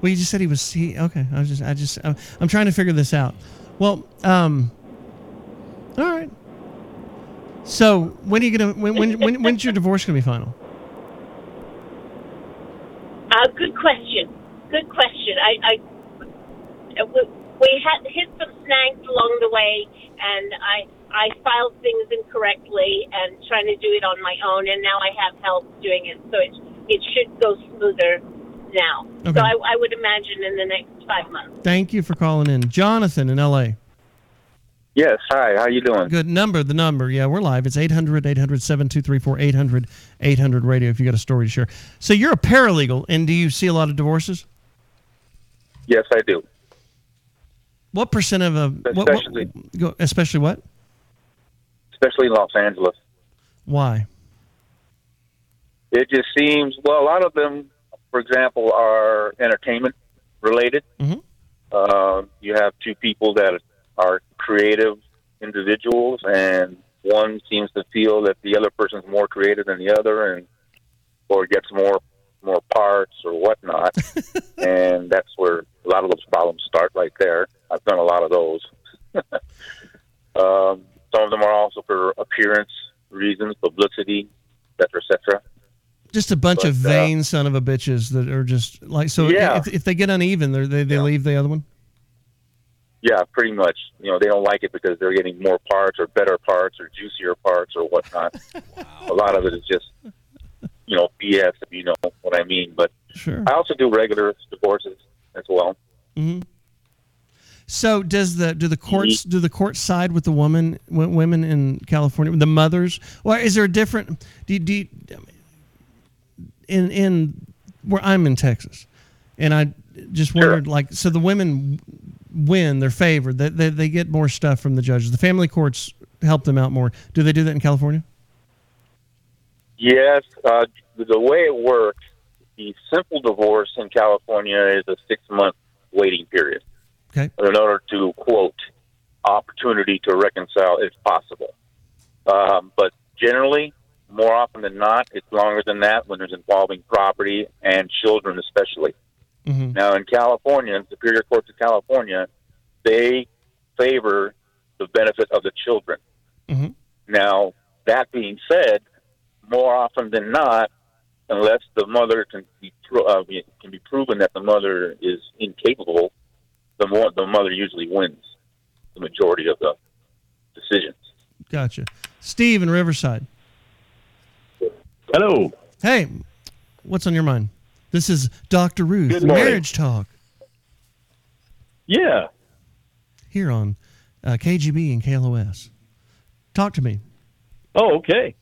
Speaker 2: Well, you just said he was. He, okay, I was just. I just. I'm, I'm trying to figure this out. Well, um, all right. So when are you gonna? When when when when's your divorce gonna be final?
Speaker 22: Uh, good question. Good question. I, I uh, we, we had hit some snags along the way, and I I filed things incorrectly and trying to do it on my own, and now I have help doing it, so it's it should go smoother now.
Speaker 2: Okay.
Speaker 22: So I, I would imagine in the next five months.
Speaker 2: Thank you for calling in, Jonathan in L.A.
Speaker 31: Yes. Hi. How you doing?
Speaker 2: Good number, the number. Yeah, we're live. It's 800 800 7234 800 800 radio if you got a story to share. So you're a paralegal, and do you see a lot of divorces?
Speaker 31: Yes, I do.
Speaker 2: What percent of a. What, what-
Speaker 31: Especially,
Speaker 2: go- especially what?
Speaker 31: especially in Los Angeles.
Speaker 2: Why?
Speaker 31: It just seems well. A lot of them, for example, are entertainment related.
Speaker 2: Mhm.
Speaker 31: Uh, you have two people that are creative individuals, and one seems to feel that the other person's more creative than the other, and or gets more more parts or whatnot. and that's where a lot of those problems start. Right there, I've done a lot of those. um, some of them are also for appearance reasons, publicity, et cetera, et cetera.
Speaker 2: Just a bunch of
Speaker 31: But, uh,
Speaker 2: vain son of a bitches that are just like. So
Speaker 31: Yeah.
Speaker 2: if, if they get uneven, they're- they, they leave the other one?
Speaker 31: Yeah, pretty much. You know, they don't like it because they're getting more parts or better parts or juicier parts or whatnot. A lot of it is just, you know, BS, if you know what I mean. But
Speaker 2: Sure.
Speaker 31: I also do regular divorces as well.
Speaker 2: hmm So does the do the courts do the courts side with the woman w- women in California the mothers or is there a different do you, do you, in in where I'm in Texas and I just wondered like so the women win they're favored they, they they get more stuff from the judges the family courts help them out more do they do that in California
Speaker 31: Yes, uh, the way it works, the simple divorce in California is a six month waiting period.
Speaker 2: Okay.
Speaker 31: In order to quote opportunity to reconcile if possible, um, but generally, more often than not, it's longer than that when there's involving property and children, especially.
Speaker 2: Mm-hmm.
Speaker 8: (laughs)
Speaker 31: Now in California, in Superior Courts of California, they favor the benefit of the children.
Speaker 2: Mhm.
Speaker 31: Now that being said, more often than not, unless the mother can be pro- uh, be- can be proven that the mother is incapable, the more the mother usually wins the majority of the decisions.
Speaker 2: gotcha Steve in Riverside
Speaker 32: Hello.
Speaker 2: hey what's on your mind this is Dr. Ruth
Speaker 32: Good morning.
Speaker 2: marriage talk
Speaker 32: Yeah.
Speaker 2: here on uh, KGB and KLOS. Talk to me.
Speaker 32: Oh, okay.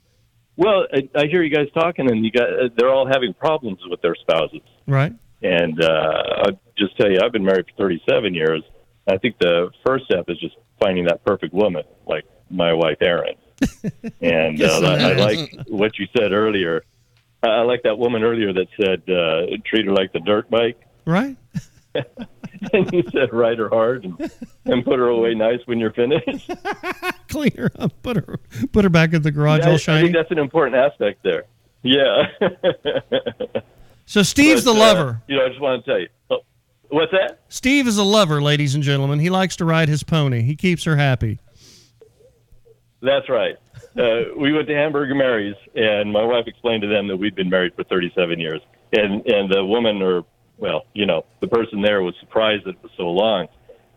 Speaker 32: Well, I, I hear you guys talking, and you got—they're all having problems with their spouses.
Speaker 2: Right?
Speaker 32: And uh, I'll just tell you, I've been married for 37 years. I think the first step is just finding that perfect woman, like my wife Erin. (laughs) and
Speaker 33: Yes,
Speaker 32: uh, I, I
Speaker 33: it
Speaker 32: like
Speaker 33: is.
Speaker 32: what you said earlier. I, I like that woman earlier that said, uh, "Treat her like the dirt bike." (laughs)
Speaker 2: Right? (laughs)
Speaker 32: and you said, "Ride her hard and, and put her away nice when you're finished."
Speaker 2: Clean her up. Put her put her back in the garage
Speaker 32: I,
Speaker 2: all
Speaker 32: I
Speaker 2: shiny.
Speaker 32: think that's an important aspect there. Yeah. (laughs)
Speaker 2: So Steve's
Speaker 32: But,
Speaker 2: the
Speaker 32: uh,
Speaker 2: lover.
Speaker 32: you know, I just want to tell you. Oh, what's that?
Speaker 2: Steve is a lover, ladies and gentlemen. He likes to ride his pony. He keeps her happy.
Speaker 32: That's right. Uh, we went to Hamburger Mary's, and my wife explained to them that we'd been married for 37 years, and and the woman, or well, you know, the person there was surprised that it was so long,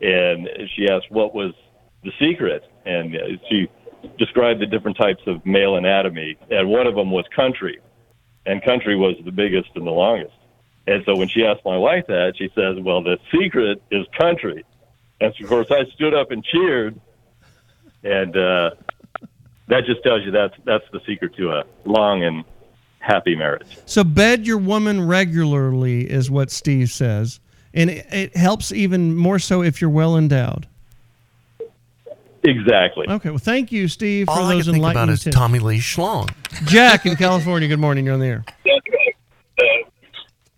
Speaker 32: and she asked what was the secret, and uh, she described the different types of male anatomy, and one of them was country, and country was the biggest and the longest, and so when she asked my wife that, she says, "Well, the secret is country," and so, of course I stood up and cheered and uh, that just tells you that's that's the secret to a long and happy marriage.
Speaker 2: So bed your woman regularly is what Steve says, and it, it helps even more so if you're well endowed.
Speaker 32: Exactly.
Speaker 2: Okay. Well, thank you, Steve, for
Speaker 34: All I
Speaker 2: those
Speaker 34: can think
Speaker 2: enlightening
Speaker 34: about is
Speaker 2: tips.
Speaker 34: Tommy Lee Schlong.
Speaker 2: Jack in California. Good morning. You're on the air.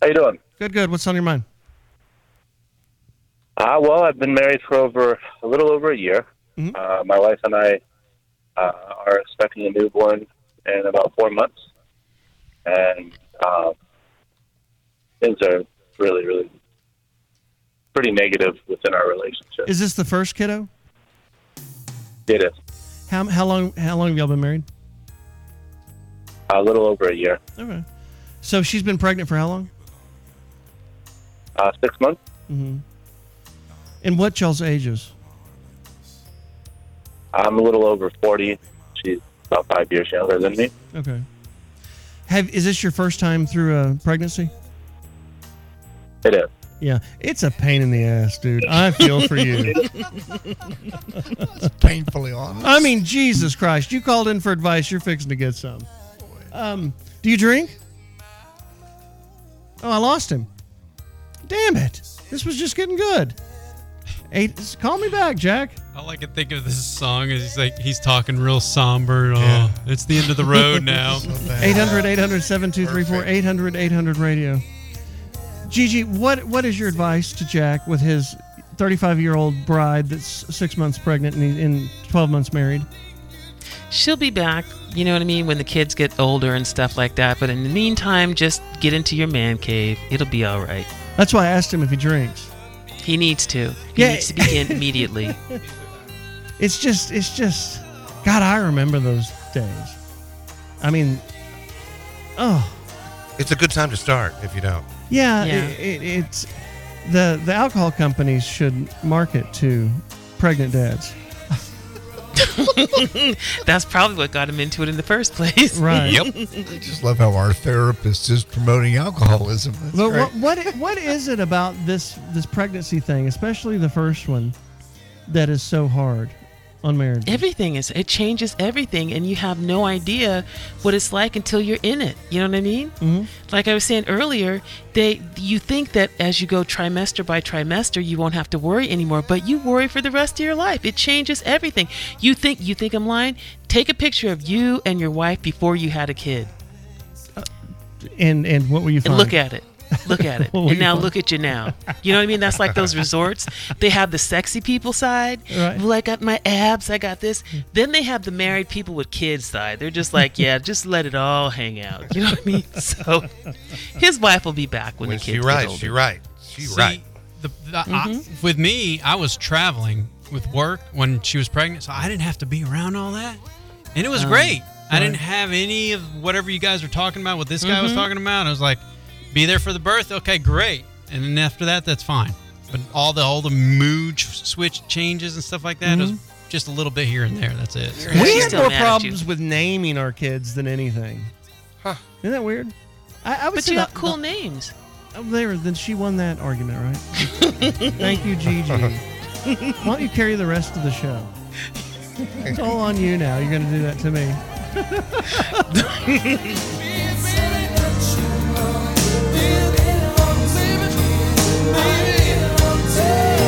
Speaker 8: How you doing?
Speaker 2: Good. Good. What's on your mind?
Speaker 8: Uh, well, I've been married for over a little over a year. Uh, my wife and I uh, are expecting a newborn in about four months, and um, things are really, really pretty negative within our relationship.
Speaker 2: Is this the first kiddo?
Speaker 8: It is
Speaker 2: How how long how long have y'all been married?
Speaker 8: a little over a year,
Speaker 2: Okay. So she's been pregnant for how long?
Speaker 8: uh, six months.
Speaker 2: Mm-hmm. And what y'all's ages?
Speaker 8: I'm a little over forty. She's about five years younger than me.
Speaker 2: Okay. Have is this your first time through a pregnancy?
Speaker 31: It is.
Speaker 2: Yeah, it's a pain in the ass, dude. I feel for
Speaker 31: (laughs)
Speaker 2: you.
Speaker 4: (laughs) Painfully honest.
Speaker 2: I mean, Jesus Christ! You called in for advice. You're fixing to get some. Um, do you drink? Oh, I lost him. Damn it! This was just getting good. Eight, call me back, Jack.
Speaker 21: All I can think of this song is he's like he's talking real somber. Oh, it's the end of the road now.
Speaker 2: 800 800 7234 800 800 radio. Gigi, what, what is your advice to Jack with his 35 year old bride that's six months pregnant and, he, and 12 months married?
Speaker 3: She'll be back, you know what I mean, when the kids get older and stuff like that. But in the meantime, just get into your man cave. It'll be all right.
Speaker 2: That's why I asked him if he drinks.
Speaker 3: He needs to. He
Speaker 2: Yeah.
Speaker 3: needs to
Speaker 2: (laughs)
Speaker 3: begin immediately. (laughs)
Speaker 2: It's just, it's just, God, I remember those days. I mean, oh,
Speaker 9: (laughs) It's a good time to start if you don't.
Speaker 2: Yeah,
Speaker 9: Yeah.
Speaker 2: It, it, it's the the alcohol companies should market to pregnant dads.
Speaker 3: That's probably what got him into it in the first place. (laughs)
Speaker 2: Right. Yep.
Speaker 4: I just love how our therapist is promoting alcoholism. That's
Speaker 2: But
Speaker 4: great.
Speaker 2: what, what i- what is it about this this pregnancy thing, especially the first one, that is so hard on marriage?
Speaker 3: Everything is it changes everything, and you have no idea what it's like until you're in it. You know what I mean?
Speaker 2: Mhm.
Speaker 3: Like I was saying earlier, they you think that as you go trimester by trimester, you won't have to worry anymore, but you worry for the rest of your life. It changes everything. You think you think I'm lying? Take a picture of you and your wife before you had a kid.
Speaker 2: And and what were you?
Speaker 3: And
Speaker 2: Find?
Speaker 3: look at it. Look
Speaker 2: (laughs)
Speaker 3: at it.
Speaker 2: What were
Speaker 3: and
Speaker 2: you
Speaker 3: now
Speaker 2: find?
Speaker 3: look at you now. You know what I mean? That's like those resorts. They have the sexy people side.
Speaker 2: Right.
Speaker 3: Well, I got my abs. I got this. Then they have the married people with kids side. They're just like,
Speaker 2: (laughs)
Speaker 3: yeah, just let it all hang out. You know what I mean? So his wife will be back when,
Speaker 9: When
Speaker 3: the
Speaker 9: she
Speaker 3: kids get
Speaker 9: right,
Speaker 3: older.
Speaker 9: she right, she
Speaker 21: See,
Speaker 9: right.
Speaker 21: The, the, I-
Speaker 3: Mhm.
Speaker 21: with me, I was traveling with work when she was pregnant, so I didn't have to be around all that, and it was
Speaker 3: Oh,
Speaker 21: great. I
Speaker 3: right.
Speaker 21: didn't have any of whatever you guys were talking about. What this guy was
Speaker 3: Mhm.
Speaker 21: talking about, I was like, "Be there for the birth, okay, great," and then after that, that's fine. But all the all the mood switch changes and stuff like that it was
Speaker 2: Mhm.
Speaker 21: just a little bit here and there. That's it.
Speaker 2: We had more problems with naming our kids than anything.
Speaker 9: Huh.
Speaker 2: Isn't that weird? I, I would
Speaker 3: But
Speaker 2: say
Speaker 3: you
Speaker 2: that-
Speaker 3: have cool names.
Speaker 2: Oh, there, then she won that argument, right?
Speaker 3: (laughs)
Speaker 2: Thank you, (laughs) Gigi. Why don't you carry the rest of the show? It's all on you now. You're going to do that to me.
Speaker 3: (laughs)
Speaker 2: (laughs)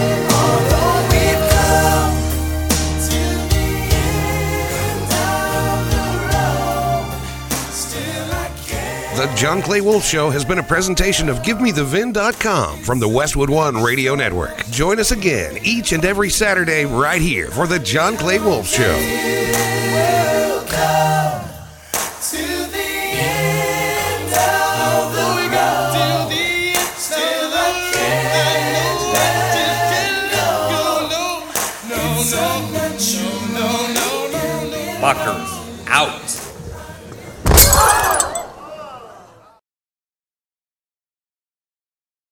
Speaker 7: The John Clay Wolf Show has been a presentation of GiveMeTheVin.com from the Westwood One Radio Network. Join us again each and every Saturday right here for The John Clay Wolf Show.
Speaker 16: Buckers out.